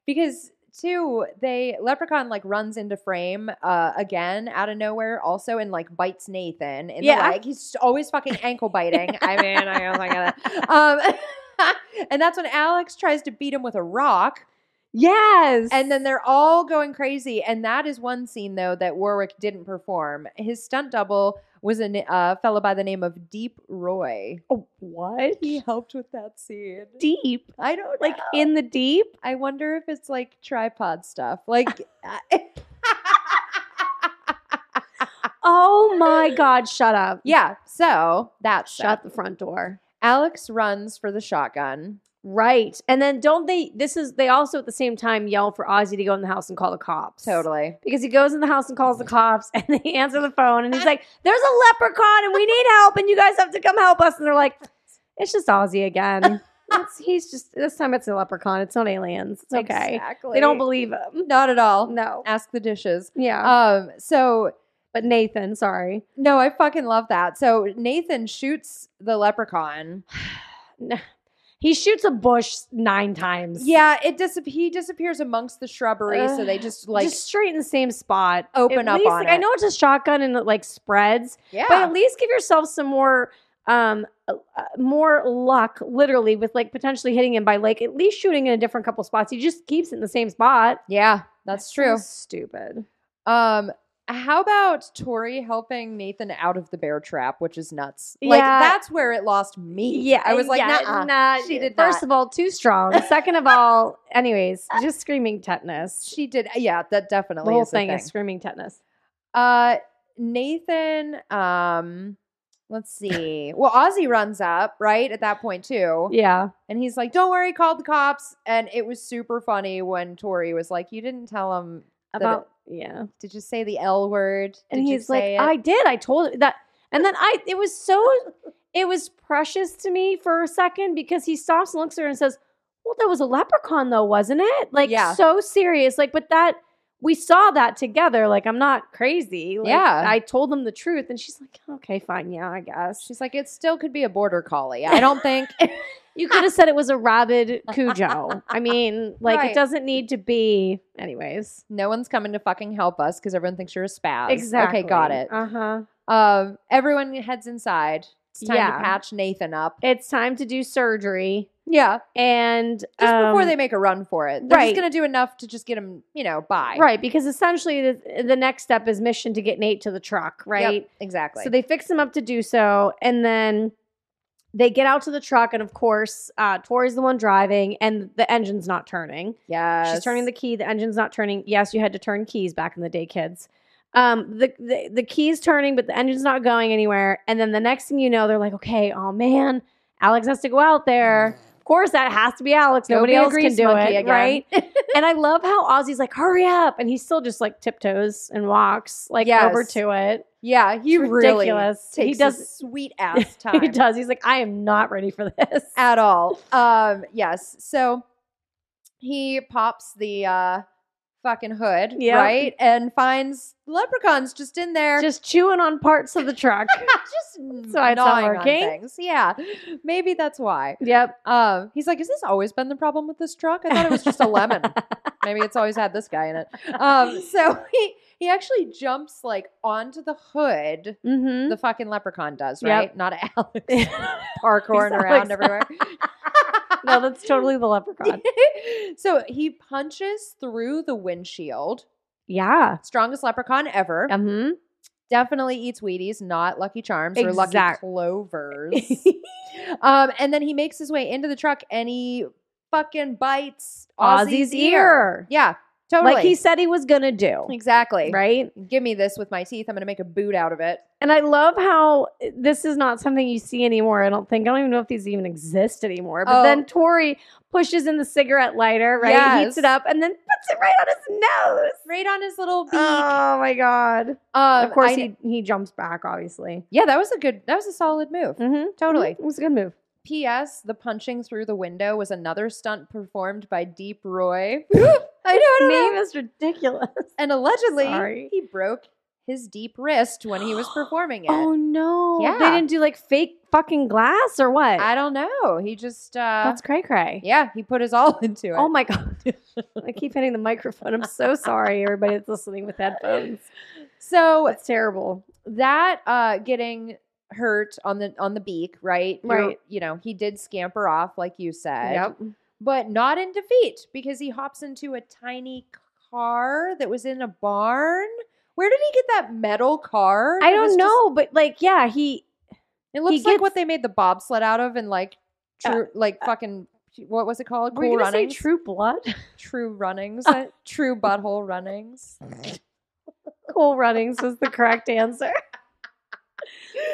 S1: because too, they leprechaun like runs into frame uh again out of nowhere, also and like bites Nathan in
S2: Yeah.
S1: the leg. He's just always fucking ankle biting. I mean, I was like, [laughs] um, [laughs] and that's when Alex tries to beat him with a rock.
S2: yes.
S1: And then they're all going crazy. And that is one scene, though, that Warwick didn't perform. His stunt double was a n- uh, fellow by the name of Deep Roy.
S2: oh, what?
S1: He helped with that scene.
S2: [laughs] Deep,
S1: I don't
S2: like
S1: like.
S2: in the deep.
S1: I wonder if it's like tripod stuff.
S2: [laughs]
S1: Like, I- [laughs]
S2: Oh [laughs] my God! Shut up.
S1: yeah. So that's
S2: Shut
S1: shut.
S2: the front door.
S1: Alex runs for the shotgun.
S2: Right. And then don't they? This is they also at the same time yell for Ozzy to go in the house and call the cops.
S1: Totally.
S2: because he goes in the house and calls the cops [laughs] and they answer the phone and
S1: [laughs]
S2: he's like there's a leprechaun and we need help and you guys have to come help us and they're like it's just
S1: [laughs]
S2: ozzy again it's, he's just this time it's a leprechaun it's not aliens it's okay
S1: Exactly. Oh,
S2: they don't believe him
S1: Not at all.
S2: no Uh-huh.
S1: Ask the dishes.
S2: yeah
S1: Um. So
S2: but nathan sorry
S1: No, I fucking love that. So Nathan shoots the leprechaun.
S2: he shoots a bush nine times
S1: Yeah, it disap- he disappears amongst the shrubbery, so they
S2: Ugh,
S1: just like
S2: just straight in the same spot
S1: Open
S2: At
S1: up
S2: least,
S1: on
S2: like, i
S1: it.
S2: know it's a shotgun and it like spreads
S1: yeah.
S2: but at least give yourself some more um uh, uh, more luck literally with like potentially hitting him by like at least shooting in a different couple spots he just keeps it in the same spot
S1: yeah, that's
S2: So
S1: true.
S2: stupid
S1: Um how about Tori helping Nathan out of the bear trap, which is nuts. Like
S2: Yeah.
S1: that's where it lost me. I was like,
S2: yeah,
S1: nah,
S2: nah,
S1: she did
S2: first
S1: not.
S2: of all
S1: [laughs]
S2: too strong second of all anyways just screaming tetanus
S1: she did. Yeah, that
S2: the
S1: definitely
S2: whole
S1: is the
S2: thing
S1: thing.
S2: is screaming tetanus
S1: Uh, Nathan. Um, let's see. well, Ozzy runs up right at that point too.
S2: yeah
S1: And he's like, "Don't worry, called the cops." And it was super funny when Tori was like, "You didn't tell him. it-
S2: about yeah
S1: Did you say the L word?"
S2: and
S1: Did you
S2: he's like
S1: say it?"
S2: i did i told it that and then i it was so
S1: [laughs]
S2: it was precious to me for a second because he stops and looks at her and says well that was a leprechaun though wasn't it like
S1: Yeah.
S2: so serious like but that we saw that together like i'm not crazy Like,
S1: Yeah.
S2: i told them the truth and she's like okay fine yeah i guess
S1: She's like, "It still could be a border collie. I don't think."
S2: you could have said it was a rabid cujo
S1: [laughs]
S2: i mean like
S1: Right.
S2: it doesn't need to be anyways
S1: No one's coming to fucking help us because everyone thinks you're a spaz.
S2: exactly Uh,
S1: Okay, got it.
S2: uh-huh
S1: Um, everyone heads inside It's time
S2: Yeah.
S1: to patch Nathan up.
S2: It's time to do surgery.
S1: Yeah.
S2: And
S1: Just before
S2: um,
S1: they make a run for it. They're
S2: right.
S1: just going to do enough to just get him, you know, by.
S2: Right, because essentially the, the next step is mission to get Nate to the truck, right?
S1: Yep, exactly.
S2: So they fix him up to do so, and then they get out to the truck, and of course, uh, Tori's the one driving, and the engine's not turning.
S1: yes.
S2: She's turning the key. The engine's not turning. Yes, you had to turn keys back in the day, kids. Um, the, the the key's turning, but the engine's not going anywhere. And then the next thing you know, they're like, okay, oh man, Alex has to go out there. Of course, that has to be Alex. Nobody,
S1: Go Mm-hmm. be a
S2: else can
S1: grease
S2: do
S1: monkey
S2: it,
S1: again. [laughs]
S2: right? and I love how Ozzy's like, hurry up, and he still just like tiptoes and walks like
S1: Yes.
S2: over to it. [laughs]
S1: Yeah, he
S2: It's
S1: really
S2: ridiculous. He
S1: takes
S2: does-
S1: a
S2: [laughs]
S1: sweet ass time.
S2: He does. He's like, I am not ready for
S1: [laughs]
S2: this.
S1: at all. Um, yes. So he pops the uh fucking hood,
S2: Yep.
S1: right? And finds leprechauns just in there.
S2: just chewing on parts of
S1: [laughs]
S2: the truck. [laughs]
S1: just
S2: So it's not
S1: gnawing on
S2: working?
S1: things. Yeah. Maybe that's why.
S2: yep.
S1: Um, he's like, "Has this always been the problem with this truck? I thought it was just a
S2: [laughs]
S1: lemon. Maybe it's always had this guy in it." Um, [laughs] so he he actually jumps like onto the hood. [laughs]
S2: Mm-hmm. [laughs]
S1: The fucking leprechaun does,
S2: Yep.
S1: right? Not [laughs] Alex parkouring around
S2: [laughs] Alex.
S1: everywhere.
S2: no, that's totally
S1: [laughs]
S2: the leprechaun.
S1: so he punches through the windshield.
S2: Yeah.
S1: Strongest leprechaun ever.
S2: Mm-hmm.
S1: Definitely eats Wheaties, not Lucky Charms or Lucky
S2: Exact- [laughs]
S1: Clovers. um, and then he makes his way into the truck and he fucking bites Ozzy's,
S2: Ozzy's ear.
S1: Yeah, totally.
S2: Like he said he was gonna do.
S1: exactly
S2: Right?
S1: Give me this with my teeth. I'm gonna make a boot out of it.
S2: And I love how eh, this is not something you see anymore. I don't think I don't even know if these even exist anymore. But
S1: Oh.
S2: then Tori pushes in the cigarette lighter, right? Heats
S1: Yes.
S2: it up and then puts it right on his nose.
S1: Right on his little beak.
S2: Oh my god.
S1: Um,
S2: of course
S1: I-
S2: he, he jumps back, obviously.
S1: yeah, that was a good. That was a solid move.
S2: Mm-hmm.
S1: Totally.
S2: It was a good move.
S1: P.S. The punching through the window was another stunt performed by Deep
S2: [laughs]
S1: Roy. I know, I don't know.
S2: Name is ridiculous.
S1: And allegedly,
S2: Sorry.
S1: he broke his deep wrist when he was
S2: [gasps]
S1: performing it.
S2: Oh no. They
S1: Yeah.
S2: didn't do like fake fucking glass or what?
S1: I don't know. He just, uh,
S2: That's cray cray.
S1: yeah, he put his all [laughs] into it.
S2: Oh my god. [laughs] I keep hitting the microphone. I'm so sorry, everybody that's listening with headphones.
S1: so
S2: It's terrible.
S1: that uh, getting hurt on the on the beak, right? You're-
S2: Right.
S1: You know, he did scamper off, like you said.
S2: Yep.
S1: But not in defeat because he hops into a tiny car that was in a barn. Where did he get that metal car? It
S2: I
S1: was just-
S2: don't know, but like, yeah, he
S1: It looks like
S2: gets-
S1: what they made the bobsled out of and like
S2: Uh,
S1: true like fucking what was it called?
S2: were you
S1: Cool
S2: gonna
S1: runnings.
S2: say True Uh. Blood? [laughs]
S1: True runnings. true butthole
S2: [laughs]
S1: runnings. [laughs]
S2: cool Runnings was the
S1: [laughs]
S2: correct answer.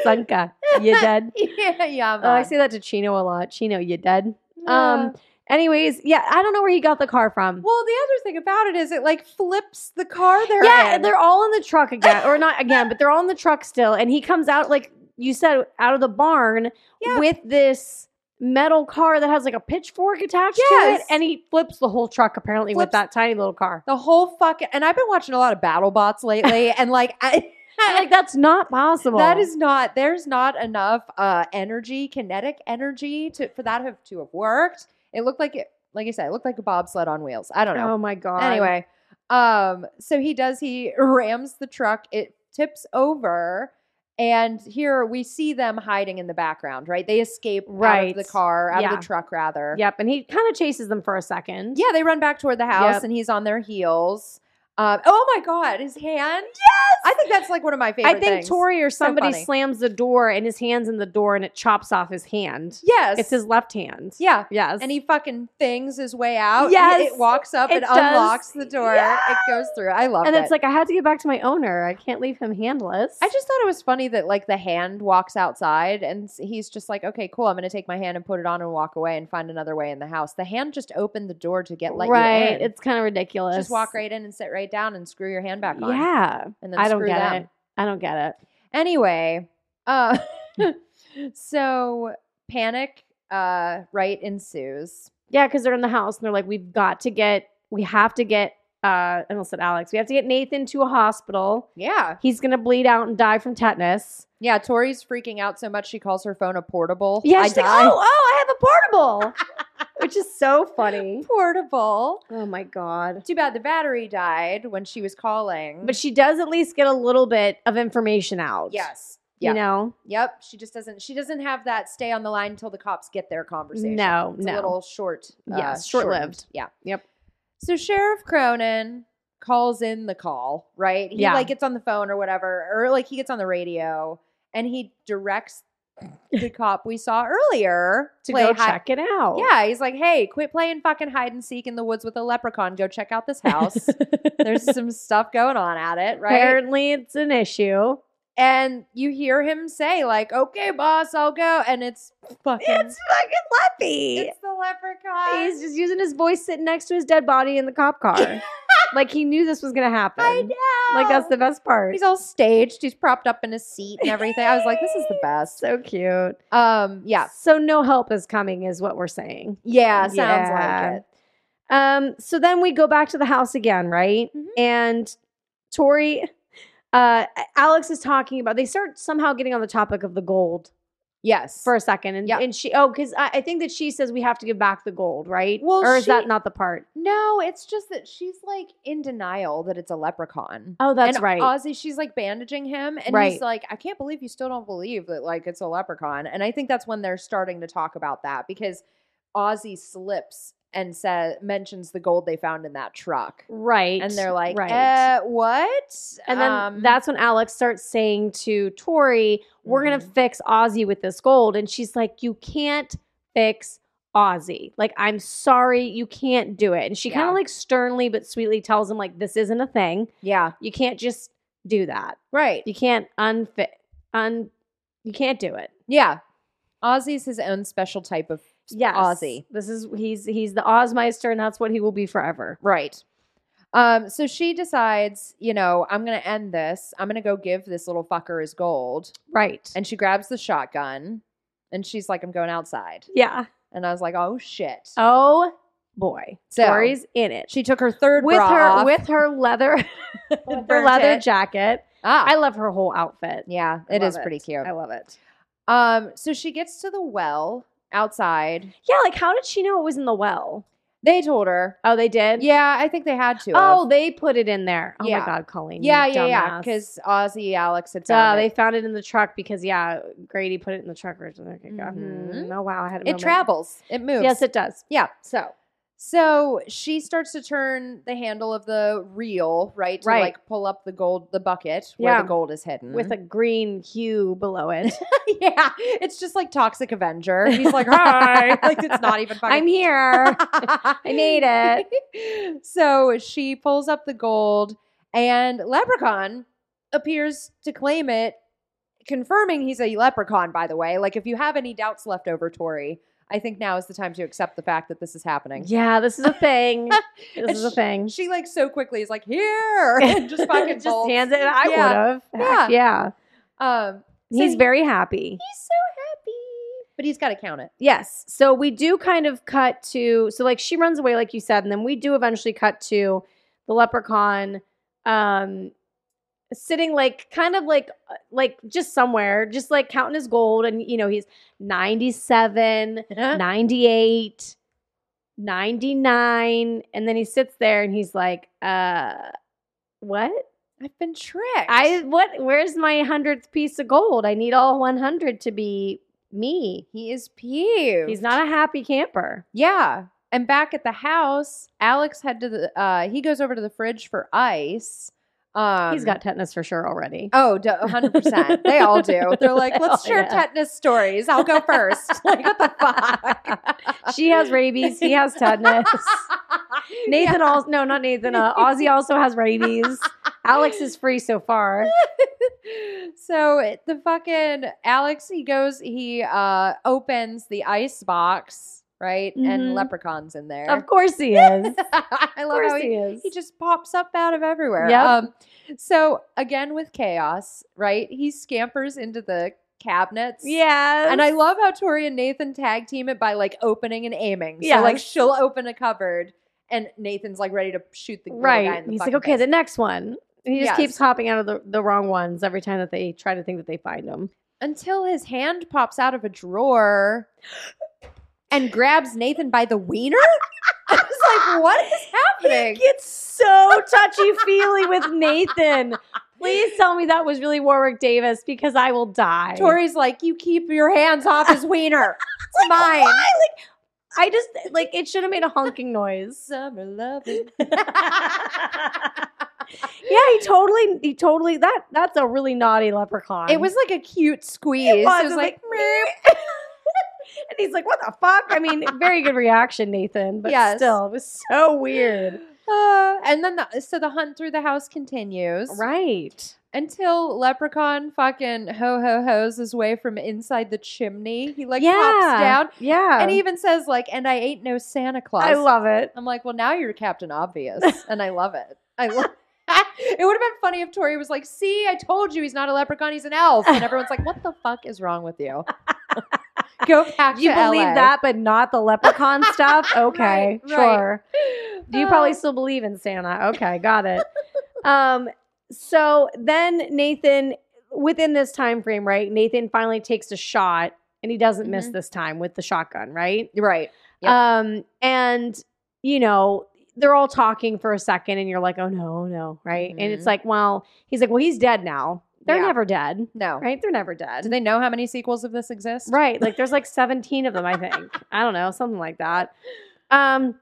S2: Sanka, you dead?
S1: yeah, yeah.
S2: [laughs] Oh, I
S1: man.
S2: say that to Chino a lot. Chino, you dead?
S1: Yeah.
S2: Um. Anyways, yeah, I don't know where he got the car from.
S1: well, the other thing about it is it like flips the car they're
S2: yeah,
S1: in.
S2: they're all in the truck again, or not again, but they're all in the truck still. And he comes out like you said, out of the barn
S1: Yeah.
S2: with this metal car that has like a pitchfork attached to it,
S1: Yes.
S2: and he flips the whole truck apparently with
S1: Flips-
S2: that tiny little
S1: [laughs]
S2: car.
S1: the whole fucking. And I've been watching a lot of battle bots
S2: [laughs]
S1: lately, and like, I,
S2: I'm like that's not possible.
S1: that is not. There's not enough uh energy, kinetic energy to for that have to have worked. It looked like it. Like I said, it looked like a bobsled on wheels. I don't know.
S2: oh my god.
S1: Anyway,
S2: Oh.
S1: um, so he does. He [laughs] rams the truck. It tips over, and here we see them hiding in the background. Right, they escape out of
S2: Right.
S1: the car, out
S2: Yeah.
S1: of the truck, rather.
S2: yep, and he kind of chases them for a second.
S1: Yeah, they run back toward the house,
S2: Yep.
S1: and he's on their heels. Um, oh my God, his hand! Yes, I think that's like one of my favorite.
S2: I think
S1: things.
S2: Tori or somebody
S1: funny.
S2: slams the door and his hands in the door and it chops off his hand.
S1: Yes,
S2: It's his left hand.
S1: Yeah.
S2: Yes.
S1: And he fucking things his way out.
S2: Yes,
S1: it walks up and
S2: it does.
S1: unlocks the door. It goes through. I love
S2: and
S1: it.
S2: it's like I had to get back to my owner. I can't leave him handless.
S1: I just thought it was funny that like the hand walks outside and s- he's just like, okay, cool. I'm gonna take my hand and put it on and walk away and find another way in the house. The hand just opened the door to get let
S2: right.
S1: you in.
S2: It's kind of ridiculous.
S1: just walk right in and sit right down and screw your hand back on.
S2: Yeah,
S1: and then
S2: I don't
S1: screw
S2: get
S1: them.
S2: it. I don't get it.
S1: Anyway, uh, [laughs] so panic, uh, right ensues.
S2: Yeah, because they're in the house and they're like, we've got to get, we have to get. Uh, I almost said Alex. We have to get Nathan to a hospital.
S1: Yeah,
S2: He's gonna bleed out and die from tetanus.
S1: yeah. Tori's freaking out so much she calls her phone a portable.
S2: Yeah,
S1: I
S2: she's like,
S1: die.
S2: oh, oh, I have a portable,
S1: [laughs]
S2: which is so funny.
S1: portable.
S2: Oh my god.
S1: Too bad the battery died when she was calling.
S2: But she does at least get a little bit of information out.
S1: yes, Yeah.
S2: You know?
S1: Yep. She just doesn't. She doesn't have that stay on the line until the cops get their conversation.
S2: No,
S1: It's
S2: no.
S1: a little short. Uh,
S2: Yeah,
S1: shortened.
S2: short-lived.
S1: Yeah.
S2: Yep.
S1: So Sheriff Cronin calls in the call, right? He
S2: Yeah.
S1: like gets on the phone or whatever, or like he gets on the radio and he directs the cop we saw earlier
S2: to
S1: play
S2: go
S1: hi-
S2: check it out.
S1: Yeah, he's like, "Hey, quit playing fucking hide and seek in the woods with a leprechaun. Go check out this
S2: [laughs]
S1: house. There's some stuff going on at it, right?"
S2: Apparently, it's an issue.
S1: And you hear him say, "Like, okay, boss, I'll go." And it's fucking
S2: It's fucking Leppy.
S1: it's the leprechaun.
S2: He's just using his voice sitting next to his dead body in the
S1: [laughs]
S2: cop car. like he knew this was gonna happen.
S1: I know.
S2: Like that's the best part.
S1: He's all staged. He's propped up in his seat and everything. I was like, this is the best.
S2: so cute.
S1: Um, yeah,
S2: So no help is coming is what we're saying.
S1: yeah, sounds
S2: Yeah.
S1: like it.
S2: Um, so then we go back to the house again, right?
S1: Mhm.
S2: And Tori, uh, Alex is talking about they start somehow getting on the topic of the gold
S1: Yes,
S2: for a second, and
S1: Yeah.
S2: and she oh because I, I think that she says we have to give back the gold, right?
S1: Well,
S2: or is that
S1: she-
S2: not the part?
S1: no, it's just that she's like in denial that it's a leprechaun.
S2: Oh, that's
S1: and
S2: right.
S1: Ozzy, she's like bandaging him, and
S2: Right.
S1: he's like, I can't believe you still don't believe that like it's a leprechaun. And I think that's when they're starting to talk about that because Ozzy slips and says mentions the gold they found in that truck.
S2: right,
S1: And they're like,
S2: right.
S1: uh, what?
S2: and then
S1: Um,
S2: that's when Alex starts saying to Tori, "We're
S1: Mm-hmm.
S2: gonna fix Ozzy with this gold," and she's like, "You can't fix Ozzy. Like, I'm sorry, you can't do it." And she kind
S1: Yeah.
S2: of like sternly but sweetly tells him, "Like, this isn't a thing.
S1: yeah,
S2: You can't just do that.
S1: right.
S2: You can't unfit un. You can't do it."
S1: Yeah. Ozzy's his own special type of
S2: Yes,
S1: Ozzy.
S2: This is he's he's the Ozmeister, and that's what he will be forever.
S1: Right. Um, so she decides, you know, I'm gonna end this. I'm gonna go give this little fucker his gold.
S2: Right.
S1: And she grabs the shotgun and she's like, I'm going outside.
S2: yeah.
S1: And I was like, Oh shit.
S2: Oh boy,
S1: So-
S2: Tori's in it.
S1: She took her third
S2: with
S1: bra
S2: her
S1: off.
S2: with her leather [laughs]
S1: With
S2: her
S1: her
S2: leather
S1: tit.
S2: jacket.
S1: ah,
S2: I love her whole outfit.
S1: yeah,
S2: I
S1: it is
S2: love
S1: pretty cute.
S2: I love it.
S1: Um, so she gets to the well outside.
S2: Yeah, like how did she know it was in the well?
S1: They told her.
S2: Oh, they did.
S1: Yeah, I think they had to. have.
S2: Oh, they put it in there. Oh my
S1: Yeah.
S2: god, Colleen. you
S1: yeah, yeah, yeah.
S2: dumbass.
S1: Because Ozzy, Alex had
S2: Duh,
S1: found it.
S2: uh, they found it in the truck because yeah, Grady put it in the truck originally. Okay, go.
S1: Mhm.
S2: Hmm. Oh wow, I had a
S1: It
S2: moment.
S1: travels. It moves.
S2: Yes, it does.
S1: yeah.
S2: So
S1: So she starts to turn the handle of the reel, right? To
S2: Right.
S1: like pull up the gold, the bucket where
S2: Yeah.
S1: the gold is hidden. [laughs]
S2: with a green hue below it,
S1: yeah, it's just like Toxic Avenger. He's like, hi, [laughs] like it's not even fucking.
S2: [laughs]
S1: [laughs]
S2: I'm here. I made it.
S1: it. [laughs] So she pulls up the gold, and Leprechaun appears to claim it, confirming he's a leprechaun. By the way, like if you have any doubts left over, Tori, I think now is the time to accept the fact that this is happening.
S2: Yeah, this is a [laughs] thing. this
S1: And
S2: is a
S1: she-
S2: thing.
S1: She like so quickly is like
S2: [laughs]
S1: here [laughs] and just fucking
S2: just
S1: bolts.
S2: hands it.
S1: Yeah.
S2: I would have. Yeah. yeah.
S1: Um, so
S2: He's
S1: he-
S2: very happy.
S1: he's so happy, but he's got to count it.
S2: Yes. So we do kind of cut to so like she runs away, like you said, and then we do eventually cut to the leprechaun um sitting like kind of like uh, like just somewhere, just like counting his gold, and you know, he's 97, 98, 99, and then he sits there and he's like, uh what?
S1: [laughs] I've been tricked.
S2: I what where's my hundredth piece of gold? I need all one hundred to be me.
S1: he is peeved.
S2: He's not a happy camper.
S1: Yeah. And back at the house, Alex had to the uh he goes over to the fridge for ice. Um
S2: He's got tetanus for sure already.
S1: Oh, d- 100%.
S2: [laughs]
S1: they all do. They're like,
S2: They
S1: let's
S2: all-
S1: share
S2: yeah.
S1: tetanus stories. I'll go first.
S2: [laughs]
S1: like, what the fuck? [laughs]
S2: She has rabies. He has tetanus. Nathan
S1: Yeah.
S2: also no, not
S1: [laughs]
S2: Nathan. Uh, Ozzy also has rabies. Alex is free so far.
S1: so it- the fucking Alex, he goes, he uh opens the ice box, right?
S2: Mhm.
S1: And leprechauns in there.
S2: Of course he is. Of
S1: [laughs] I love
S2: course
S1: how he,
S2: he is.
S1: he just pops up out of everywhere.
S2: Yep.
S1: Um, so again with chaos, right? He scampers into the cabinets.
S2: yeah.
S1: And I love how Tori and Nathan tag team it by like opening and aiming. Yeah. So like
S2: Yes.
S1: she'll open a cupboard and Nathan's like ready to shoot the little guy
S2: right.
S1: in the
S2: He's like,
S1: fucking
S2: okay, the
S1: face.
S2: next one. And he just
S1: Yes.
S2: keeps hopping out of the, the wrong ones every time that they try to think that they find him.
S1: Until his hand pops out of a drawer and grabs Nathan by the wiener. [laughs] I was like, what is happening? [laughs]
S2: gets so touchy feely with Nathan. Please tell me that was really Warwick Davis because I will die.
S1: Tori's like, you keep your hands off his wiener. It's
S2: Why?
S1: mine.
S2: [laughs] Like, I just like it should have made a
S1: [laughs]
S2: honking noise. [laughs]
S1: Summer loving.
S2: Yeah, he totally, he totally. That that's a really naughty leprechaun.
S1: It was like a cute squeeze.
S2: It was,
S1: It was like,
S2: like, "Meep." [laughs] and he's like, "What the fuck?" I mean, very good reaction, Nathan. But
S1: Yes.
S2: still, it was so weird.
S1: uh, and then the, so the hunt through the house continues
S2: "Ah." Right.
S1: until Leprechaun fucking ho ho ho's his way from inside the chimney. He like
S2: Yeah.
S1: pops down
S2: Yeah.
S1: and he even says like, "And I ain't no Santa Claus."
S2: I love it.
S1: I'm like, well, now you're Captain Obvious,
S2: [laughs]
S1: and I love it. I love. [laughs] it would have been funny if Tori was like, "See, I told you he's not a leprechaun; he's an elf," and everyone's like, "What the fuck is wrong with you?" [laughs] Go back
S2: You
S1: to
S2: believe
S1: LA.
S2: that, but not
S1: [laughs]
S2: the leprechaun stuff. Okay,
S1: Right, right.
S2: sure. Do you probably
S1: Uh,
S2: still believe in Santa? Okay, got it. um, so then Nathan, within this time frame, right? Nathan finally takes a shot, and he doesn't miss
S1: Mhm.
S2: this time with the shotgun, right?
S1: right? Yep.
S2: Um, and you know, they're all talking for a second, and you're like, oh no, no, right? And it's
S1: Mhm.
S2: like, well, he's like, well, he's dead now. They're
S1: Yeah.
S2: never dead,
S1: No.
S2: right? They're never dead.
S1: Do they know how many sequels of this exist?
S2: [laughs] Right. Like there's like 17 of them, I think. I don't know, something like that. Um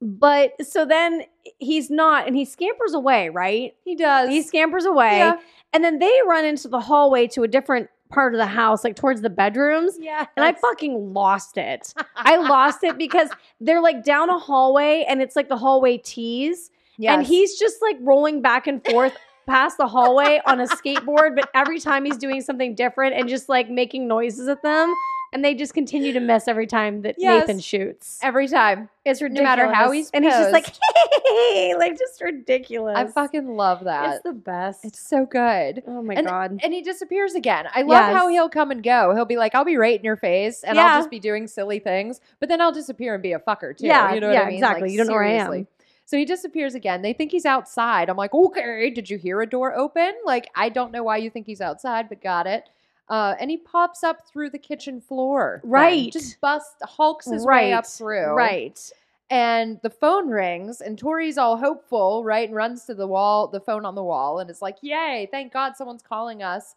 S2: but so then he's not and he scampers away, right?
S1: He does.
S2: He scampers away
S1: yeah.
S2: and then they run into the hallway to a different part of the house like towards the bedrooms
S1: yeah.
S2: and I fucking lost it. I lost it because they're like down a hallway and it's like the hallway tees
S1: Yes.
S2: and he's just like rolling back
S1: [laughs]
S2: and forth past the hallway on a skateboard, but every time he's doing something different and just like making noises at them. And they just continue to miss every time that
S1: Yes.
S2: Nathan shoots.
S1: every time.
S2: It's
S1: no matter how he's
S2: and he's just like,
S1: posed.
S2: [laughs] like just ridiculous.
S1: I fucking love that.
S2: it's
S1: It's,
S2: the best.
S1: so good.
S2: oh my
S1: and-
S2: god.
S1: And he disappears again. I love how
S2: Yes.
S1: he'll come and go. He'll be like, "I'll be right in your face," and
S2: Yeah.
S1: I'll just be doing silly things, but then I'll disappear and be a fucker too.
S2: Yeah,
S1: you know what
S2: yeah,
S1: I mean?
S2: exactly. You don't know where I am.
S1: So he disappears again. They think he's outside. I'm like, okay, did you hear a door open? Like, I don't know why you think he's outside, but got it. Uh, and he pops up through the kitchen floor. then.
S2: Right.
S1: Just busts, hulks his way up through.
S2: Right.
S1: And the phone rings, and Tori's all hopeful, right? And runs to the wall, the phone on the wall, and is like, Yay, thank God someone's calling us.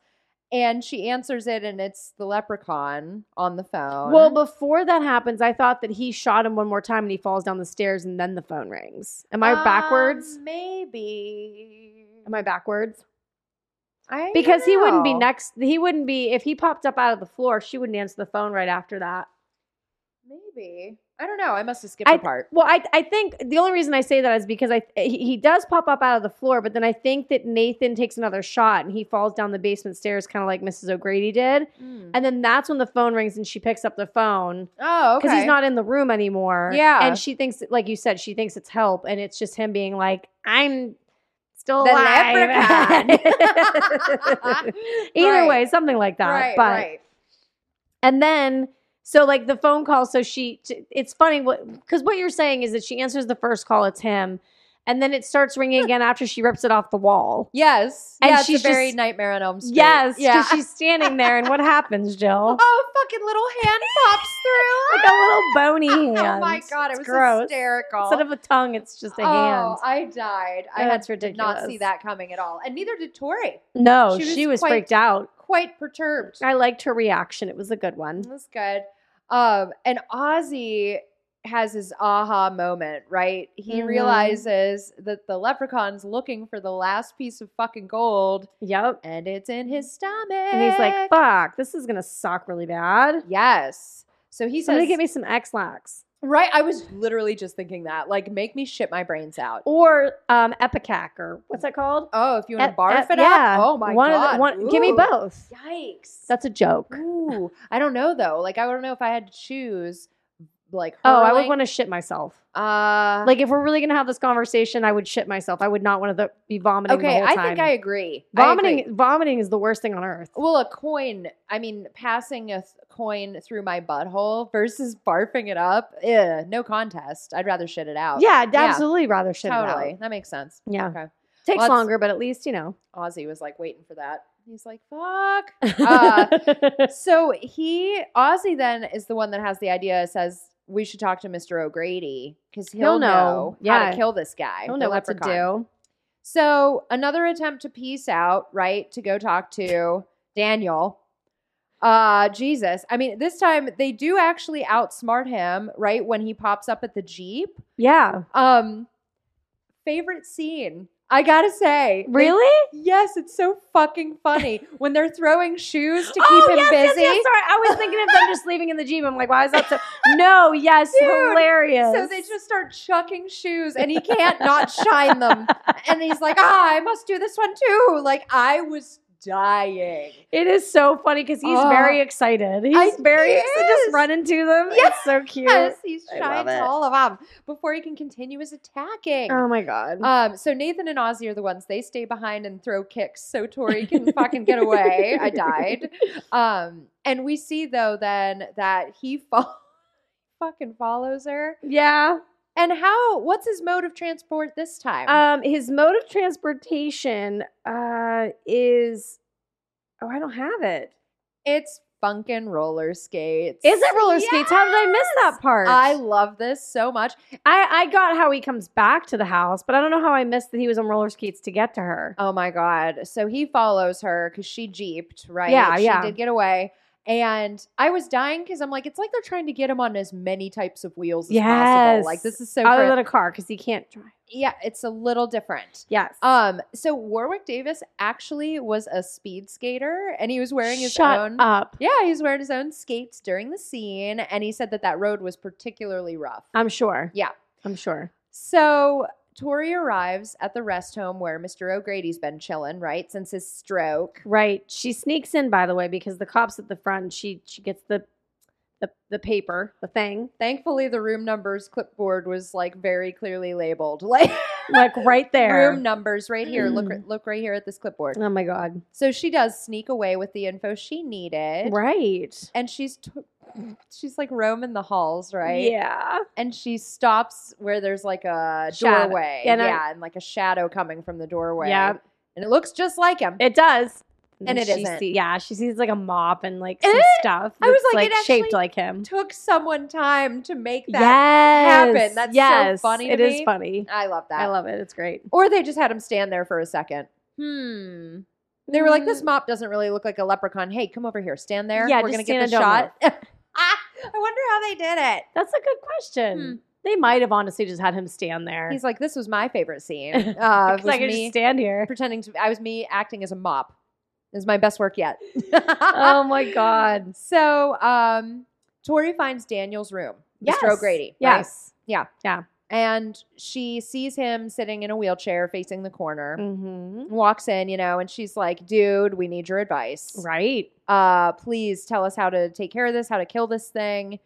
S1: And she answers it, and it's the leprechaun on the phone.
S2: Well, before that happens, I thought that he shot him one more time and he falls down the stairs and then the phone rings. Am I
S1: Um,
S2: backwards?
S1: Maybe.
S2: Am I backwards?
S1: I don't
S2: because he wouldn't be
S1: know.
S2: next he wouldn't be if he popped up out of the floor she wouldn't answer the phone right after that
S1: Maybe. I don't know. I must have skipped
S2: I-
S1: a part.
S2: well i, I think the only reason i say that is because i he, he does pop up out of the floor but then i think that nathan takes another shot and he falls down the basement stairs kind of like mrs o'grady did
S1: Hmm.
S2: and then that's when the phone rings and she picks up the phone
S1: Oh, okay.
S2: because he's not in the room anymore
S1: Yeah.
S2: and she thinks like you said she thinks it's help and it's just him being like i'm still
S1: The [laughs]
S2: alive
S1: leprechaun.
S2: [laughs]
S1: [laughs]
S2: either
S1: Right.
S2: way something like [laughs] that
S1: right,
S2: but
S1: right.
S2: And then, so like the phone call, so she, t- it's funny what, because what you're saying is that she answers the first call, it's him. And then it starts ringing again after she rips it off the wall.
S1: Yes.
S2: And
S1: yeah, it's
S2: she's
S1: a very
S2: just-
S1: Nightmare on Elm Street.
S2: Yes,
S1: Yeah.
S2: because she's standing there,
S1: [laughs]
S2: and what happens, Jill?
S1: oh, fucking little hand pops through.
S2: [laughs] Like a little bony hand.
S1: [laughs] Oh my god, it
S2: It's
S1: was
S2: gross.
S1: hysterical.
S2: Instead of a tongue, it's just a hand.
S1: Oh, I died. I
S2: Oh,
S1: had
S2: that's
S1: did not see
S2: ridiculous.
S1: that coming at all, and neither did Tori.
S2: No,
S1: she
S2: she
S1: was
S2: was,
S1: quite-
S2: freaked out.
S1: Quite perturbed.
S2: I liked her reaction. It was a good one.
S1: That's good. Um, and Ozzy has his aha moment, right? He
S2: Mhm.
S1: realizes that the leprechaun's looking for the last piece of fucking gold,
S2: Yep.
S1: and it's in his stomach.
S2: And he's like, fuck, this is going to suck really bad.
S1: yes. So he
S2: Somebody
S1: says,
S2: get me some X-Lax.
S1: right? I was literally just thinking that, like, make me shit my brains out.
S2: or um, Epicac or what's that called?
S1: Oh, if you want
S2: Ep-
S1: to barf
S2: ep-
S1: it
S2: yeah.
S1: up, oh my
S2: one of the-
S1: god,
S2: one- give me
S1: Ooh.
S2: both.
S1: Yikes.
S2: That's a joke.
S1: Ooh, I don't know though. Like I don't know if I had to choose, like
S2: Oh, I would
S1: hurling-
S2: want to shit myself.
S1: Uh,
S2: Like if we're really gonna have this conversation, I would shit myself. I would not want to be vomiting. the
S1: okay,
S2: whole
S1: I
S2: time.
S1: think I agree. I
S2: vomiting.
S1: agree.
S2: Vomiting is the worst thing on earth.
S1: Well, a coin. I mean, passing a th- coin through my butthole versus barfing it up. Ugh, no contest. I'd rather shit it out.
S2: Yeah, I'd absolutely rather shit it out.
S1: totally. That makes sense.
S2: Yeah,
S1: Okay.
S2: takes
S1: Well, it's-
S2: longer, but at least you know.
S1: Ozzy was like waiting for that. He's like, "Fuck."
S2: [laughs]
S1: Uh, so he Ozzy then is the one that has the idea. Says we should talk to Mr. O'Grady because he'll,
S2: He'll know.
S1: know, how
S2: Yeah.
S1: to kill this guy.
S2: I don't
S1: the
S2: know what to
S1: leprechaun.
S2: do.
S1: So another attempt to peace out, right? To go talk to Daniel. Uh Jesus. I mean, this time they do actually outsmart him, right? When he pops up at the Jeep.
S2: Yeah.
S1: Um favorite scene. I gotta say. they-
S2: Really?
S1: yes, it's so fucking funny. when they're throwing shoes to keep him
S2: Oh, yes,
S1: busy.
S2: yes, yes. Sorry, I was thinking of them just leaving in the Jeep. I'm like, why is that
S1: [laughs]
S2: so? No, yes,
S1: Dude,
S2: hilarious.
S1: So they just start chucking shoes and he can't not shine [laughs] them. And he's like, ah, I must do this one too. Like, I was dying.
S2: It is so funny because he's
S1: Oh.
S2: very excited. He's
S1: I-
S2: very
S1: he
S2: excited. Just
S1: is.
S2: running to them.
S1: Yes.
S2: It's so cute.
S1: Yes, he's
S2: I
S1: shy
S2: love
S1: to
S2: it.
S1: all of them before he can continue his attacking.
S2: Oh my god.
S1: Um, so Nathan and Ozzy are the ones they stay behind and throw kicks so Tori can [laughs] fucking get away. I [laughs] died. Um, and we see though then that he fo- [laughs] fucking follows her.
S2: Yeah.
S1: And how? What's his mode of transport this time?
S2: Um, his mode of transportation uh is oh, I don't have it.
S1: It's funkin' roller skates.
S2: Is it roller skates? How did I miss that part?
S1: I love this so much.
S2: I I got how he comes back to the house, but I don't know how I missed that he was on roller skates to get to her.
S1: Oh my god! So he follows her because she jeeped, right?
S2: Yeah,
S1: she
S2: yeah.
S1: Did get away, and I was dying because I'm like, it's like they're trying to get him on as many types of wheels as
S2: Yes.
S1: possible. Like this is so.
S2: Other
S1: cra-
S2: than a car, because he can't drive.
S1: yeah, it's a little different.
S2: Yes.
S1: Um, so Warwick Davis actually was a speed skater, and he was wearing his
S2: Shut
S1: own.
S2: up.
S1: Yeah, he was wearing his own skates during the scene, and he said that that road was particularly rough.
S2: I'm sure.
S1: Yeah.
S2: I'm sure.
S1: So Tori arrives at the rest home where Mr. O'Grady's been chilling, right, since his stroke.
S2: Right. She sneaks in, by the way, because the cops at the front. She she gets the the, the paper, the thing,
S1: Thankfully, the room numbers clipboard was like very clearly labeled, [laughs] like
S2: like right there.
S1: room numbers right here. Look,
S2: Mm.
S1: look right here at this clipboard.
S2: Oh my god.
S1: So she does sneak away with the info she needed,
S2: Right.
S1: and she's t- she's like roaming the halls, right?
S2: Yeah.
S1: And she stops where there's like a
S2: Shadow.
S1: doorway,
S2: And I-
S1: yeah, and like a shadow coming from the doorway.
S2: Yeah.
S1: and it looks just like him.
S2: It does.
S1: And it
S2: she
S1: isn't.
S2: see- yeah, she sees like a mop and like
S1: And
S2: some
S1: it-
S2: stuff.
S1: I was
S2: that's,
S1: like, it
S2: shaped
S1: actually-
S2: like him.
S1: took someone time to make that
S2: yes.
S1: happen. That's so
S2: yes.
S1: funny to
S2: It is
S1: me.
S2: funny.
S1: I love that.
S2: I love it. It's great.
S1: Or they just had him stand there for a second. Hmm. They were like, this
S2: Hmm.
S1: mop doesn't really look like a leprechaun. Hey, come over here. Stand there.
S2: Mm. Yeah,
S1: We're going to
S2: just
S1: get the
S2: stand
S1: shot. ah, [laughs] I wonder how they did it.
S2: That's a good question. They might have honestly just had him stand there.
S1: Hmm. He's like, this was my favorite
S2: [laughs]
S1: scene. Uh,
S2: 'Cause
S1: was
S2: I could
S1: me
S2: just stand here.
S1: pretending to, I was me acting as a mop. It was my best work yet.
S2: [laughs] oh my
S1: [laughs]
S2: god.
S1: So, um, Tori finds Daniel's room. Mr. O'Grady. right?
S2: Yes.
S1: Yeah.
S2: Yeah.
S1: And she sees him sitting in a wheelchair facing the corner,
S2: Mm-hmm.
S1: walks in, you know, and she's like, dude, we need your advice.
S2: Right.
S1: Uh, please tell us how to take care of this, how to kill this thing.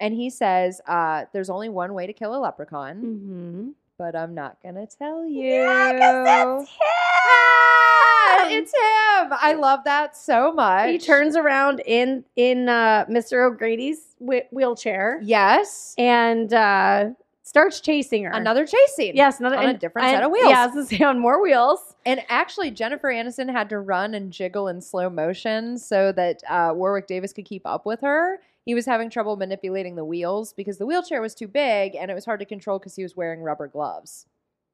S1: And he says, uh, there's only one way to kill a leprechaun,
S2: Mm-hmm.
S1: but I'm not going to tell you.
S2: Yeah, 'cause
S1: Ah, it's him. I love that so much.
S2: He turns around in in uh, Mr. O'Grady's whe- wheelchair
S1: Yes.
S2: and uh, starts chasing her.
S1: Another chase scene.
S2: yes, another
S1: on a
S2: and-
S1: different
S2: and-
S1: set of wheels.
S2: [laughs] Yeah, I was gonna say, on more wheels.
S1: And actually, Jennifer Aniston had to run and jiggle in slow motion so that uh, Warwick Davis could keep up with her. He was having trouble manipulating the wheels because the wheelchair was too big and it was hard to control because he was wearing rubber gloves.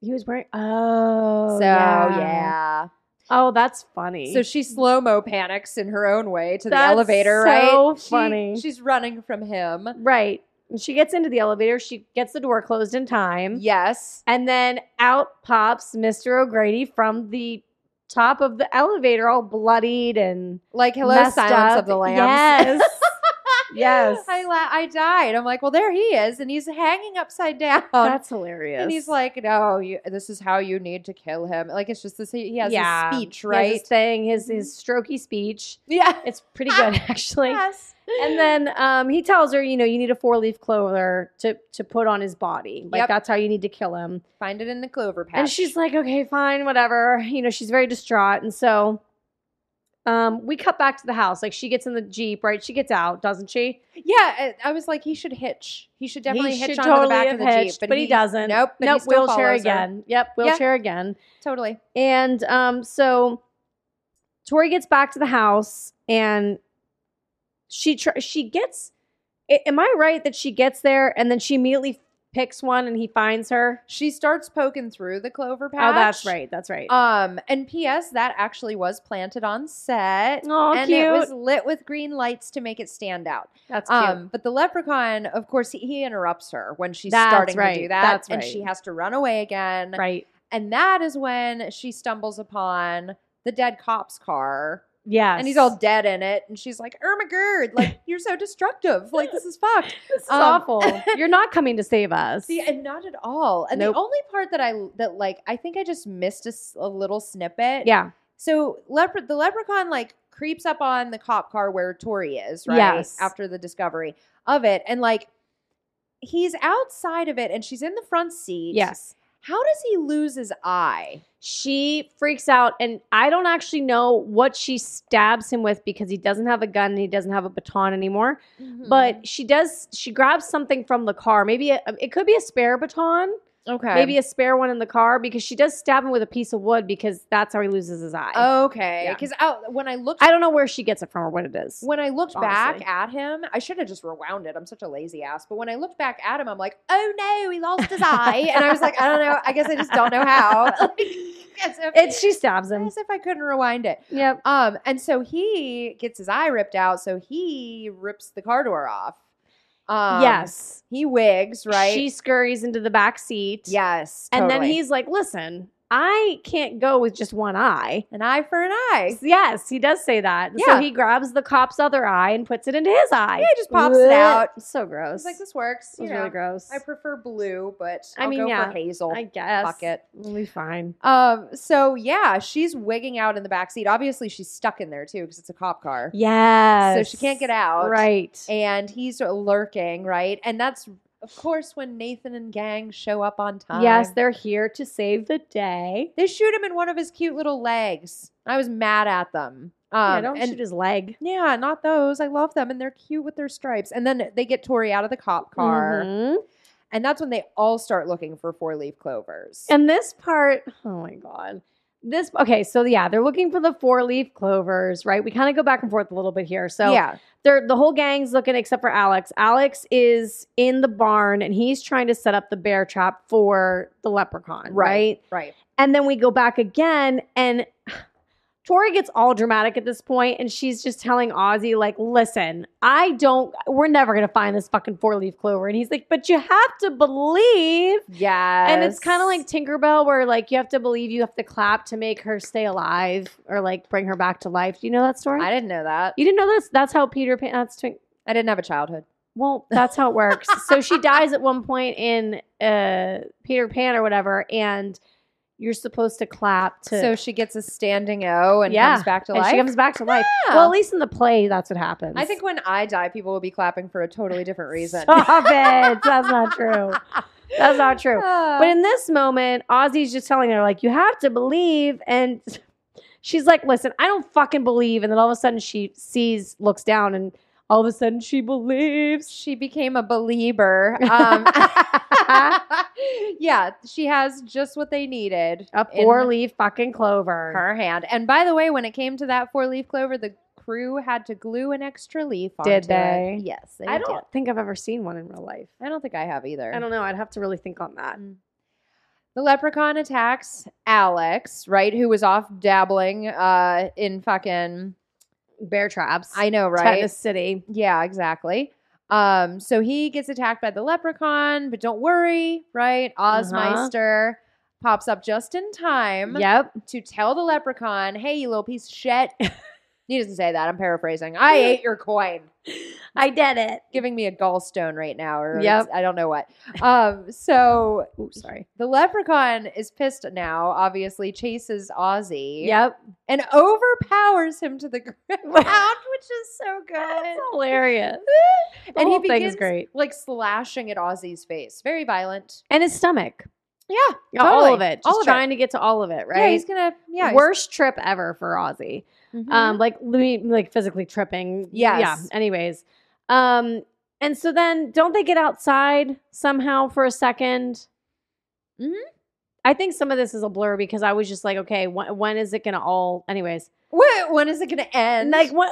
S2: He was wearing. Oh,
S1: so, yeah.
S2: Oh, that's funny.
S1: So she slow mo panics in her own way to the
S2: That's
S1: elevator,
S2: so
S1: right? She-
S2: funny.
S1: she's running from him.
S2: right, And she gets into the elevator. She gets the door closed in time,
S1: Yes.
S2: and then out pops Mr. O'Grady from the top of the elevator, all bloodied and
S1: Like, hello,
S2: messed
S1: Silence
S2: up.
S1: of the Lambs. [laughs]
S2: Yes. [laughs] yes.
S1: I, la- I died. I'm like, well, there he is. And he's hanging upside down.
S2: Oh, That's hilarious.
S1: [laughs] And he's like, "No, you, this is how you need to kill him." Like it's just this. He he has
S2: Yeah.
S1: this speech,
S2: He has
S1: right? Mm-hmm.
S2: his thing, his his strokey speech.
S1: [laughs] yeah.
S2: It's
S1: [laughs]
S2: pretty good actually.
S1: Yes.
S2: And then um, he tells her, you know, you need a four leaf clover to to put on his body. Like
S1: Yep.
S2: that's how you need to kill him.
S1: [laughs] Find it in the clover patch.
S2: And she's like, okay, fine, whatever. You know, she's very distraught, and so. Um, we cut back to the house. Like she gets in the jeep, right? She gets out, doesn't she?
S1: "Yeah." I- I was like, "He should hitch. He should definitely
S2: he
S1: hitch
S2: should
S1: onto the back
S2: have
S1: of the jeep."
S2: hitched, but, he, doesn't.
S1: Nope. But
S2: nope.
S1: He still
S2: wheelchair
S1: follows her.
S2: again. Yep. Wheelchair again.
S1: Totally.
S2: And um, so Tori gets back to the house and she tr- she gets. a- am I right that she gets there and then she immediately picks one and he finds her.
S1: She starts poking through the clover patch.
S2: Oh, that's right. That's right.
S1: Um, and P.S. That actually was planted on set.
S2: oh,
S1: and
S2: cute.
S1: it was lit with green lights to make it stand out.
S2: that's cute.
S1: Um, but the leprechaun, of course, he, he interrupts her when she's
S2: That's
S1: starting to do
S2: right.
S1: that,
S2: That's
S1: and
S2: right.
S1: she has to run away again.
S2: right.
S1: And that is when she stumbles upon the dead cop's car,
S2: Yes.
S1: and he's all dead in it, and she's like, "Ermagerd, like you're so destructive, like
S2: [laughs]
S1: this is fucked."
S2: This is
S1: um,
S2: awful. [laughs] You're not coming to save us.
S1: See, and not at all. And
S2: Nope.
S1: the only part that I that like I think I just missed a, s- a little snippet.
S2: yeah.
S1: So lepre the leprechaun like creeps up on the cop car where Tori is, right?
S2: Yes.
S1: After the discovery of it, and like he's outside of it, and she's in the front seat.
S2: Yes.
S1: How does he lose his eye?
S2: She freaks out, and I don't actually know what she stabs him with because he doesn't have a gun and he doesn't have a baton anymore.
S1: Hmm.
S2: But she does. She grabs something from the car. Maybe a, it could be a spare baton.
S1: okay,
S2: Maybe a spare one in the car because she does stab him with a piece of wood because that's how he loses his eye.
S1: okay,
S2: Yeah.
S1: because when I looked
S2: I don't know where she gets it from or what it is.
S1: When I looked
S2: honestly.
S1: back at him, I should have just rewound it. I'm such a lazy ass. But when I looked back at him, I'm like, oh no, he lost his eye. And I was like, I don't know. I guess I just don't know how. [laughs] Like, as if,
S2: It, she stabs
S1: [laughs]
S2: him.
S1: as if I couldn't rewind it.
S2: Yep.
S1: Um, and so he gets his eye ripped out. So he rips the car door off. Um,
S2: yes.
S1: He wigs, right?
S2: She scurries into the back seat.
S1: yes.
S2: And then
S1: totally.
S2: he's like, "Listen, I can't go with just one eye."
S1: an eye for an eye.
S2: Yes, he does say that. So
S1: Yeah.
S2: he grabs the cop's other eye and puts it into his eye.
S1: Yeah, he just pops it out.
S2: So gross.
S1: It's like this works.
S2: It
S1: You
S2: was
S1: know,
S2: really gross.
S1: I prefer blue, but
S2: I
S1: I'll
S2: mean,
S1: go
S2: yeah,
S1: for [laughs] hazel.
S2: I guess.
S1: Fuck it.
S2: We'll be fine.
S1: Um, so yeah, she's wigging out in the back seat. Obviously, she's stuck in there too because it's a cop car.
S2: Yes.
S1: So she can't get out.
S2: Right.
S1: And he's lurking, right? And that's of course when Nathan and gang show up on time.
S2: yes, they're here to save the day.
S1: They shoot him in one of his cute little legs. I was mad at them. Um,
S2: I don't
S1: and
S2: shoot his leg.
S1: yeah, not those. I love them and they're cute with their stripes. And then they get Tori out of the cop car.
S2: Mhm.
S1: And that's when they all start looking for four leaf clovers.
S2: And this part, oh my god. This okay, so yeah, they're looking for the four leaf clovers, right? We kind of go back and forth a little bit here. So
S1: yeah.
S2: they're the whole gang's looking except for Alex. Alex is in the barn and he's trying to set up the bear trap for the leprechaun, right?
S1: Right. Right.
S2: And then we go back again and [sighs] Tori gets all dramatic at this point and she's just telling Ozzy like, "Listen, I don't we're never going to find this fucking four-leaf clover." And he's like, "But you have to believe."
S1: Yes.
S2: And it's kind of like Tinkerbell where like you have to believe, you have to clap to make her stay alive or like bring her back to life. Do you know that story?
S1: I didn't know that.
S2: you didn't know this? That's how Peter Pan that's Twink
S1: I didn't have a childhood.
S2: Well, that's how it works. so [laughs] she dies at one point in uh, Peter Pan or whatever, and you're supposed to clap to.
S1: so she gets a standing O and
S2: Yeah,
S1: comes back to
S2: and
S1: life.
S2: she comes back to life.
S1: Yeah.
S2: Well, at least in the play, that's what happens.
S1: I think when I die, people will be clapping for a totally
S2: [laughs]
S1: different reason.
S2: Stop it! That's not true. That's
S1: [laughs]
S2: not true.
S1: Ah.
S2: But in this moment, Ozzy's just telling her like, "You have to believe," and she's like, "Listen, I don't fucking believe." And then all of a sudden, she sees, looks down, and all of a sudden, she believes.
S1: she became a believer.
S2: [laughs]
S1: Um, [laughs] yeah, she has just what they needed.
S2: A
S1: in
S2: four-leaf fucking clover.
S1: her hand. And by the way, when it came to that four leaf clover, the crew had to glue an extra leaf onto
S2: Did
S1: it.
S2: they?
S1: Yes, they
S2: I
S1: did.
S2: don't think I've ever seen one in real life.
S1: I don't think I have either.
S2: I don't know. I'd have to really think on that.
S1: The leprechaun attacks Alex, right? Who was off dabbling uh, in fucking.
S2: Bear traps.
S1: I know, right?
S2: Tetanus City.
S1: Yeah, exactly. Um, so he gets attacked by the leprechaun, but don't worry, right? Ozmeister pops up just in time
S2: Yep.
S1: to tell the leprechaun, "Hey, you little piece of shit." he doesn't say that. I'm paraphrasing. I ate your coin,
S2: I did it.
S1: giving me a gallstone right now, or
S2: Yep.
S1: it's- I don't know what. Um, so
S2: Ooh, sorry.
S1: the leprechaun is pissed now. Obviously, chases Ozzy.
S2: Yep.
S1: and overpowers him to the [laughs] ground, which is so good.
S2: [laughs] That's
S1: [laughs]
S2: hilarious. The
S1: and
S2: whole
S1: he
S2: thing
S1: begins
S2: is great.
S1: like slashing at Ozzy's face. Very violent.
S2: And his stomach.
S1: Yeah.
S2: Yeah, All
S1: totally.
S2: of it. Just
S1: All of it.
S2: trying to get to all of it, right?
S1: Yeah, he's gonna yeah. he's-
S2: Worst trip ever for Ozzy.
S1: Mhm.
S2: Um, like me, like physically tripping. Yeah.
S1: Yes.
S2: Anyways. Um, and so then don't they get outside somehow for a 2nd
S1: Mhm.
S2: I think some of this is a blur because I was just like, okay, wh- when is it gonna all anyways?
S1: [laughs] Wait, when is it gonna end?
S2: like what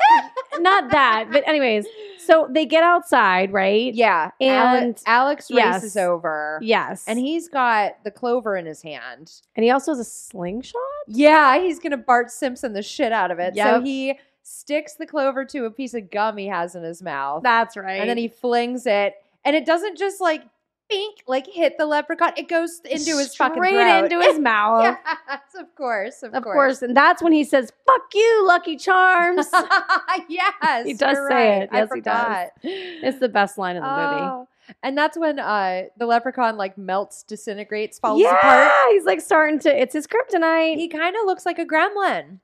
S2: not that but anyways So they get outside,
S1: [laughs]
S2: right?
S1: Yeah.
S2: And-
S1: And Alex
S2: yes.
S1: races over.
S2: Yes.
S1: And he's got the clover in his hand.
S2: and he also has a slingshot.
S1: Yeah, he's gonna Bart Simpson the shit out of it. So
S2: Yep.
S1: he sticks the clover to a piece of gum he has in his mouth,
S2: That's right.
S1: and then he flings it, and it doesn't just like bink, like hit the leprechaun. It goes into his fucking
S2: Straight
S1: throat.
S2: into [laughs] his mouth.
S1: [laughs] yes, of course, of,
S2: Of course. And that's when he says, fuck you, Lucky Charms.
S1: [laughs] yes,
S2: He does
S1: you're
S2: say
S1: right.
S2: it.
S1: I
S2: Yes, he does.
S1: forgot.
S2: it's the best line in the movie.
S1: Oh. And that's when uh, the leprechaun like melts, disintegrates, falls
S2: yeah,
S1: apart.
S2: he's like starting to, it's his kryptonite.
S1: He kind of looks like a gremlin.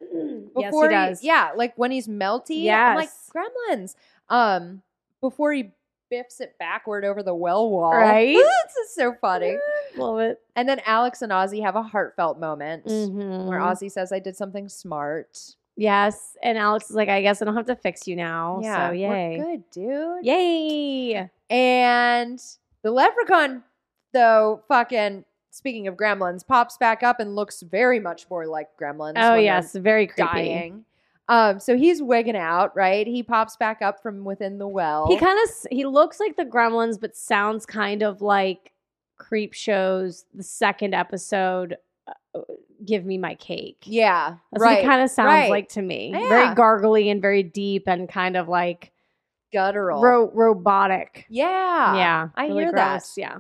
S2: yes, he does.
S1: yeah, like when he's melty. I'm like
S2: Yes.
S1: gremlins. Um, before he biffs it backward over the well wall. [laughs]
S2: Right?
S1: this is so funny.
S2: Love it.
S1: And then Alex and Ozzy have a heartfelt moment where
S2: Mhm.
S1: Ozzy says, "I did something smart."
S2: Yes. And Alex is like, I guess I don't have to fix you now. so, yay.
S1: we're good, dude.
S2: Yay.
S1: And the leprechaun, though, fucking speaking of gremlins, pops back up and looks very much more like gremlins.
S2: Oh,
S1: when they're
S2: yes. Very creepy.
S1: dying. Um, so he's wigging out, right? He pops back up from within the well.
S2: He kind of he looks like the Gremlins, but sounds kind of like Creep Shows. The second episode, uh, Give Me My Cake.
S1: yeah,
S2: That's what
S1: right.
S2: he kind of sounds
S1: right.
S2: like to me.
S1: Yeah.
S2: Very gargly and very deep and kind of like
S1: guttural.
S2: ro- robotic.
S1: yeah,
S2: yeah,
S1: I
S2: really
S1: hear
S2: gross.
S1: that.
S2: Yeah,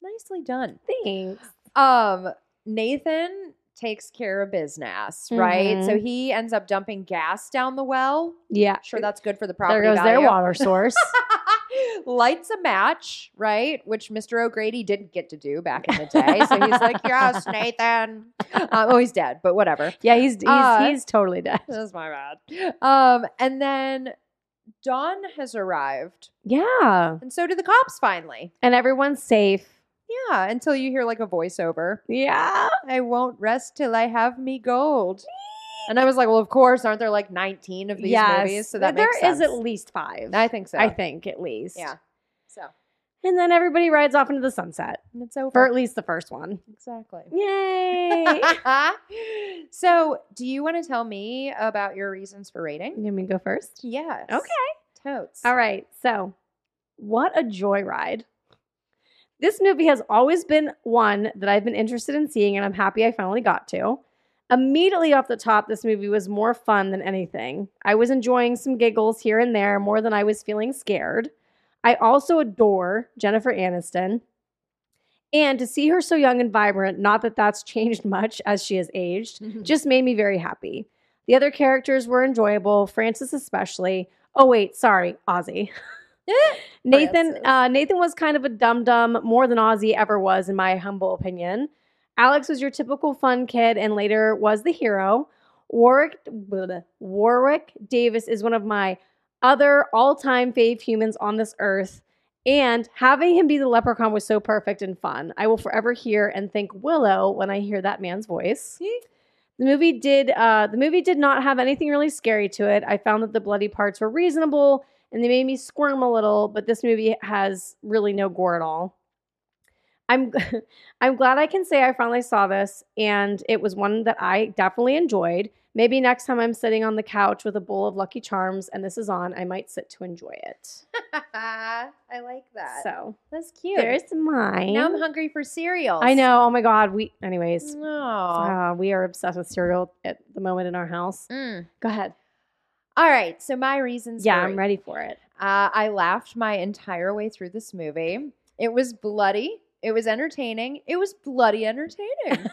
S1: Nicely done.
S2: thanks.
S1: Um, Nathan takes care of business, right?
S2: Mhm.
S1: So he ends up dumping gas down the well.
S2: Yeah,
S1: Sure, that's good for the property
S2: there goes
S1: value.
S2: their water source.
S1: [laughs] Lights a match, right? Which Mr. O'Grady didn't get to do back
S2: [laughs]
S1: in the day. So he's like, yes, Nathan. Um, oh, he's dead, but whatever.
S2: yeah, he's he's,
S1: Uh,
S2: he's totally dead.
S1: This is my bad. Um, and then Dawn has arrived,
S2: Yeah,
S1: and so do the cops finally.
S2: and everyone's safe.
S1: Yeah, until you hear like a voiceover.
S2: Yeah,
S1: I won't rest till I have me gold. And I was like, well, of course, aren't there like 19 of these
S2: yes.
S1: movies? So that
S2: there
S1: makes
S2: is
S1: sense.
S2: at least five.
S1: I think so.
S2: I think at least.
S1: Yeah. So
S2: And then everybody rides off into the sunset
S1: and it's over.
S2: for at least the first one.
S1: exactly.
S2: Yay!
S1: [laughs] so, do you want to tell me about your reasons for rating?
S2: [laughs] you want me to go first?
S1: Yes.
S2: Okay.
S1: Totes.
S2: [laughs] All right. So, what a joyride. This movie has always been one that I've been interested in seeing, and I'm happy I finally got to. Immediately off the top, this movie was more fun than anything. I was enjoying some giggles here and there more than I was feeling scared. I also adore Jennifer Aniston. And to see her so young and vibrant, not that that's [laughs] changed much as she has aged,
S1: Mm-hmm.
S2: just made me very happy. The other characters were enjoyable, Francis especially. Oh wait, sorry, Ozzy. [laughs] Nathan
S1: Francis.
S2: uh, Nathan was kind of a dum dum more than Ozzy ever was in my humble opinion. Alex was your typical fun kid and later was the hero. Warwick blah, blah, Warwick Davis is one of my other all-time fave humans on this earth. And having him be the leprechaun was so perfect and fun. I will forever hear and think Willow when I hear that man's voice. The movie did uh, the movie did not have anything really scary to it. I found that the bloody parts were reasonable and they made me squirm a little, but this movie has really no gore at all. I'm [laughs] I'm glad I can say I finally saw this and it was one that I definitely enjoyed. Maybe next time I'm sitting on the couch with a bowl of Lucky Charms and this is on, I might sit to enjoy it.
S1: I like that.
S2: So
S1: That's cute.
S2: there's mine.
S1: now Mm. I'm hungry for cereal.
S2: I know. Oh my god. We anyways.
S1: No.
S2: Uh, we are obsessed with cereal at the moment in our house.
S1: Mm.
S2: Go ahead.
S1: All right. So my reasons.
S2: Yeah,
S1: for
S2: I'm ready
S1: [laughs]
S2: for it.
S1: Uh, I laughed my entire way through this movie. It was bloody. It was entertaining. It was bloody entertaining.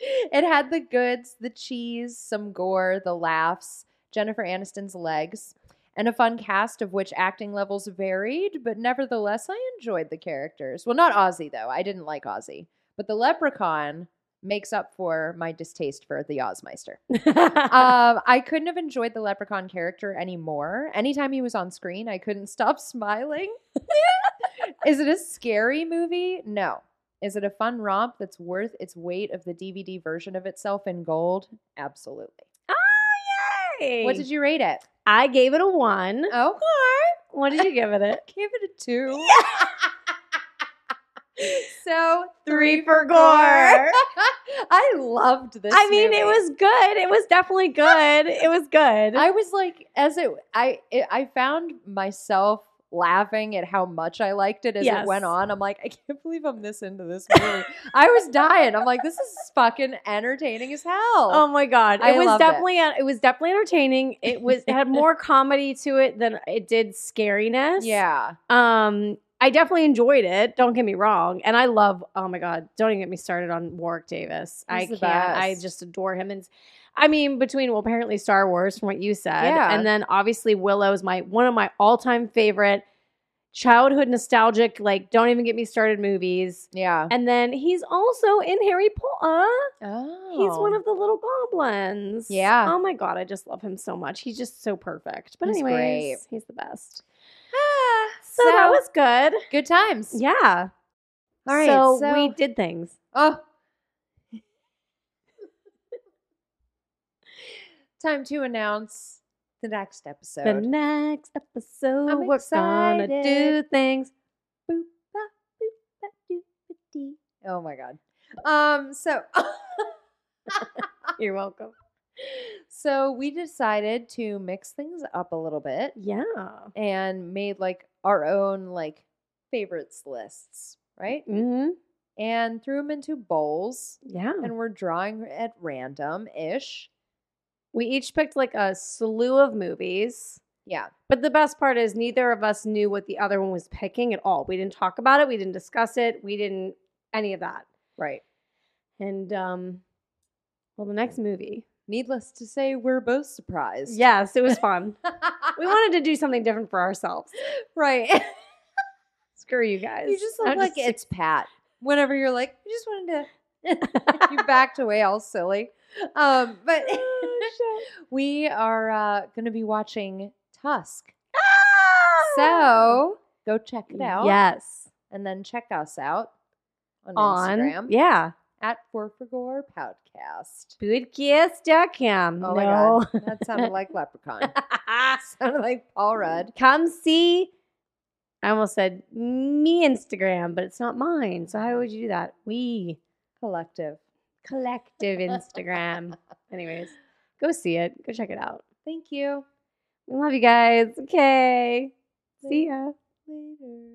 S1: it had the goods, the cheese, some gore, the laughs, Jennifer Aniston's legs, and a fun cast of which acting levels varied, but nevertheless, I enjoyed the characters. Well, not Ozzy, though. I didn't like Ozzy. But the leprechaun makes up for my distaste for the Ozmeister um, I couldn't have enjoyed the leprechaun character anymore. Anytime he was on screen, I couldn't stop [laughs]
S2: [laughs]
S1: smiling. Is it a scary movie? No. Is it a fun romp that's worth its weight of the DVD version of itself in gold? Absolutely. What did you rate it?
S2: I gave it a one.
S1: Okay.
S2: What did you give it?
S1: [laughs]
S2: A
S1: Give it a
S2: [laughs]
S1: two. so
S2: three for [laughs]
S1: gore. [laughs] I loved this.
S2: I mean, it
S1: movie.
S2: was good. It was definitely good. it was good.
S1: I was like, as it, I, it, I found myself laughing at how much I liked it as
S2: Yes.
S1: it went on. I'm like, I can't believe I'm this into this movie. I was dying. I'm like, this is fucking entertaining as hell.
S2: [laughs] Oh my god! It
S1: I
S2: was
S1: loved it.
S2: definitely it. was definitely entertaining. It was
S1: [laughs]
S2: it had more comedy to it than it did scariness.
S1: yeah,
S2: Um, I definitely enjoyed it. Don't get me wrong, and I love. Oh my god! Don't even get me started on Warwick Davis. I
S1: He's the
S2: can't. I
S1: best.
S2: just adore him. And I mean, between well, apparently Star Wars, from what you said,
S1: Yeah.
S2: and then obviously Willow is my one of my all time favorite childhood nostalgic. Like, don't even get me started movies.
S1: yeah.
S2: And then he's also in Harry Potter.
S1: Oh,
S2: He's one of the little goblins.
S1: Yeah.
S2: Oh my god, I just love him so much. He's just so perfect. But
S1: He's
S2: anyways,
S1: great.
S2: he's the best.
S1: Ah,
S2: So, that was good.
S1: good times.
S2: Yeah.
S1: All right,
S2: So,
S1: so-
S2: we did things.
S1: Oh. Time to announce the next episode.
S2: The next episode,
S1: I'm
S2: we're gonna do
S1: excited.
S2: things.
S1: oh my god. Um so
S2: [laughs]
S1: [laughs]
S2: You're welcome.
S1: so we decided to mix things up a little bit
S2: Yeah.
S1: and made like our own like favorites lists, right?
S2: Mm-hmm.
S1: And threw them into bowls
S2: Yeah.
S1: and we're drawing at random ish.
S2: We each picked like a slew of movies.
S1: Yeah.
S2: But the best part is neither of us knew what the other one was picking at all. We didn't talk about it. We didn't discuss it. We didn't any of that.
S1: Right.
S2: And um well, the next movie.
S1: Needless to say, we're both surprised. [laughs]
S2: Yes, [laughs] it was fun. [laughs] we wanted to do something different for ourselves.
S1: right. [laughs]
S2: Screw you guys.
S1: You just look
S2: I'm
S1: like it's Pat. Whenever you're like, you just wanted
S2: [laughs]
S1: [laughs] to, you backed away all silly. Um, but [laughs]
S2: Oh,
S1: we are uh, going to be watching Tusk.
S2: Oh!
S1: So go check it out.
S2: Yes.
S1: And then check us out on,
S2: On
S1: Instagram
S2: yeah,
S1: at Four for Gore Podcast.
S2: bootkiss.com.
S1: Oh
S2: no.
S1: my God. That sounded like
S2: [laughs]
S1: Leprechaun. [laughs]
S2: god.
S1: sounded like Paul Rudd.
S2: Come see. I almost said me Instagram, but it's not mine. So how would you do that? We
S1: Collective. [laughs]
S2: collective Instagram. Anyways, go see it. Go check it out.
S1: Thank you.
S2: We love you guys. Okay. See ya.
S1: Later.